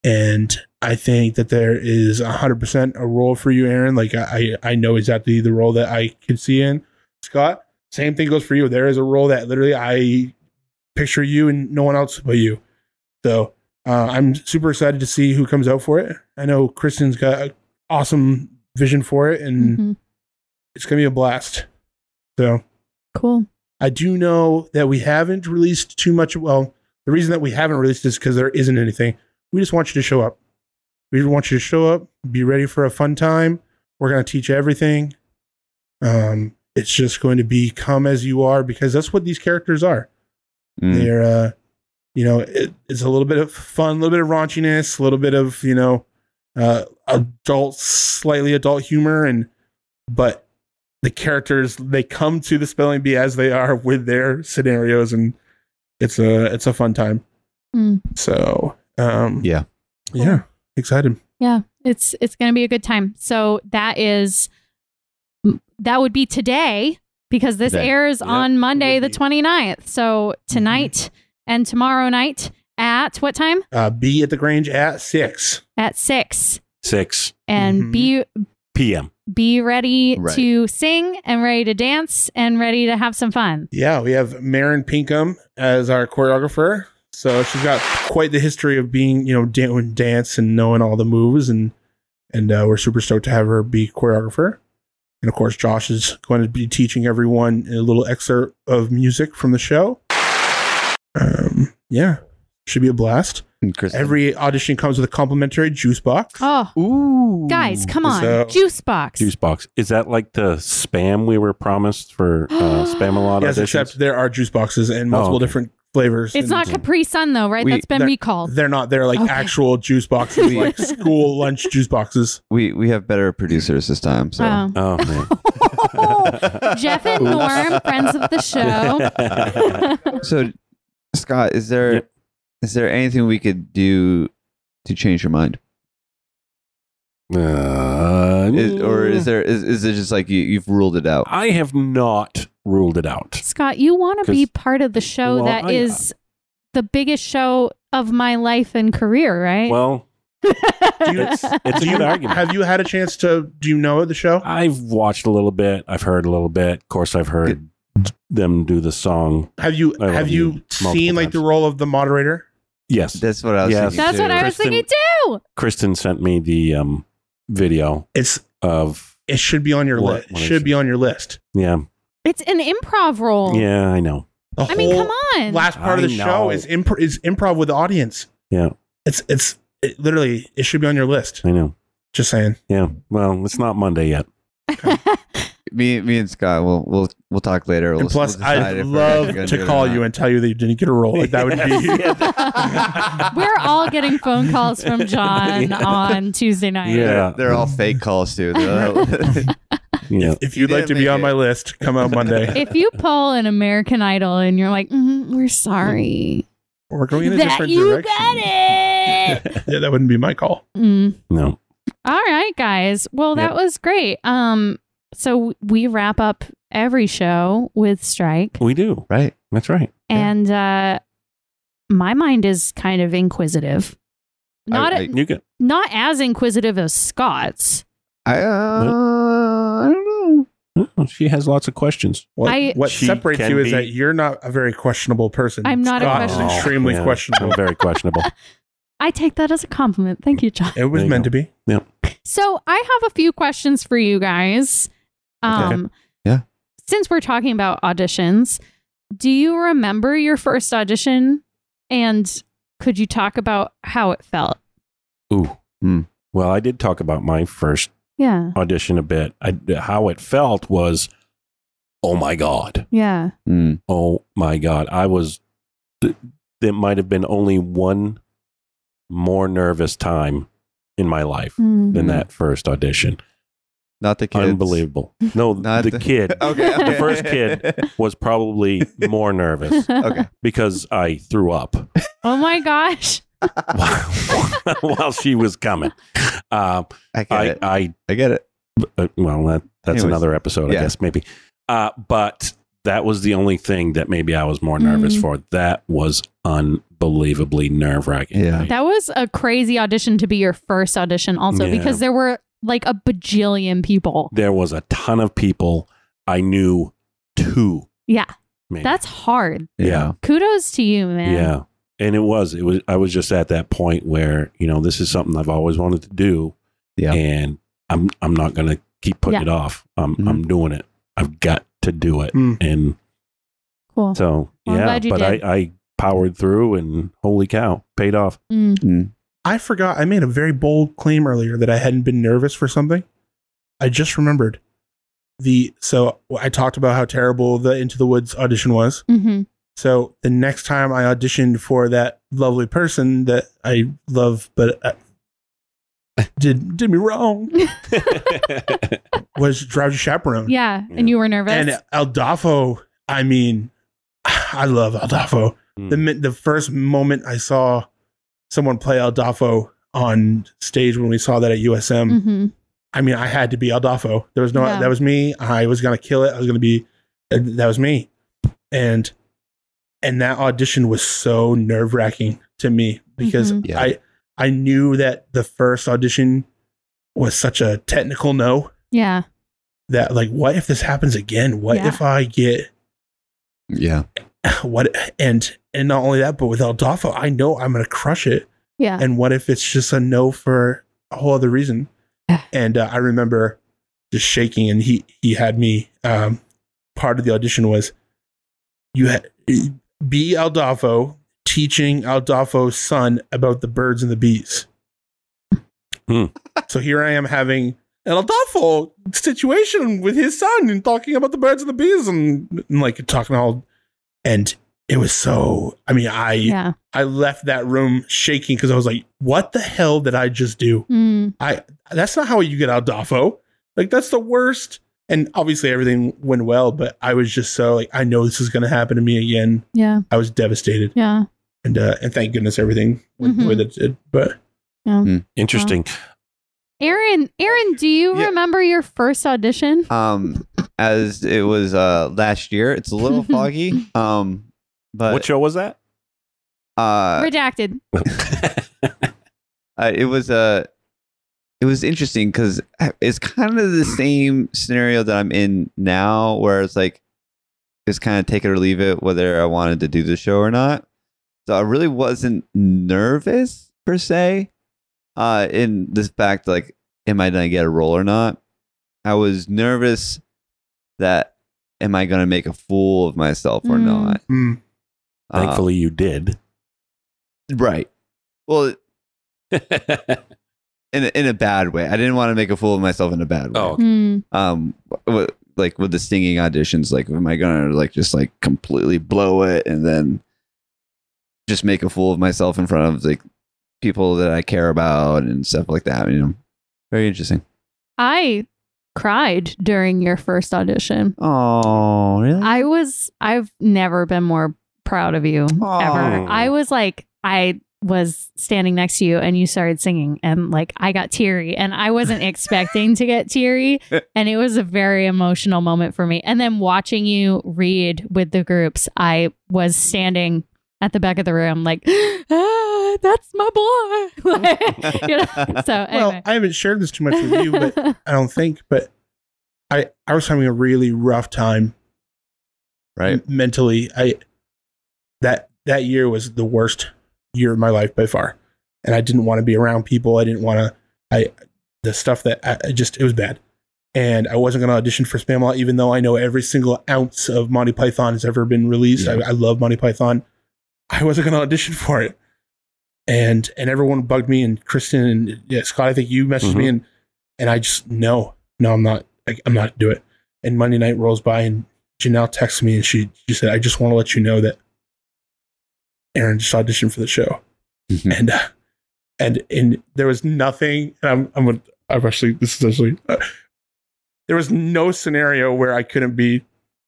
Speaker 2: and I think that there is hundred percent a role for you, Aaron. Like I I I know exactly the role that I could see in Scott. Same thing goes for you. There is a role that literally I picture you and no one else but you. So uh, I'm super excited to see who comes out for it. I know Kristen's got an awesome vision for it, and
Speaker 4: Mhm.
Speaker 2: it's gonna be a blast. So
Speaker 4: Cool.
Speaker 2: I do know that we haven't released too much. Well, the reason that we haven't released is because there isn't anything. We just want you to show up. We just want you to show up, be ready for a fun time. We're going to teach you everything. Um, it's just going to be come as you are because that's what these characters are.
Speaker 3: Mm.
Speaker 2: They're, uh, you know, it, it's a little bit of fun, a little bit of raunchiness, a little bit of you know, uh, adult, slightly adult humor, and but the characters they come to the spelling bee as they are with their scenarios, and it's a it's a fun time.
Speaker 4: Mm.
Speaker 2: So um,
Speaker 3: Yeah.
Speaker 2: yeah, excited.
Speaker 4: Yeah, it's it's going to be a good time. So that is that would be today because this
Speaker 3: Today.
Speaker 4: airs
Speaker 1: Yep,
Speaker 4: on Monday
Speaker 1: would
Speaker 4: the
Speaker 1: be.
Speaker 4: 29th. So tonight and tomorrow night at what time?
Speaker 2: Uh, be at the Grange at six.
Speaker 4: At 6.
Speaker 1: 6
Speaker 4: And
Speaker 2: Mhm.
Speaker 4: be
Speaker 1: p.m.
Speaker 4: be ready
Speaker 3: Right.
Speaker 4: to sing and ready to dance and ready to have some fun.
Speaker 2: Yeah, we have Marin Pinkham as our choreographer. So she's got quite the history of being, you know, doing dance and knowing all the moves, and and uh, we're super stoked to have her be choreographer. And of course, Josh is going to be teaching everyone a little excerpt of music from the show. Um, yeah, should be a blast.
Speaker 3: And Kristen.
Speaker 2: Every audition comes with a complimentary juice box.
Speaker 4: Oh,
Speaker 3: Ooh.
Speaker 4: guys, come on.
Speaker 2: So-
Speaker 4: Juice box.
Speaker 1: Juice box. Is that like the spam we were promised for uh, spam a lot
Speaker 2: yes,
Speaker 1: auditions? Oh,
Speaker 2: except there are juice boxes and multiple
Speaker 1: okay.
Speaker 2: different flavors.
Speaker 4: It's
Speaker 2: and-
Speaker 4: not Capri Sun though, right?
Speaker 3: We-
Speaker 4: That's been
Speaker 2: They're-
Speaker 4: recalled.
Speaker 2: They're not. They're like
Speaker 4: Okay.
Speaker 2: actual juice boxes,
Speaker 3: We-
Speaker 2: like school lunch juice boxes.
Speaker 3: We we have better producers this time. So
Speaker 4: Wow.
Speaker 1: oh man. Oh,
Speaker 4: Jeff and Norm, friends of the show. Oh.
Speaker 3: so Scott, is there is
Speaker 1: Yep.
Speaker 3: there anything we could do to change your mind,
Speaker 1: Uh,
Speaker 3: Is- or is there is, is it just like you, you've ruled it out?
Speaker 1: I have not ruled it out.
Speaker 4: Scott, you want to be
Speaker 1: 'Cause-
Speaker 4: part of the show
Speaker 1: Well,
Speaker 4: that is
Speaker 1: I-
Speaker 4: the biggest show of my life and career, right?
Speaker 1: Well,
Speaker 2: it's-
Speaker 1: it's a
Speaker 2: Do you-
Speaker 1: good argument.
Speaker 2: Have you had a chance to? Do you know the show?
Speaker 1: I've watched a little bit. I've heard a little bit. Of course, I've heard them do the song.
Speaker 2: Have you
Speaker 1: I love
Speaker 2: have
Speaker 1: you
Speaker 2: you
Speaker 1: multiple
Speaker 2: seen like
Speaker 1: times.
Speaker 2: the role of the moderator?
Speaker 1: Yes,
Speaker 3: That's what I was.
Speaker 1: Yes.
Speaker 3: thinking
Speaker 4: That's
Speaker 3: too.
Speaker 4: what I was
Speaker 1: Kristen-
Speaker 4: thinking too.
Speaker 1: Kristen sent me the um, video
Speaker 2: It's
Speaker 1: of
Speaker 2: it should be on your
Speaker 1: What-
Speaker 2: list.
Speaker 1: what is
Speaker 2: Should be
Speaker 1: it?
Speaker 2: on your list.
Speaker 1: yeah,
Speaker 4: It's an improv role.
Speaker 1: yeah. I know.
Speaker 2: The
Speaker 4: I mean,
Speaker 2: whole
Speaker 4: come on.
Speaker 2: Last part of
Speaker 1: I
Speaker 2: the show
Speaker 1: know.
Speaker 2: is improv is improv with the audience.
Speaker 1: Yeah.
Speaker 2: It's it's it, literally it should be on your list.
Speaker 1: I know.
Speaker 2: Just saying.
Speaker 1: Yeah. Well, it's not Monday yet.
Speaker 3: Me me and Scott, we'll we'll we'll talk later. We'll,
Speaker 2: and plus,
Speaker 3: we'll decide
Speaker 2: I'd
Speaker 3: if we're
Speaker 2: love
Speaker 3: gonna do it
Speaker 2: to
Speaker 3: or
Speaker 2: call
Speaker 3: not.
Speaker 2: you and tell you that you didn't get a role. Like that would be.
Speaker 4: We're all getting phone calls from John
Speaker 1: Yeah.
Speaker 4: on Tuesday night.
Speaker 1: Yeah.
Speaker 3: They're, they're all fake calls too. They're all-
Speaker 1: Yeah.
Speaker 2: If you'd
Speaker 3: You
Speaker 2: like to
Speaker 3: didn't
Speaker 2: be
Speaker 3: make
Speaker 2: on
Speaker 3: it.
Speaker 2: my list, come out Monday.
Speaker 4: If you pull an American Idol and you're like, "Mm, we're sorry
Speaker 2: We're going in a
Speaker 4: that
Speaker 2: different
Speaker 4: you
Speaker 2: direction.
Speaker 4: got it.
Speaker 2: Yeah, that wouldn't be my call.
Speaker 4: Mm.
Speaker 1: No.
Speaker 4: All right, guys. Well, that was great. Um, so we wrap up every show with strike,
Speaker 1: We do.
Speaker 3: right.
Speaker 1: That's right.
Speaker 4: and uh, my mind is kind of inquisitive. Not
Speaker 3: I- I-
Speaker 1: You get.
Speaker 4: not as inquisitive as Scott's.
Speaker 3: I uh, I don't know.
Speaker 1: oh, She has lots of questions.
Speaker 2: What,
Speaker 4: I-
Speaker 2: what
Speaker 1: She
Speaker 2: separates
Speaker 1: can
Speaker 2: you is
Speaker 1: be-
Speaker 2: that you're not a very questionable person.
Speaker 4: I'm not a
Speaker 2: Scott is
Speaker 4: questionable-
Speaker 2: extremely
Speaker 1: Oh, Yeah.
Speaker 2: questionable.
Speaker 1: I'm very questionable.
Speaker 4: I take that as a compliment. Thank you, John.
Speaker 2: It was
Speaker 1: There you
Speaker 2: meant
Speaker 1: go.
Speaker 2: to be.
Speaker 4: So I have a few questions for you guys. Um,
Speaker 3: Yeah.
Speaker 4: Since we're talking about auditions, do you remember your first audition? And could you talk about how it felt?
Speaker 1: Ooh.
Speaker 3: Hmm.
Speaker 1: Well, I did talk about my first
Speaker 4: Yeah.
Speaker 1: audition a bit. I, how it felt was, oh my god.
Speaker 4: Yeah.
Speaker 3: Mm.
Speaker 1: Oh my God. I was, th- there might have been only one more nervous time in my life
Speaker 4: Mm.
Speaker 1: than
Speaker 3: Mhm.
Speaker 1: that first audition.
Speaker 3: Not the kids.
Speaker 1: Unbelievable. No,
Speaker 3: Not
Speaker 1: the
Speaker 3: the-
Speaker 1: kid
Speaker 3: Okay,
Speaker 1: The
Speaker 3: okay.
Speaker 1: first kid. was probably more nervous
Speaker 3: okay.
Speaker 1: because I threw up
Speaker 4: oh my gosh.
Speaker 1: while, while she was coming. Um,
Speaker 3: I get
Speaker 1: I,
Speaker 3: it.
Speaker 1: I,
Speaker 3: I get it.
Speaker 1: uh, well, that, that's
Speaker 3: Anyways.
Speaker 1: another episode,
Speaker 3: Yeah.
Speaker 1: I guess, maybe. Uh, but that was the only thing that maybe I was more nervous
Speaker 4: Mm.
Speaker 1: for. That was unbelievably nerve wracking.
Speaker 3: Yeah.
Speaker 4: That was a crazy audition to be your first audition, also,
Speaker 1: Yeah.
Speaker 4: because there were like a bajillion people.
Speaker 1: there was a ton of people. I knew two.
Speaker 4: Yeah.
Speaker 1: maybe.
Speaker 4: That's hard.
Speaker 1: Yeah.
Speaker 4: Kudos to you, man.
Speaker 1: Yeah. And it was, it was, I was just at that point where, you know, this is something I've always wanted to do.
Speaker 3: Yeah.
Speaker 1: And I'm, I'm not going to keep putting
Speaker 4: Yeah.
Speaker 1: it off. I'm,
Speaker 3: Mm-hmm.
Speaker 1: I'm doing it. I've got to do it.
Speaker 2: Mm.
Speaker 1: And
Speaker 4: Cool.
Speaker 1: so,
Speaker 4: Well, I'm
Speaker 1: yeah,
Speaker 4: glad you
Speaker 1: but
Speaker 4: did.
Speaker 1: I, I powered through and holy cow, paid off.
Speaker 4: Mm.
Speaker 3: Mm.
Speaker 2: I forgot I made a very bold claim earlier that I hadn't been nervous for something. I just remembered the so I talked about how terrible the Into the Woods audition was.
Speaker 4: hmm
Speaker 2: So the next time I auditioned for that lovely person that I love but uh did did me wrong was Drowsy Chaperone.
Speaker 4: Yeah. And
Speaker 1: Yeah.
Speaker 4: you were nervous.
Speaker 2: And um, Aldafo, I mean, I love Aldafo. The min- the first moment I saw someone play Aldafo on stage when we saw that at USM,
Speaker 4: hmm
Speaker 2: I mean, I had to be Aldafo. There was no,
Speaker 4: Yeah.
Speaker 2: that was me. I was gonna kill it. I was gonna be, uh, that was me. And and that audition was so nerve wracking to me because
Speaker 4: Mhm.
Speaker 3: Yeah.
Speaker 2: I I knew that the first audition was such a technical no
Speaker 4: Yeah.
Speaker 2: that like, what if this happens again? What
Speaker 4: Yeah.
Speaker 2: if I get
Speaker 3: Yeah.
Speaker 2: what and and not only that, but with Aldafo, I know I'm gonna crush it.
Speaker 4: Yeah.
Speaker 2: And what if it's just a no for a whole other reason?
Speaker 4: Yeah.
Speaker 2: And uh, I remember just shaking, and he he had me. Um, part of the audition was you had be Aldolfo teaching Aldolfo's son about the birds and the bees.
Speaker 1: Hmm.
Speaker 2: So here I am having an Aldolfo situation with his son and talking about the birds and the bees and, and like talking all and it was so I mean I
Speaker 4: yeah.
Speaker 2: I left that room shaking because I was like, what the hell did I just do?
Speaker 4: Mm.
Speaker 2: That's not how you get out Dafo. Like, that's the worst. And obviously, everything went well, but I was just so like, I know this is going to happen to me again.
Speaker 4: Yeah.
Speaker 2: I was devastated.
Speaker 4: Yeah.
Speaker 2: And uh, and thank goodness everything went
Speaker 4: Mhm.
Speaker 2: the way that it did. But
Speaker 1: Interesting.
Speaker 4: Aaron, Aaron, do you
Speaker 3: Yeah.
Speaker 4: remember your first
Speaker 1: Uh,
Speaker 4: audition?
Speaker 3: Um, as it was uh last year, it's a little foggy. Um, but
Speaker 1: what show was that?
Speaker 3: uh,
Speaker 4: Redacted.
Speaker 3: uh, it was uh, it was interesting because it's kind of the same scenario that I'm in now, where it's like it's kind of take it or leave it, whether I wanted to do the show or not. So I really wasn't nervous per se, uh, in this fact like, am I gonna get a role or not? I was nervous that am I gonna make a fool of myself or
Speaker 4: Mm.
Speaker 3: not?
Speaker 2: mm,
Speaker 3: Uh,
Speaker 1: Thankfully, you did.
Speaker 3: right? Well, in a, in a bad way. I didn't want to make a fool of myself in a bad way.
Speaker 1: Oh.
Speaker 4: Mm.
Speaker 3: Um, w- like with the singing auditions, like am I gonna like just like completely blow it and then just make a fool of myself in front of like people that I care about and stuff like that. You know, very interesting.
Speaker 4: I cried during your first audition.
Speaker 3: Oh, really?
Speaker 4: I was I've never been more proud of you
Speaker 3: Aw.
Speaker 4: ever. I was like I was standing next to you and you started singing and like I got teary and I wasn't expecting to get teary and it was a very emotional moment for me. And then watching you read with the groups, I was standing at the back of the room like ah, that's my boy. Like, you know? So
Speaker 2: Well,
Speaker 4: anyway.
Speaker 2: I haven't shared this too much with you, but I don't think, but I, I was having a really rough time
Speaker 3: right.
Speaker 2: m- mentally i that that year was the worst year of my life by far and i didn't want to be around people i didn't want to i the stuff that I, I just it was bad and i wasn't going to audition for spamalot even though i know every single ounce of monty python has ever been released I, I love monty python i wasn't going to audition for it and and everyone bugged me and kristen and yeah, scott i think you messaged me and and i just no no i'm not I, i'm not gonna do it and monday night rolls by and Janelle texted me and she she said, "I just want to let you know that Aaron just auditioned for the show."
Speaker 3: Mhm.
Speaker 2: And uh, and and there was nothing. And I'm I'm gonna- I'm actually this is actually uh, There was no scenario where I couldn't be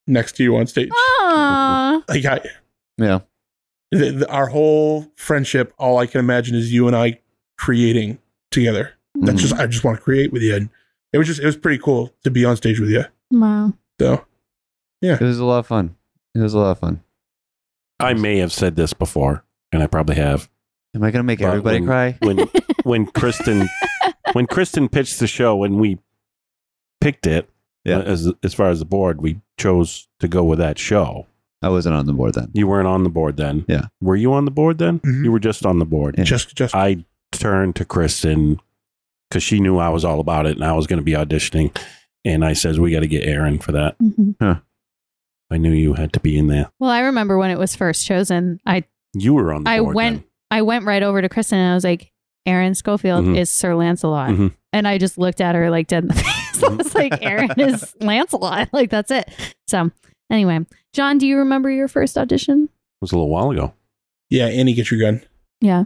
Speaker 2: next to you on stage.
Speaker 4: Ah! Aw.
Speaker 2: Like I,
Speaker 3: Yeah.
Speaker 2: th th- our whole friendship, all I can imagine is you and I creating together. That's
Speaker 4: Mm-hmm.
Speaker 3: Mhm.
Speaker 2: just I just want to create with you, and it was just it was pretty cool to be on stage with you.
Speaker 4: Wow.
Speaker 2: So
Speaker 3: It was a lot of fun. It was a lot of fun.
Speaker 1: I may have said this before, and I probably have.
Speaker 3: Am I gonna make
Speaker 1: But
Speaker 3: everybody
Speaker 1: when-
Speaker 3: cry?
Speaker 1: When when Kristen when Kristen pitched the show, when we picked it, uh,
Speaker 3: Yeah.
Speaker 1: as as far as the board, we chose to go with that show.
Speaker 3: I wasn't on the board then.
Speaker 1: You weren't on the board then.
Speaker 3: Yeah. Mm-hmm.
Speaker 1: Were you on the board then?
Speaker 2: Mhm.
Speaker 1: You were just on the board.
Speaker 3: Yeah.
Speaker 2: just just
Speaker 1: I turned to Kristen because she knew I was all about it and I was going to be auditioning. And I says, we got to get Aaron for that.
Speaker 4: Mhm.
Speaker 1: I knew you had to be in there.
Speaker 4: Well, I remember when it was first chosen. I
Speaker 1: You were on the
Speaker 4: I
Speaker 1: board
Speaker 4: went I went right over to Kristen and I was like, Aaron Schofield
Speaker 1: Mhm.
Speaker 4: is Sir Lancelot.
Speaker 1: Mhm.
Speaker 4: And I just looked at her like dead in the face. I was like, Aaron is Lancelot. Like that's it. So anyway, John, do you remember your first audition?
Speaker 1: It was a little while ago.
Speaker 2: yeah. Annie, get your gun.
Speaker 4: Yeah.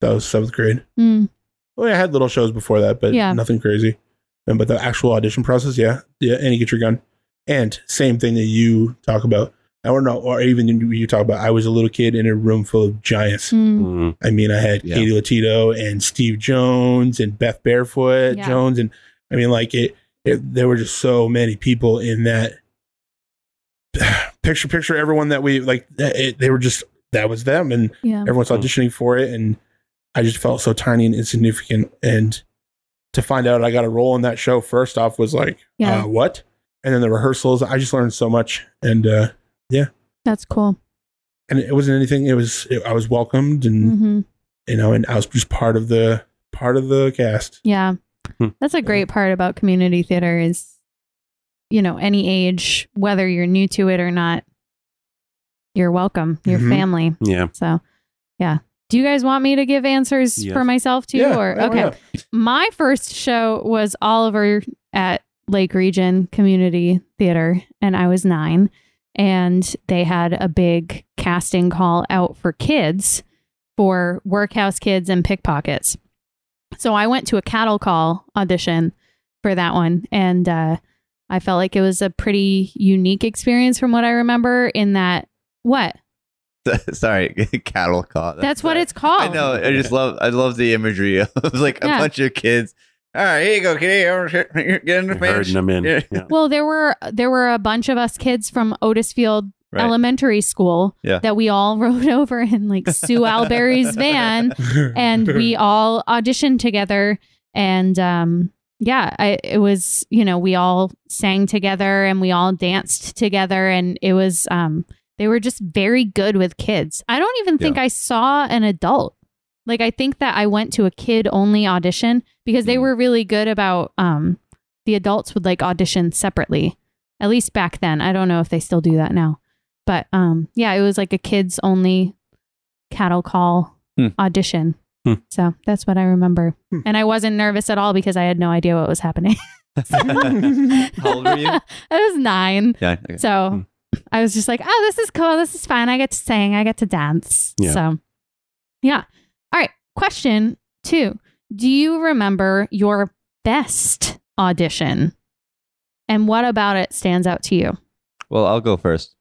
Speaker 2: That was seventh grade.
Speaker 4: Mm.
Speaker 2: Well, yeah, I had little shows before that, but
Speaker 4: Yeah.
Speaker 2: nothing crazy. And but the actual audition process, yeah, yeah. Annie, get your gun. And same thing that you talk about. I don't know, or even you you talk about. I was a little kid in a room full of giants.
Speaker 4: Mm.
Speaker 1: Mm.
Speaker 2: I mean, I had
Speaker 3: Yeah.
Speaker 2: Katie Latito and Steve Jones and Beth Barefoot
Speaker 4: Yeah.
Speaker 2: Jones, and I mean, like it, it. There were just so many people in that picture. Picture everyone that we like. that- It, they were just that was them, and
Speaker 4: Yeah.
Speaker 2: everyone's
Speaker 1: Mm.
Speaker 2: auditioning for it, and I just felt so tiny and insignificant. And to find out I got a role in that show, first off, was like,
Speaker 4: Yeah.
Speaker 2: uh, what? And then the rehearsals, I just learned so much, and uh,
Speaker 4: That's cool.
Speaker 2: and it wasn't anything. It was it, I was welcomed and.
Speaker 4: hmm
Speaker 2: you know, and I was just part of the part of the cast.
Speaker 4: Yeah.
Speaker 1: Hmm.
Speaker 4: That's a great part about community theater is you know, any age, whether you're new to it or not, you're welcome. Your
Speaker 2: Mhm.
Speaker 4: family.
Speaker 1: Mm-hmm. Yeah.
Speaker 4: So, yeah. Do you guys want me to give answers
Speaker 1: Yes.
Speaker 4: for myself too?
Speaker 2: yeah,
Speaker 4: or
Speaker 2: why
Speaker 4: okay.
Speaker 2: not?
Speaker 4: My first show was Oliver at Lake Region Community Theater, and I was nine. And they had a big casting call out for kids for workhouse kids and pickpockets. So I went to a cattle call audition for that one. And uh, I felt like it was a pretty unique experience from what I remember, in that, what?
Speaker 3: Sorry, cattle caught.
Speaker 4: That's what it's called.
Speaker 3: I know. I just love. I love the imagery of like
Speaker 4: Oh. Yeah.
Speaker 3: a bunch of kids. All right, here you go, kid. Get in the
Speaker 1: Herding
Speaker 3: finish.
Speaker 1: them in.
Speaker 3: Yeah.
Speaker 1: Yeah.
Speaker 4: Well, there were there were a bunch of us kids from Otisfield
Speaker 3: Right.
Speaker 4: Elementary School
Speaker 3: Yeah.
Speaker 4: that we all rode over in like Sue Alberry's van, and we all auditioned together. And um, yeah, I, it was you know we all sang together and we all danced together, and it was um, they were just very good with kids. I don't even think I saw an adult. Like I think that I went to a kid only audition because they
Speaker 3: Mm.
Speaker 4: were really good about um the adults would like audition separately. At least back then. I don't know if they still do that now. But um yeah, it was like a kids only cattle call
Speaker 3: Hmm.
Speaker 4: audition.
Speaker 1: Hmm.
Speaker 4: So that's what I remember.
Speaker 2: Hmm.
Speaker 4: And I wasn't nervous at all because I had no idea what was happening.
Speaker 3: How old were you?
Speaker 4: I was 9.
Speaker 3: Yeah. okay. Hmm.
Speaker 4: So I was just like, oh, this is cool. This is fun. I get to sing. I get to dance.
Speaker 1: Yeah.
Speaker 4: So, yeah. All right. Question two Do you remember your best audition? And what about it stands out to you?
Speaker 3: Well, I'll go first.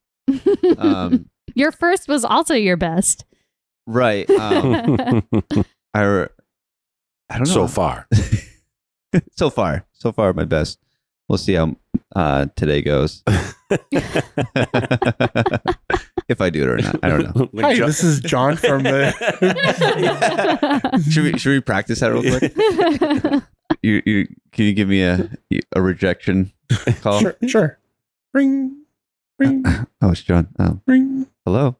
Speaker 3: Um,
Speaker 4: your first was also your best.
Speaker 3: right. Um, I. re- I don't know.
Speaker 1: so far.
Speaker 3: so far, so far, my best. We'll see how uh, today goes. if I do it or not, I don't know.
Speaker 1: Like
Speaker 2: Hi,
Speaker 1: Jo-
Speaker 2: this is John from the.
Speaker 3: Should we should we practice that real quick? You you can you give me a a rejection call?
Speaker 2: Sure, sure. Ring, ring,
Speaker 3: Oh, it's John. Um,
Speaker 2: ring.
Speaker 3: hello.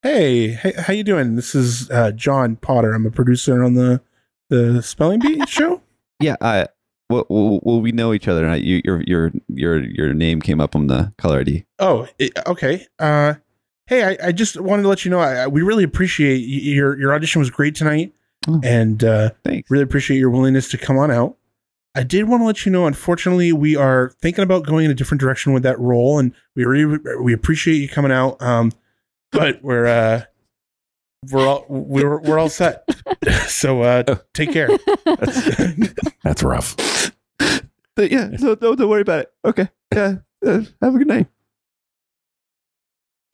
Speaker 2: Hey, hey, how you doing? This is uh, John Potter. I'm a producer on the the Spelling Bee show.
Speaker 3: Yeah. I. Well, well, well, we know each other. Right? You, your your your your name came up on the caller ID.
Speaker 2: Oh, it, okay. Uh, hey, I, I just wanted to let you know I, I, we really appreciate y- your your audition was great tonight,
Speaker 3: Oh.
Speaker 2: and uh,
Speaker 3: Thanks.
Speaker 2: Really appreciate your willingness to come on out. I did want to let you know, unfortunately, we are thinking about going in a different direction with that role, and we really we appreciate you coming out. Um, but we're uh, we're all we're we're all set. so uh, take care.
Speaker 1: That's rough.
Speaker 3: But yeah, so don't, don't worry about it. Okay. Yeah. Uh, have a good night.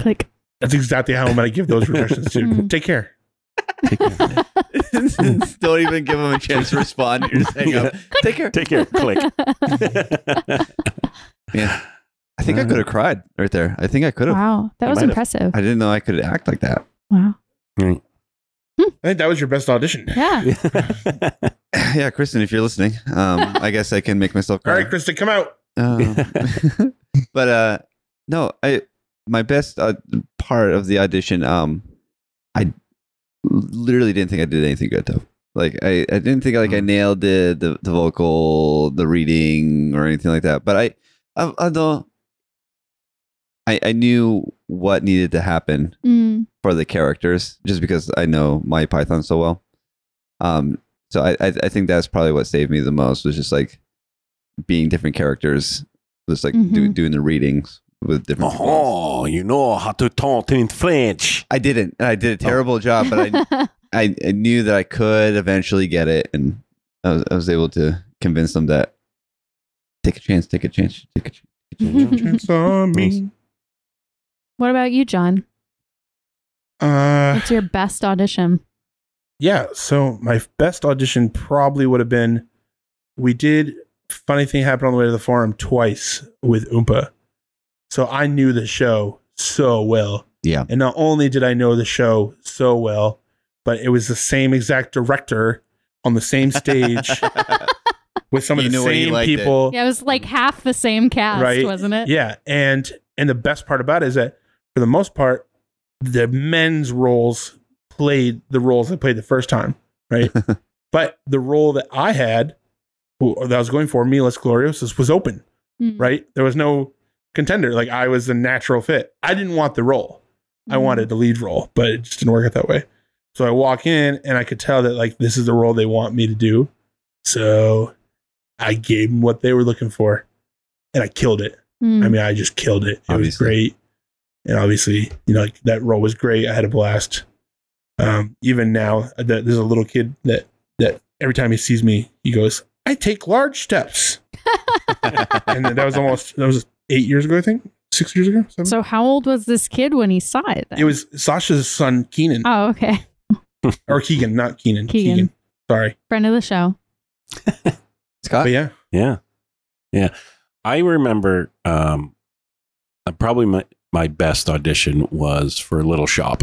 Speaker 4: Click.
Speaker 2: That's exactly how I'm going to give those reactions to.
Speaker 4: Mm.
Speaker 2: Take care.
Speaker 3: don't even give him a chance to respond. You're just hang up. Take care.
Speaker 1: Take care. Click.
Speaker 3: I think I could have cried right there. I think I could have.
Speaker 4: wow, that
Speaker 3: I
Speaker 4: was
Speaker 3: might have.
Speaker 4: impressive.
Speaker 3: I didn't know I could act like that.
Speaker 4: Wow.
Speaker 2: I think that was your best audition.
Speaker 4: Yeah.
Speaker 3: yeah, Kristen, if you're listening, um, I guess I can make myself
Speaker 2: All
Speaker 3: cry.
Speaker 2: right, Kristen, come out.
Speaker 3: Um,
Speaker 1: Uh-huh.
Speaker 3: but uh, no, I my best uh, part of the audition, um, I literally didn't think I did anything good though. Like I, I didn't think like I nailed the, the the vocal, the reading, or anything like that. But I, I although I I knew what needed to happen
Speaker 4: Mm.
Speaker 3: for the characters just because I know my Python so well. Um, so I, I I think that's probably what saved me the most was just like being different characters, just like do,
Speaker 4: Mhm.
Speaker 3: doing the readings with different. people.
Speaker 1: oh, you know how to talk in French.
Speaker 3: I didn't, and I did a terrible job, but I, I I knew that I could eventually get it, and I was I was able to convince them that take a chance, take a chance, take a chance.
Speaker 2: Chance
Speaker 3: Mm-hmm.
Speaker 2: on me.
Speaker 4: what about you, John?
Speaker 2: Uh,
Speaker 4: What's your best audition?
Speaker 2: yeah, so my best audition probably would have been we did funny thing happened on the way to the forum twice with Oompa. So I knew the show so well.
Speaker 3: Yeah.
Speaker 2: And not only did I know the show so well, but it was the same exact director on the same stage with some
Speaker 3: You
Speaker 2: of the
Speaker 3: knew what he
Speaker 2: same
Speaker 3: liked it.
Speaker 2: people.
Speaker 4: Yeah, it was like half the same cast,
Speaker 2: Right.
Speaker 4: wasn't it?
Speaker 2: Yeah, and and the best part about it is that for the most part, the men's roles played the roles they played the first time, right? but the role that I had, who, that I was going for, Milas Gloriosus, was open,
Speaker 4: Mm.
Speaker 2: right? There was no contender. Like I was the natural fit. I didn't want the role. I
Speaker 4: Mm.
Speaker 2: wanted the lead role, but it just didn't work out that way. So I walk in and I could tell that like this is the role they want me to do. So I gave them what they were looking for, and I killed it.
Speaker 4: Mm.
Speaker 2: I mean, I just killed it. It was
Speaker 3: Obviously.
Speaker 2: great. And obviously, you know, like that role was great. I had a blast. Um, even now, uh, th- there's a little kid that that every time he sees me, he goes, "I take large steps." and that was almost that was eight years ago, I think, six years ago. Seven?
Speaker 4: so, how old was this kid when he saw it? then?
Speaker 2: it was Sasha's son, Keenan
Speaker 4: Oh, okay.
Speaker 2: or Keegan, not Keenan.
Speaker 4: Keegan.
Speaker 2: Keegan. Sorry,
Speaker 4: Friend of the show.
Speaker 3: Scott,
Speaker 2: but yeah,
Speaker 1: Yeah. Yeah. I remember um uh, probably my, my best audition was for Little Shop.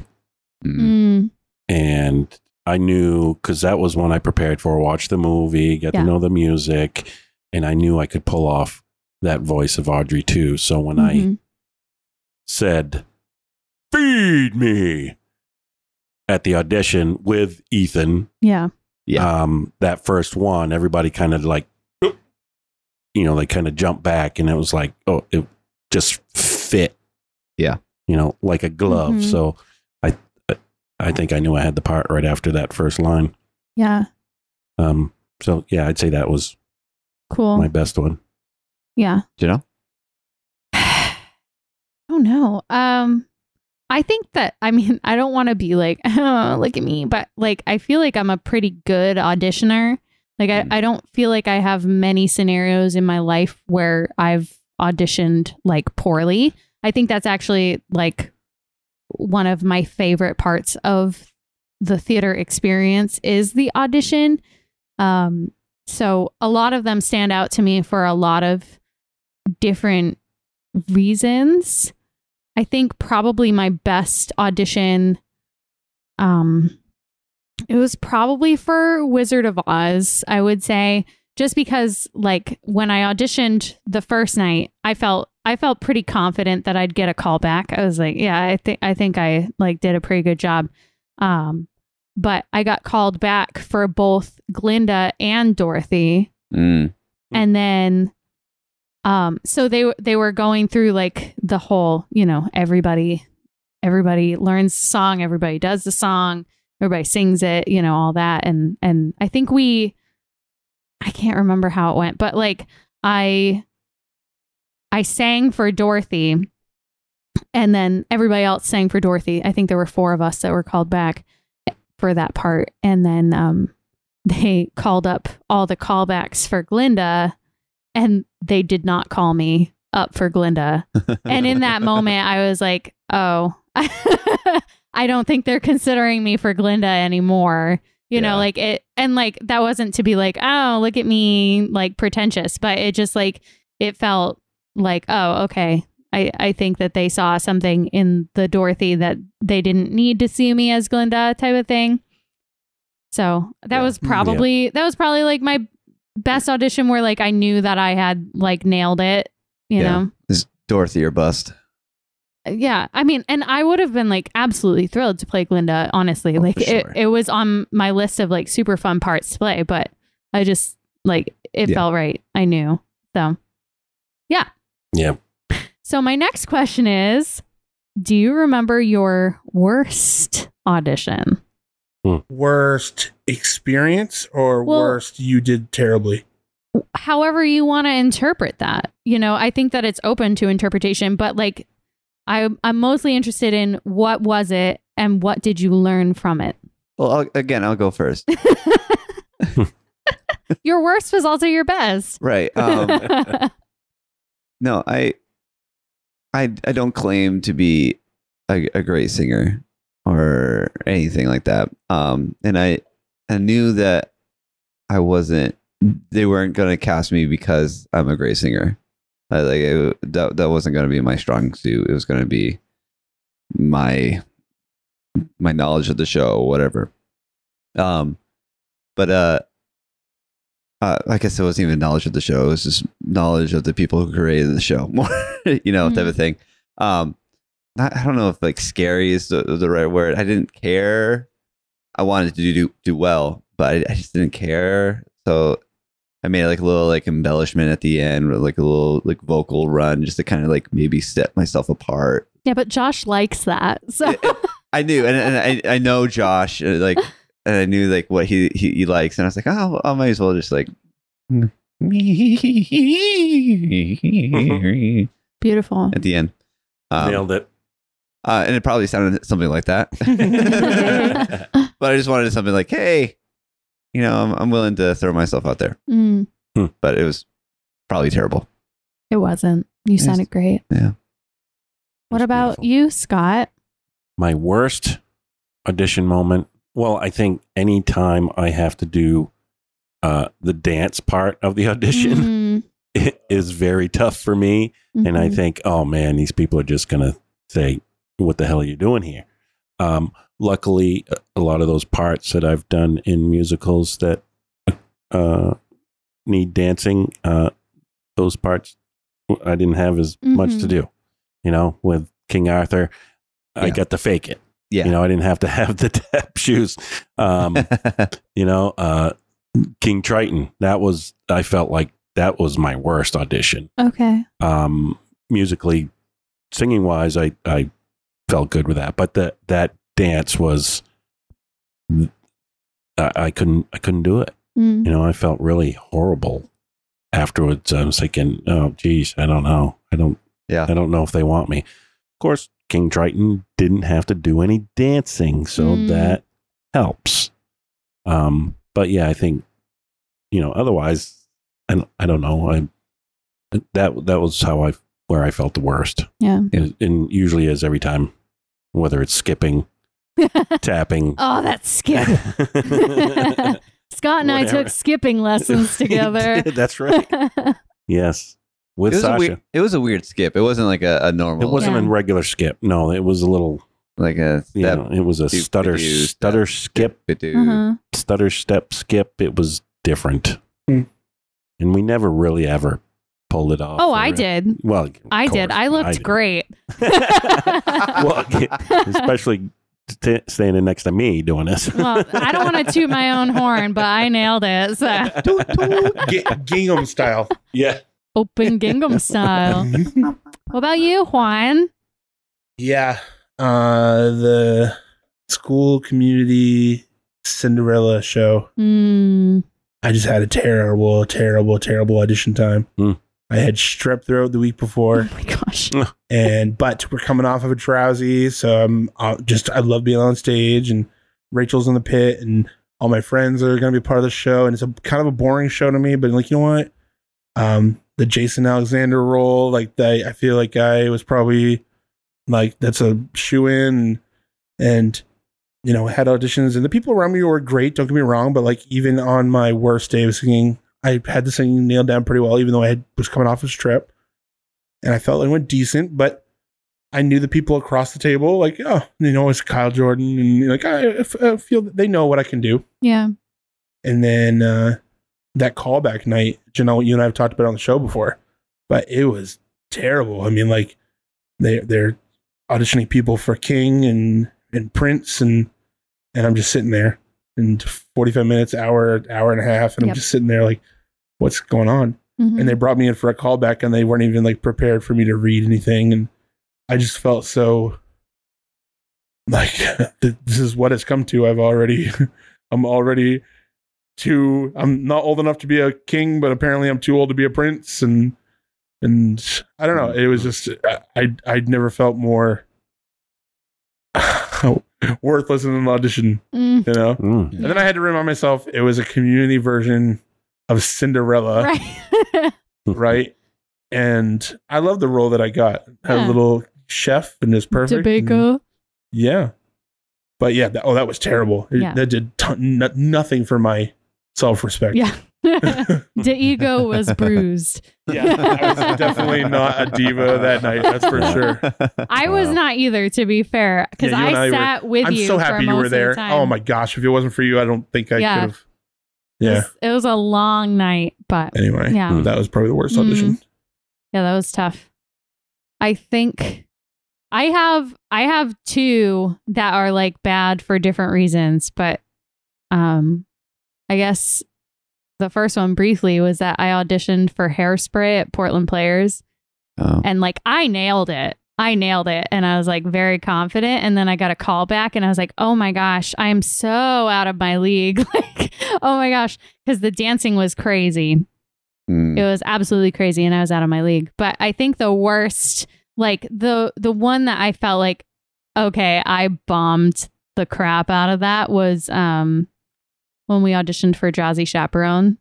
Speaker 3: Mm.
Speaker 4: Mm.
Speaker 1: And I knew because that was one I prepared for, watch the movie, get
Speaker 4: Yeah.
Speaker 1: to know the music, and I knew I could pull off that voice of Audrey too. So when I
Speaker 4: Mhm.
Speaker 1: said, Feed me at the audition with Ethan,
Speaker 4: Yeah.
Speaker 3: Yeah.
Speaker 1: um, that first one, everybody kind of like, you know, they kind of jumped back, and it was like, oh, it just fit,
Speaker 3: Yeah.
Speaker 1: you know, like a glove.
Speaker 4: Mhm.
Speaker 1: So, I, I think I knew I had the part right after that first line.
Speaker 4: Yeah.
Speaker 1: Um, so yeah, I'd say that was
Speaker 4: Cool.
Speaker 1: my best one.
Speaker 4: yeah.
Speaker 3: you know,
Speaker 4: Oh no. Um I think that I mean I don't want to be like oh look at me but like I feel like I'm a pretty good auditioner. Like I,
Speaker 3: Mm.
Speaker 4: I don't feel like I have many scenarios in my life where I've auditioned like poorly. I think that's actually like one of my favorite parts of the theater experience is the audition. Um so a lot of them stand out to me for a lot of different reasons. I think probably my best audition um it was probably for Wizard of Oz, I would say, just because like when I auditioned the first night, I felt I felt pretty confident that I'd get a call back. I was like, yeah, I think I think I like did a pretty good job. Um but I got called back for both Glinda and Dorothy
Speaker 3: Mm.
Speaker 4: and then um so they w- they were going through like the whole you know everybody everybody learns the song everybody does the song everybody sings it you know all that and and i think we i can't remember how it went but like i i sang for dorothy and then everybody else sang for dorothy i think there were four of us that were called back for that part and then um they called up all the callbacks for Glinda and they did not call me up for Glinda. And in that moment, I was like, oh, I don't think they're considering me for Glinda anymore. You
Speaker 3: Yeah.
Speaker 4: know, like it, and like that wasn't to be like, oh, look at me, like pretentious, but it just like, it felt like, oh, okay. I, I think that they saw something in the Dorothy that they didn't need to see me as Glinda type of thing. So that
Speaker 3: Yeah.
Speaker 4: was
Speaker 2: Mm, yeah.
Speaker 4: probably, that was probably like my best audition where like I knew that I had like nailed it, you
Speaker 3: Yeah.
Speaker 4: know?
Speaker 3: Is Dorothy or bust?
Speaker 4: yeah i mean and i would have been like absolutely thrilled to play glinda honestly
Speaker 3: Oh,
Speaker 4: like
Speaker 3: for
Speaker 4: it,
Speaker 3: sure.
Speaker 4: it was on my list of like super fun parts to play but i just like it
Speaker 3: Yeah.
Speaker 4: felt right i knew so yeah
Speaker 1: Yeah.
Speaker 4: so my next question is do you remember your worst audition
Speaker 2: Worst experience or
Speaker 4: Well-
Speaker 2: worst you did terribly?
Speaker 4: however you want to interpret that you know i think that it's open to interpretation but like I, i'm mostly interested in what was it and what did you learn from it
Speaker 3: Well, I'll, again, I'll go first.
Speaker 4: your worst was also your best.
Speaker 3: Right. Um, no, I, I, I don't claim to be a, a great singer or anything like that. Um, and I, I knew that I wasn't. They weren't going to cast me because I'm a great singer. I, like it, that, that wasn't going to be my strong suit. It was going to be my my knowledge of the show, whatever. Um, but uh, uh, I guess it wasn't even knowledge of the show. It was just knowledge of the people who created the show, more, you know, type of thing. Um, not, I don't know if like scary is the, the right word. I didn't care. I wanted to do do, do well, but I, I just didn't care. So I made like a little like embellishment at the end, with like a little like vocal run, just to kind of like maybe set myself apart.
Speaker 4: yeah, but Josh likes that. So
Speaker 3: I knew, and, and I, I know Josh, uh, like, and I knew like what he, he he likes, and I was like, oh, I might as well just like,
Speaker 1: Mm-hmm.
Speaker 3: at
Speaker 4: beautiful.
Speaker 3: the end, um,
Speaker 1: Nailed it.
Speaker 3: uh, and it probably sounded something like that. but I just wanted something like, hey, you know, I'm, I'm willing to throw myself out there,
Speaker 4: Mm,
Speaker 3: but it was probably terrible.
Speaker 4: it wasn't. You
Speaker 3: Yes.
Speaker 4: sounded great.
Speaker 3: Yeah.
Speaker 4: What
Speaker 1: That's
Speaker 4: about
Speaker 1: beautiful.
Speaker 4: you, Scott?
Speaker 1: my worst audition moment well i think any time i have to do uh the dance part of the audition
Speaker 4: Mhm,
Speaker 1: it is very tough for me and i
Speaker 4: mhm.
Speaker 1: think oh man these people are just gonna say what the hell are you doing here um luckily a- a lot of those parts that i've done in musicals that uh need dancing uh those parts i didn't have as much to
Speaker 4: Mhm.
Speaker 1: do you know with king arthur i
Speaker 3: Yeah.
Speaker 1: got to fake it
Speaker 3: Yeah.
Speaker 1: you know, I didn't have to have the tap shoes. Um, you know, uh, King Triton. That was I felt like that was my worst audition.
Speaker 4: Okay.
Speaker 1: Um, musically, singing wise, I I felt good with that, but that that dance was I, I couldn't I couldn't do it.
Speaker 4: Mm.
Speaker 1: You know, I felt really horrible afterwards. I was thinking, oh, geez, I don't know, I don't
Speaker 3: yeah.
Speaker 1: I don't know if they want me. Of course, King Triton didn't have to do any dancing, so
Speaker 4: Mm.
Speaker 1: that helps. Um, but yeah, I think you know. Otherwise, I don't, I don't know. I that that was how I where I felt the worst.
Speaker 4: Yeah.
Speaker 1: and, and usually is every time, whether it's skipping, tapping.
Speaker 4: oh, that's skip. Scott and I
Speaker 1: Whatever.
Speaker 4: took skipping lessons together. Uh-huh.
Speaker 1: That's right. Yes,
Speaker 3: It
Speaker 1: with
Speaker 3: was, a
Speaker 1: Sasha.
Speaker 3: weird, it was a weird skip. It wasn't like a, a normal.
Speaker 1: it wasn't
Speaker 4: Yeah.
Speaker 1: a regular skip. No, it was a little.
Speaker 3: like a
Speaker 1: You
Speaker 3: step.
Speaker 1: know, it was a
Speaker 3: do-
Speaker 1: stutter,
Speaker 3: do-
Speaker 1: stutter skip.
Speaker 3: ba-do.
Speaker 4: Uh-huh.
Speaker 1: stutter step skip it was different
Speaker 2: Hmm.
Speaker 1: and we never really ever pulled it off
Speaker 4: Oh,
Speaker 1: Or-
Speaker 4: I did.
Speaker 1: well of
Speaker 4: I did.
Speaker 1: course,
Speaker 4: I looked
Speaker 1: did.
Speaker 4: great.
Speaker 1: well especially t- standing next to me doing this
Speaker 4: well, I don't want to toot my own horn, but I nailed it. So.
Speaker 2: G- gingham style. Mm-hmm.
Speaker 1: yeah
Speaker 4: Open gingham style. What about you, Juan?
Speaker 2: Yeah. Uh, the school community Cinderella show.
Speaker 4: Mm,
Speaker 2: I just had a terrible, terrible, terrible audition time.
Speaker 1: Hmm.
Speaker 2: I had strep throat the week
Speaker 4: oh
Speaker 2: before,
Speaker 4: my gosh.
Speaker 2: and but we're coming off of a drowsy, so I'm uh, just I love being on stage, and Rachel's in the pit, and all my friends are gonna be part of the show, and it's a kind of a boring show to me, but like you know what, um the Jason Alexander role. Like that, I feel like I was probably like that's a shoe in, and you know had auditions and the people around me were great. Don't get me wrong, but like even on my worst day of singing, I had the singing nailed down pretty well, even though I had, was coming off this trip, and I felt like it went decent, but. I knew the people across the table, like, oh, you know, it's Kyle Jordan, and like, I, I f- I feel that they know what I can do.
Speaker 4: Yeah.
Speaker 2: And then uh, that callback night, Janelle, you and I have talked about it on the show before, but it was terrible. I mean, like they they're auditioning people for King and and Prince and and I'm just sitting there in 45 minutes, hour, hour and a half, and I'm
Speaker 4: Yep.
Speaker 2: just sitting there like, what's going on?
Speaker 4: Mhm.
Speaker 2: And they brought me in for a callback and they weren't even like prepared for me to read anything. And I just felt so like th- this is what it's come to. I've already, I'm already too, I'm not old enough to be a king, but apparently I'm too old to be a prince. And, and I don't know. It was just, I, I- I'd never felt more worthless in an audition,
Speaker 4: Mm,
Speaker 2: you know?
Speaker 1: Mm.
Speaker 2: And then I had to remind myself it was a community version of Cinderella
Speaker 4: right.
Speaker 2: right? And I love the role that I got. Had
Speaker 4: Yeah.
Speaker 2: a little chef and it's perfect. and-
Speaker 4: Tobacco.
Speaker 2: yeah. But yeah, that, oh, that was terrible. It-
Speaker 4: Yeah.
Speaker 2: That did ton, no- nothing for my self respect.
Speaker 4: Yeah. the ego was bruised.
Speaker 2: Yeah, I was definitely not a diva that night. That's for sure.
Speaker 4: I was
Speaker 1: Wow.
Speaker 4: not either, to be fair, because
Speaker 2: Yeah, you and
Speaker 4: I,
Speaker 2: I were-
Speaker 4: sat with
Speaker 2: I'm
Speaker 4: you.
Speaker 2: so
Speaker 4: for
Speaker 2: happy you
Speaker 4: most
Speaker 2: were
Speaker 4: of the
Speaker 2: there.
Speaker 4: time.
Speaker 2: Oh my gosh. If it wasn't for you, I don't think I
Speaker 4: Yeah.
Speaker 2: could have.
Speaker 4: It
Speaker 2: Yeah.
Speaker 4: was, it was a long night, but
Speaker 2: Anyway,
Speaker 4: yeah. Mm.
Speaker 1: Mm.
Speaker 2: that was probably the worst audition.
Speaker 4: Yeah, that was tough. I think I have I have two that are like bad for different reasons, but um I guess the first one briefly was that I auditioned for Hairspray at Portland Players
Speaker 3: Oh.
Speaker 4: and like I nailed it. I nailed it and I was like very confident and then I got a call back and I was like, "Oh my gosh, I am so out of my league." like, "Oh my gosh, cuz the dancing was crazy."
Speaker 3: Mm.
Speaker 4: it was absolutely crazy and i was out of my league but i think the worst like the the one that i felt like okay i bombed the crap out of that was um when we auditioned for drowsy chaperone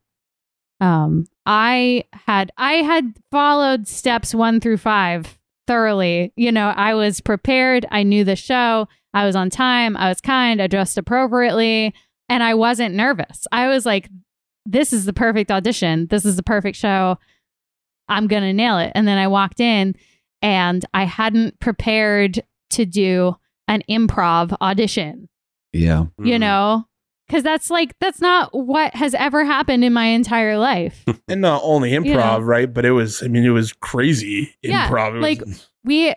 Speaker 4: um i had i had followed steps one through five thoroughly you know i was prepared i knew the show i was on time i was kind i dressed appropriately and i wasn't nervous i was like this is the perfect audition. This is the perfect show. I'm going to nail it. And then I walked in and I hadn't prepared to do an improv audition,
Speaker 3: Yeah.
Speaker 1: Mm. Hmm.
Speaker 4: you know? Cause that's like, that's not what has ever happened in my entire life.
Speaker 2: And not only improv,
Speaker 4: Yeah.
Speaker 2: right? But it was, I mean, it was crazy
Speaker 4: Yeah,
Speaker 2: improv. It
Speaker 4: like-
Speaker 2: was,
Speaker 4: we,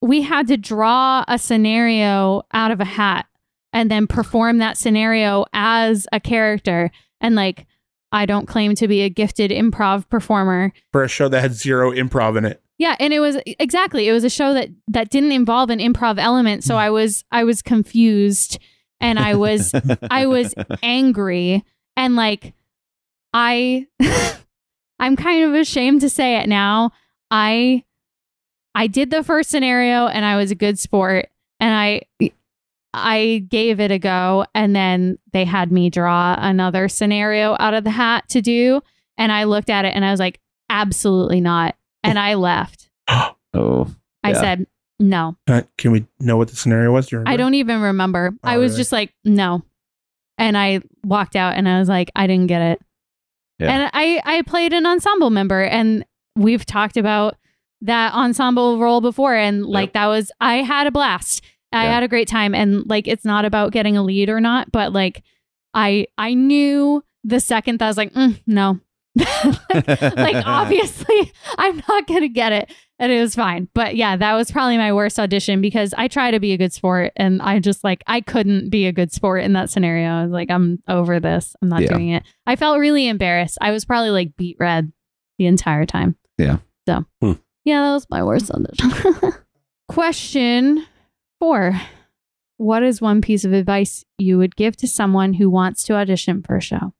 Speaker 4: we had to draw a scenario out of a hat and then perform that scenario as a character. And like, I don't claim to be a gifted improv performer,
Speaker 2: for a show that had zero improv in it.
Speaker 4: Yeah, and it was exactly it was a show that that didn't involve an improv element, so I was I was confused and I was I was angry and like I I'm kind of ashamed to say it now. I I did the first scenario and I was a good sport and I I gave it a go and then they had me draw another scenario out of the hat to do and I looked at it and I was like absolutely not and I left.
Speaker 3: Oh.
Speaker 4: I
Speaker 3: Yeah.
Speaker 4: said no.
Speaker 2: Can, I- Uh, can we know what the scenario was? Do you
Speaker 4: I
Speaker 2: remember?
Speaker 4: don't even remember. I
Speaker 2: Oh,
Speaker 4: was
Speaker 2: really?
Speaker 4: just like, no. And I walked out and I was like, I didn't get it.
Speaker 3: Yeah.
Speaker 4: And I, I played an ensemble member and we've talked about that ensemble role before. And like, that was, I had a blast. I
Speaker 3: Yeah.
Speaker 4: had a great time. And like, it's not about getting a lead or not, but like, I, I knew the second that I was like, mm, no, like obviously I'm not gonna get it. And it was fine. But yeah, that was probably my worst audition because I try to be a good sport and I just like I couldn't be a good sport in that scenario. I was like, I'm over this. I'm not
Speaker 3: Yeah.
Speaker 4: doing it. I felt really embarrassed. I was probably like beat red the entire time.
Speaker 3: Yeah.
Speaker 4: So
Speaker 1: Hmm.
Speaker 4: yeah, that was my worst audition. Question four. What is one piece of advice you would give to someone who wants to audition for a show?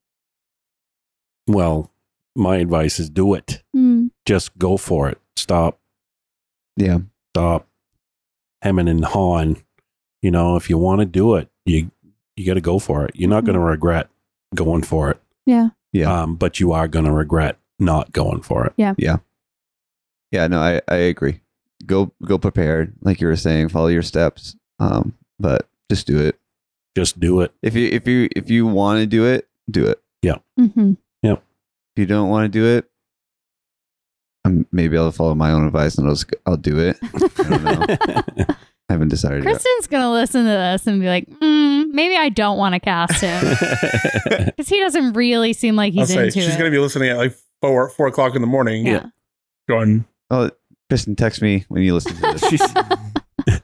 Speaker 1: Well, my advice is do it.
Speaker 4: Hmm.
Speaker 1: Just go for it. Stop.
Speaker 3: Yeah.
Speaker 1: Stop hemming and hawing. You know, if you want to do it, you you got to go for it. You're not going to regret going for it.
Speaker 4: Yeah.
Speaker 3: Mm-hmm. Yeah.
Speaker 1: Um, but you are going to regret not going for it.
Speaker 3: Yeah, no, I, I agree. Go go prepared, like you were saying, follow your steps. Um, but just do it.
Speaker 1: Just do it.
Speaker 3: If you if you if you want to do it, do it.
Speaker 4: hmm
Speaker 3: If you don't want to do it, um, maybe I'll follow my own advice and I'll just, I'll do it. I don't know. I haven't decided. yet.
Speaker 4: Kristen's going to listen to this and be like, mm, maybe I don't want to cast him because he doesn't really seem like he's
Speaker 2: I'll say
Speaker 4: into
Speaker 2: she's
Speaker 4: it.
Speaker 2: gonna be listening at like four four o'clock in the morning.
Speaker 4: Yeah.
Speaker 2: Going.
Speaker 3: Oh, Kristen, text me when you listen to this.
Speaker 1: She's-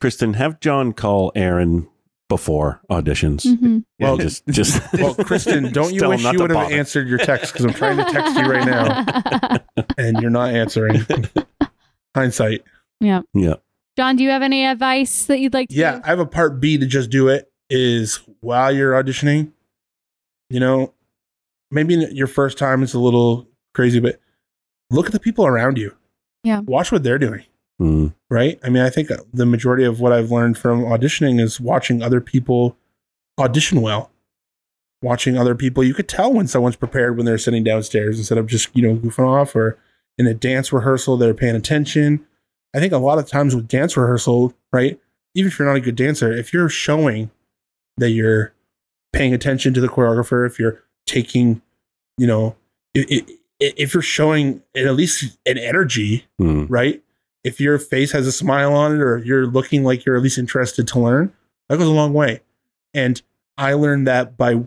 Speaker 1: Kristen, have John call Aaron before auditions.
Speaker 3: Mm.
Speaker 4: Mhm.
Speaker 3: Yeah,
Speaker 2: Well,
Speaker 1: just, just.
Speaker 2: Well, Kristen, don't you
Speaker 1: Tell him
Speaker 2: wish
Speaker 1: not
Speaker 2: you
Speaker 1: to
Speaker 2: would have
Speaker 1: bother.
Speaker 2: answered your text? Because I'm trying to text you right now, and you're not answering. Hindsight.
Speaker 4: yeah.
Speaker 1: Yeah.
Speaker 4: John, do you have any advice that you'd like to
Speaker 2: Yeah, I have a part B to just do it is while you're auditioning, you know, maybe your first time is a little crazy, but look at the people around you.
Speaker 4: Yeah.
Speaker 2: Watch what they're doing,
Speaker 1: Mm,
Speaker 2: right? I mean, I think the majority of what I've learned from auditioning is watching other people audition well. Watching other people, you could tell when someone's prepared when they're sitting downstairs instead of just, you know, goofing off or in a dance rehearsal, they're paying attention. I think a lot of times with dance rehearsal, right? even if you're not a good dancer, if you're showing that you're paying attention to the choreographer, if you're taking, you know, i- i- i- if you're showing at least an energy,
Speaker 1: mm,
Speaker 2: right? If your face has a smile on it, or if you're looking like you're at least interested to learn, that goes a long way. And I learned that by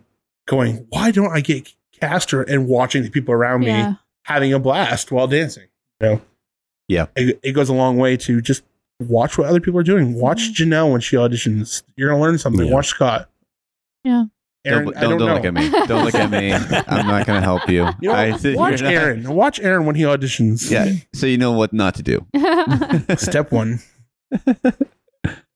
Speaker 2: going, why don't I get cast or and watching the people around me
Speaker 4: Yeah.
Speaker 2: having a blast while dancing. You know?
Speaker 3: Yeah.
Speaker 2: It, it goes a long way to just watch what other people are doing. Watch
Speaker 4: Mhm.
Speaker 2: Janelle when she auditions. You're going to learn something.
Speaker 1: Yeah.
Speaker 2: Watch Scott.
Speaker 4: Yeah.
Speaker 2: Aaron,
Speaker 3: don't
Speaker 2: I don't,
Speaker 3: don't, don't
Speaker 2: know.
Speaker 3: look at me. Don't look at me. I'm not gonna help you.
Speaker 2: You know,
Speaker 3: I, you're
Speaker 2: watch
Speaker 3: not-
Speaker 2: Aaron. Watch Aaron when he auditions.
Speaker 3: Yeah. So you know what not to do.
Speaker 2: Step one.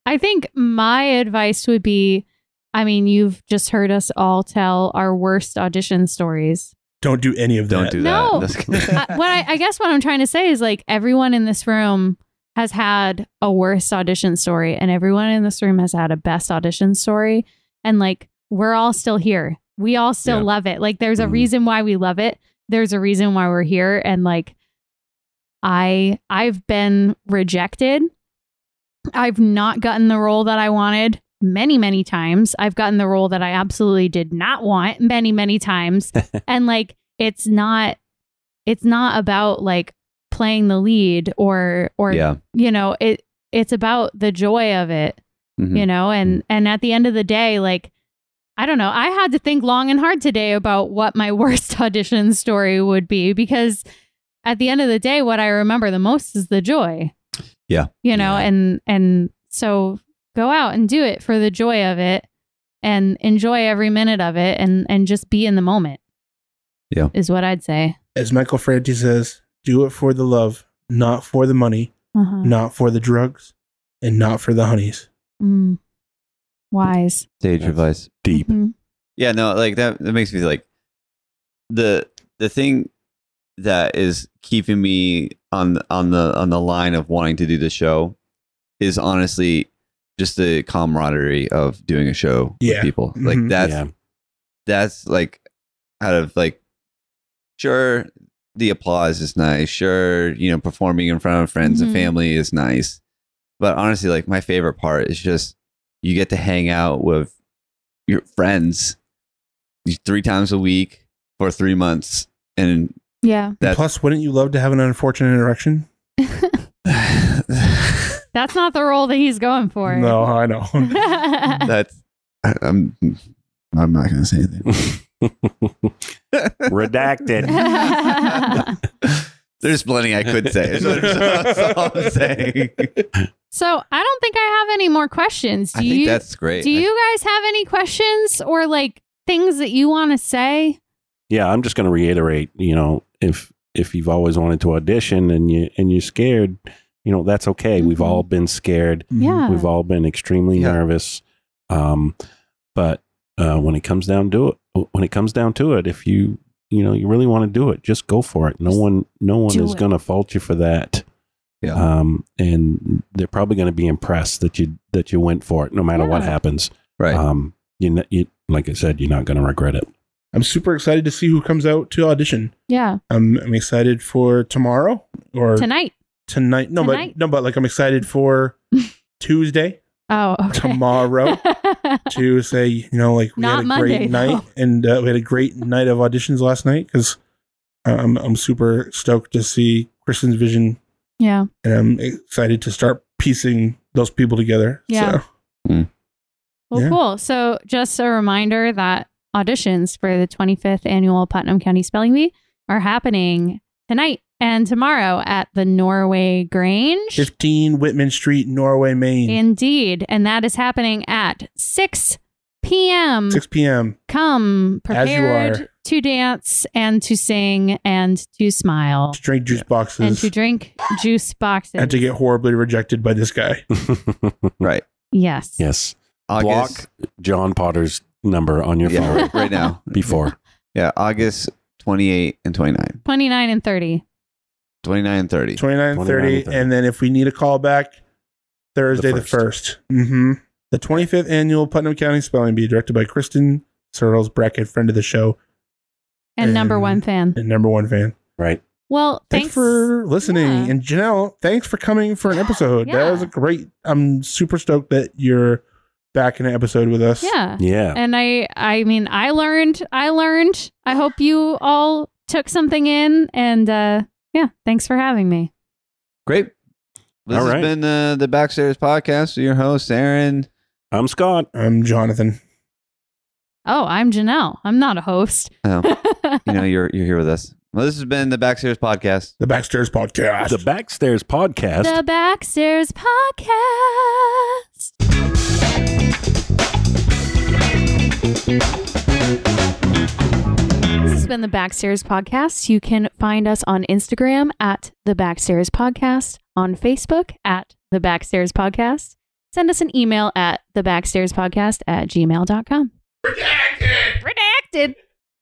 Speaker 4: I think my advice would be I mean, you've just heard us all tell our worst audition stories.
Speaker 2: Don't do any of
Speaker 3: Don't
Speaker 2: that.
Speaker 3: do
Speaker 4: No.
Speaker 3: that. That's-
Speaker 4: I, Uh, what I, I guess what I'm trying to say is like everyone in this room has had a worst audition story, and everyone in this room has had a best audition story. And like, we're all still here. We all still
Speaker 3: Yeah.
Speaker 4: love it. Like, there's a
Speaker 1: Mhm.
Speaker 4: reason why we love it. There's a reason why we're here. And like, I I've been rejected. I've not gotten the role that I wanted many, many times. I've gotten the role that I absolutely did not want many, many times. and like it's not it's not about like playing the lead or or
Speaker 3: yeah.
Speaker 4: you know, it it's about the joy of it,
Speaker 3: Mhm.
Speaker 4: you know, and and at the end of the day like I don't know. I had to think long and hard today about what my worst audition story would be because at the end of the day what I remember the most is the joy you
Speaker 3: Yeah.
Speaker 4: know and and so go out and do it for the joy of it and enjoy every minute of it and and just be in the moment
Speaker 3: Yeah.
Speaker 4: is what i'd say
Speaker 2: As Michael Franti says, do it for the love, not for the money,
Speaker 4: uh-huh.
Speaker 2: not for the drugs, and not for the honeys.
Speaker 4: Mm. wise
Speaker 3: Stage advice.
Speaker 1: deep.
Speaker 4: Mhm.
Speaker 3: Yeah, no, like that that makes me like the the thing that is keeping me on on the on the line of wanting to do the show is honestly just the camaraderie of doing a show
Speaker 2: Yeah.
Speaker 3: with people. Like
Speaker 2: Mhm.
Speaker 3: that's
Speaker 1: yeah.
Speaker 3: that's like out of like sure the applause is nice sure you know performing in front of friends
Speaker 4: Mhm.
Speaker 3: and family is nice but honestly like my favorite part is just you get to hang out with your friends three times a week for three months and
Speaker 4: yeah
Speaker 3: That-
Speaker 2: Plus, wouldn't you love to have an unfortunate erection?
Speaker 4: that's not the role that he's going for
Speaker 2: No, I know.
Speaker 3: that's I, i'm i'm not gonna say anything
Speaker 1: Redacted.
Speaker 3: there's plenty i could say that's all i'm saying
Speaker 4: so i don't think i have any more questions do
Speaker 3: i think
Speaker 4: you
Speaker 3: that's great
Speaker 4: do you guys have any questions or like things that you want to say
Speaker 1: yeah i'm just going to reiterate you know if if you've always wanted to audition and you and you're scared you know that's okay we've
Speaker 4: Mhm.
Speaker 1: all been scared
Speaker 2: Mm-hmm.
Speaker 4: yeah
Speaker 1: we've all been extremely
Speaker 3: Yeah.
Speaker 1: nervous um but uh when it comes down to it when it comes down to it if you you know you really want to do it just go for it no
Speaker 4: Just
Speaker 1: one no one
Speaker 4: do
Speaker 1: is
Speaker 4: it.
Speaker 1: going to fault you for that
Speaker 3: Yeah.
Speaker 1: um and they're probably going to be impressed that you that you went for it no matter what
Speaker 4: Yeah.
Speaker 1: happens
Speaker 3: right
Speaker 1: um you, kn- you like i said you're not going to regret it
Speaker 2: I'm super excited to see who comes out to audition.
Speaker 4: Yeah.
Speaker 2: I'm, I'm excited for tomorrow or
Speaker 4: Tonight.
Speaker 2: tonight. No,
Speaker 4: Tonight.
Speaker 2: but no, but like I'm excited for Tuesday,
Speaker 4: Oh, okay.
Speaker 2: tomorrow to say you know like we
Speaker 4: Not
Speaker 2: had a
Speaker 4: Monday,
Speaker 2: great night and uh, we had a great night of auditions last night because I'm I'm super stoked to see Kristen's vision
Speaker 4: yeah.
Speaker 2: and I'm excited to start piecing those people together.
Speaker 4: Yeah.
Speaker 2: So,
Speaker 4: Well,
Speaker 2: Yeah.
Speaker 4: cool. So, just a reminder that auditions for the 25th annual Putnam County Spelling Bee are happening tonight and tomorrow at the Norway Grange.
Speaker 2: 15 Whitman Street, Norway, Maine,
Speaker 4: Indeed. And that is happening at 6 p.m.
Speaker 2: 6 p.m.
Speaker 4: Come
Speaker 2: As you
Speaker 4: prepared to dance and to sing and to smile
Speaker 2: to drink juice boxes
Speaker 4: and to drink juice boxes.
Speaker 2: and to get horribly rejected by this guy.
Speaker 3: Right.
Speaker 4: yes.
Speaker 1: yes.
Speaker 3: August.
Speaker 1: Block John Potter's number on your
Speaker 3: Yeah,
Speaker 1: phone
Speaker 3: right, right now.
Speaker 1: before.
Speaker 3: Yeah, August 28 and 29.
Speaker 4: 29 and 30.
Speaker 3: 29 and 30.
Speaker 2: 29,
Speaker 1: 29,
Speaker 2: 30,
Speaker 1: 30.
Speaker 2: and then if we need a call back, Thursday the 1st. Mm-hmm. The 25th annual Putnam County Spelling Bee, directed by Kristen Searles Brackett, friend of the show
Speaker 4: And, number
Speaker 2: And-
Speaker 4: one fan.
Speaker 2: and number one fan.
Speaker 1: Right.
Speaker 4: Well,
Speaker 2: Thanks,
Speaker 4: thanks
Speaker 2: for listening.
Speaker 4: Yeah.
Speaker 2: And Janelle, thanks for coming for an episode.
Speaker 4: Yeah.
Speaker 2: That was a great. I'm super stoked that you're back in an episode with us.
Speaker 4: Yeah.
Speaker 1: Yeah.
Speaker 4: And I I mean, I learned, I learned. I hope you all took something in and uh yeah, thanks for having me.
Speaker 3: Great. This
Speaker 1: All
Speaker 3: has
Speaker 1: right.
Speaker 3: been uh, the Backstairs Podcast with your host, Aaron.
Speaker 1: I'm Scott.
Speaker 2: I'm Jonathan.
Speaker 4: Oh, I'm Janelle. I'm not a host.
Speaker 3: Oh, you know, you're, you're here with us. Well, this has been the Backstairs Podcast.
Speaker 2: The Backstairs Podcast.
Speaker 1: The Backstairs Podcast.
Speaker 4: The Backstairs Podcast. This has been the Backstairs Podcast. You can find us on Instagram at the Backstairs Podcast, on Facebook at the Backstairs Podcast. Send us an email at the Backstairs Podcast at gmail.com. Redacted. Redacted.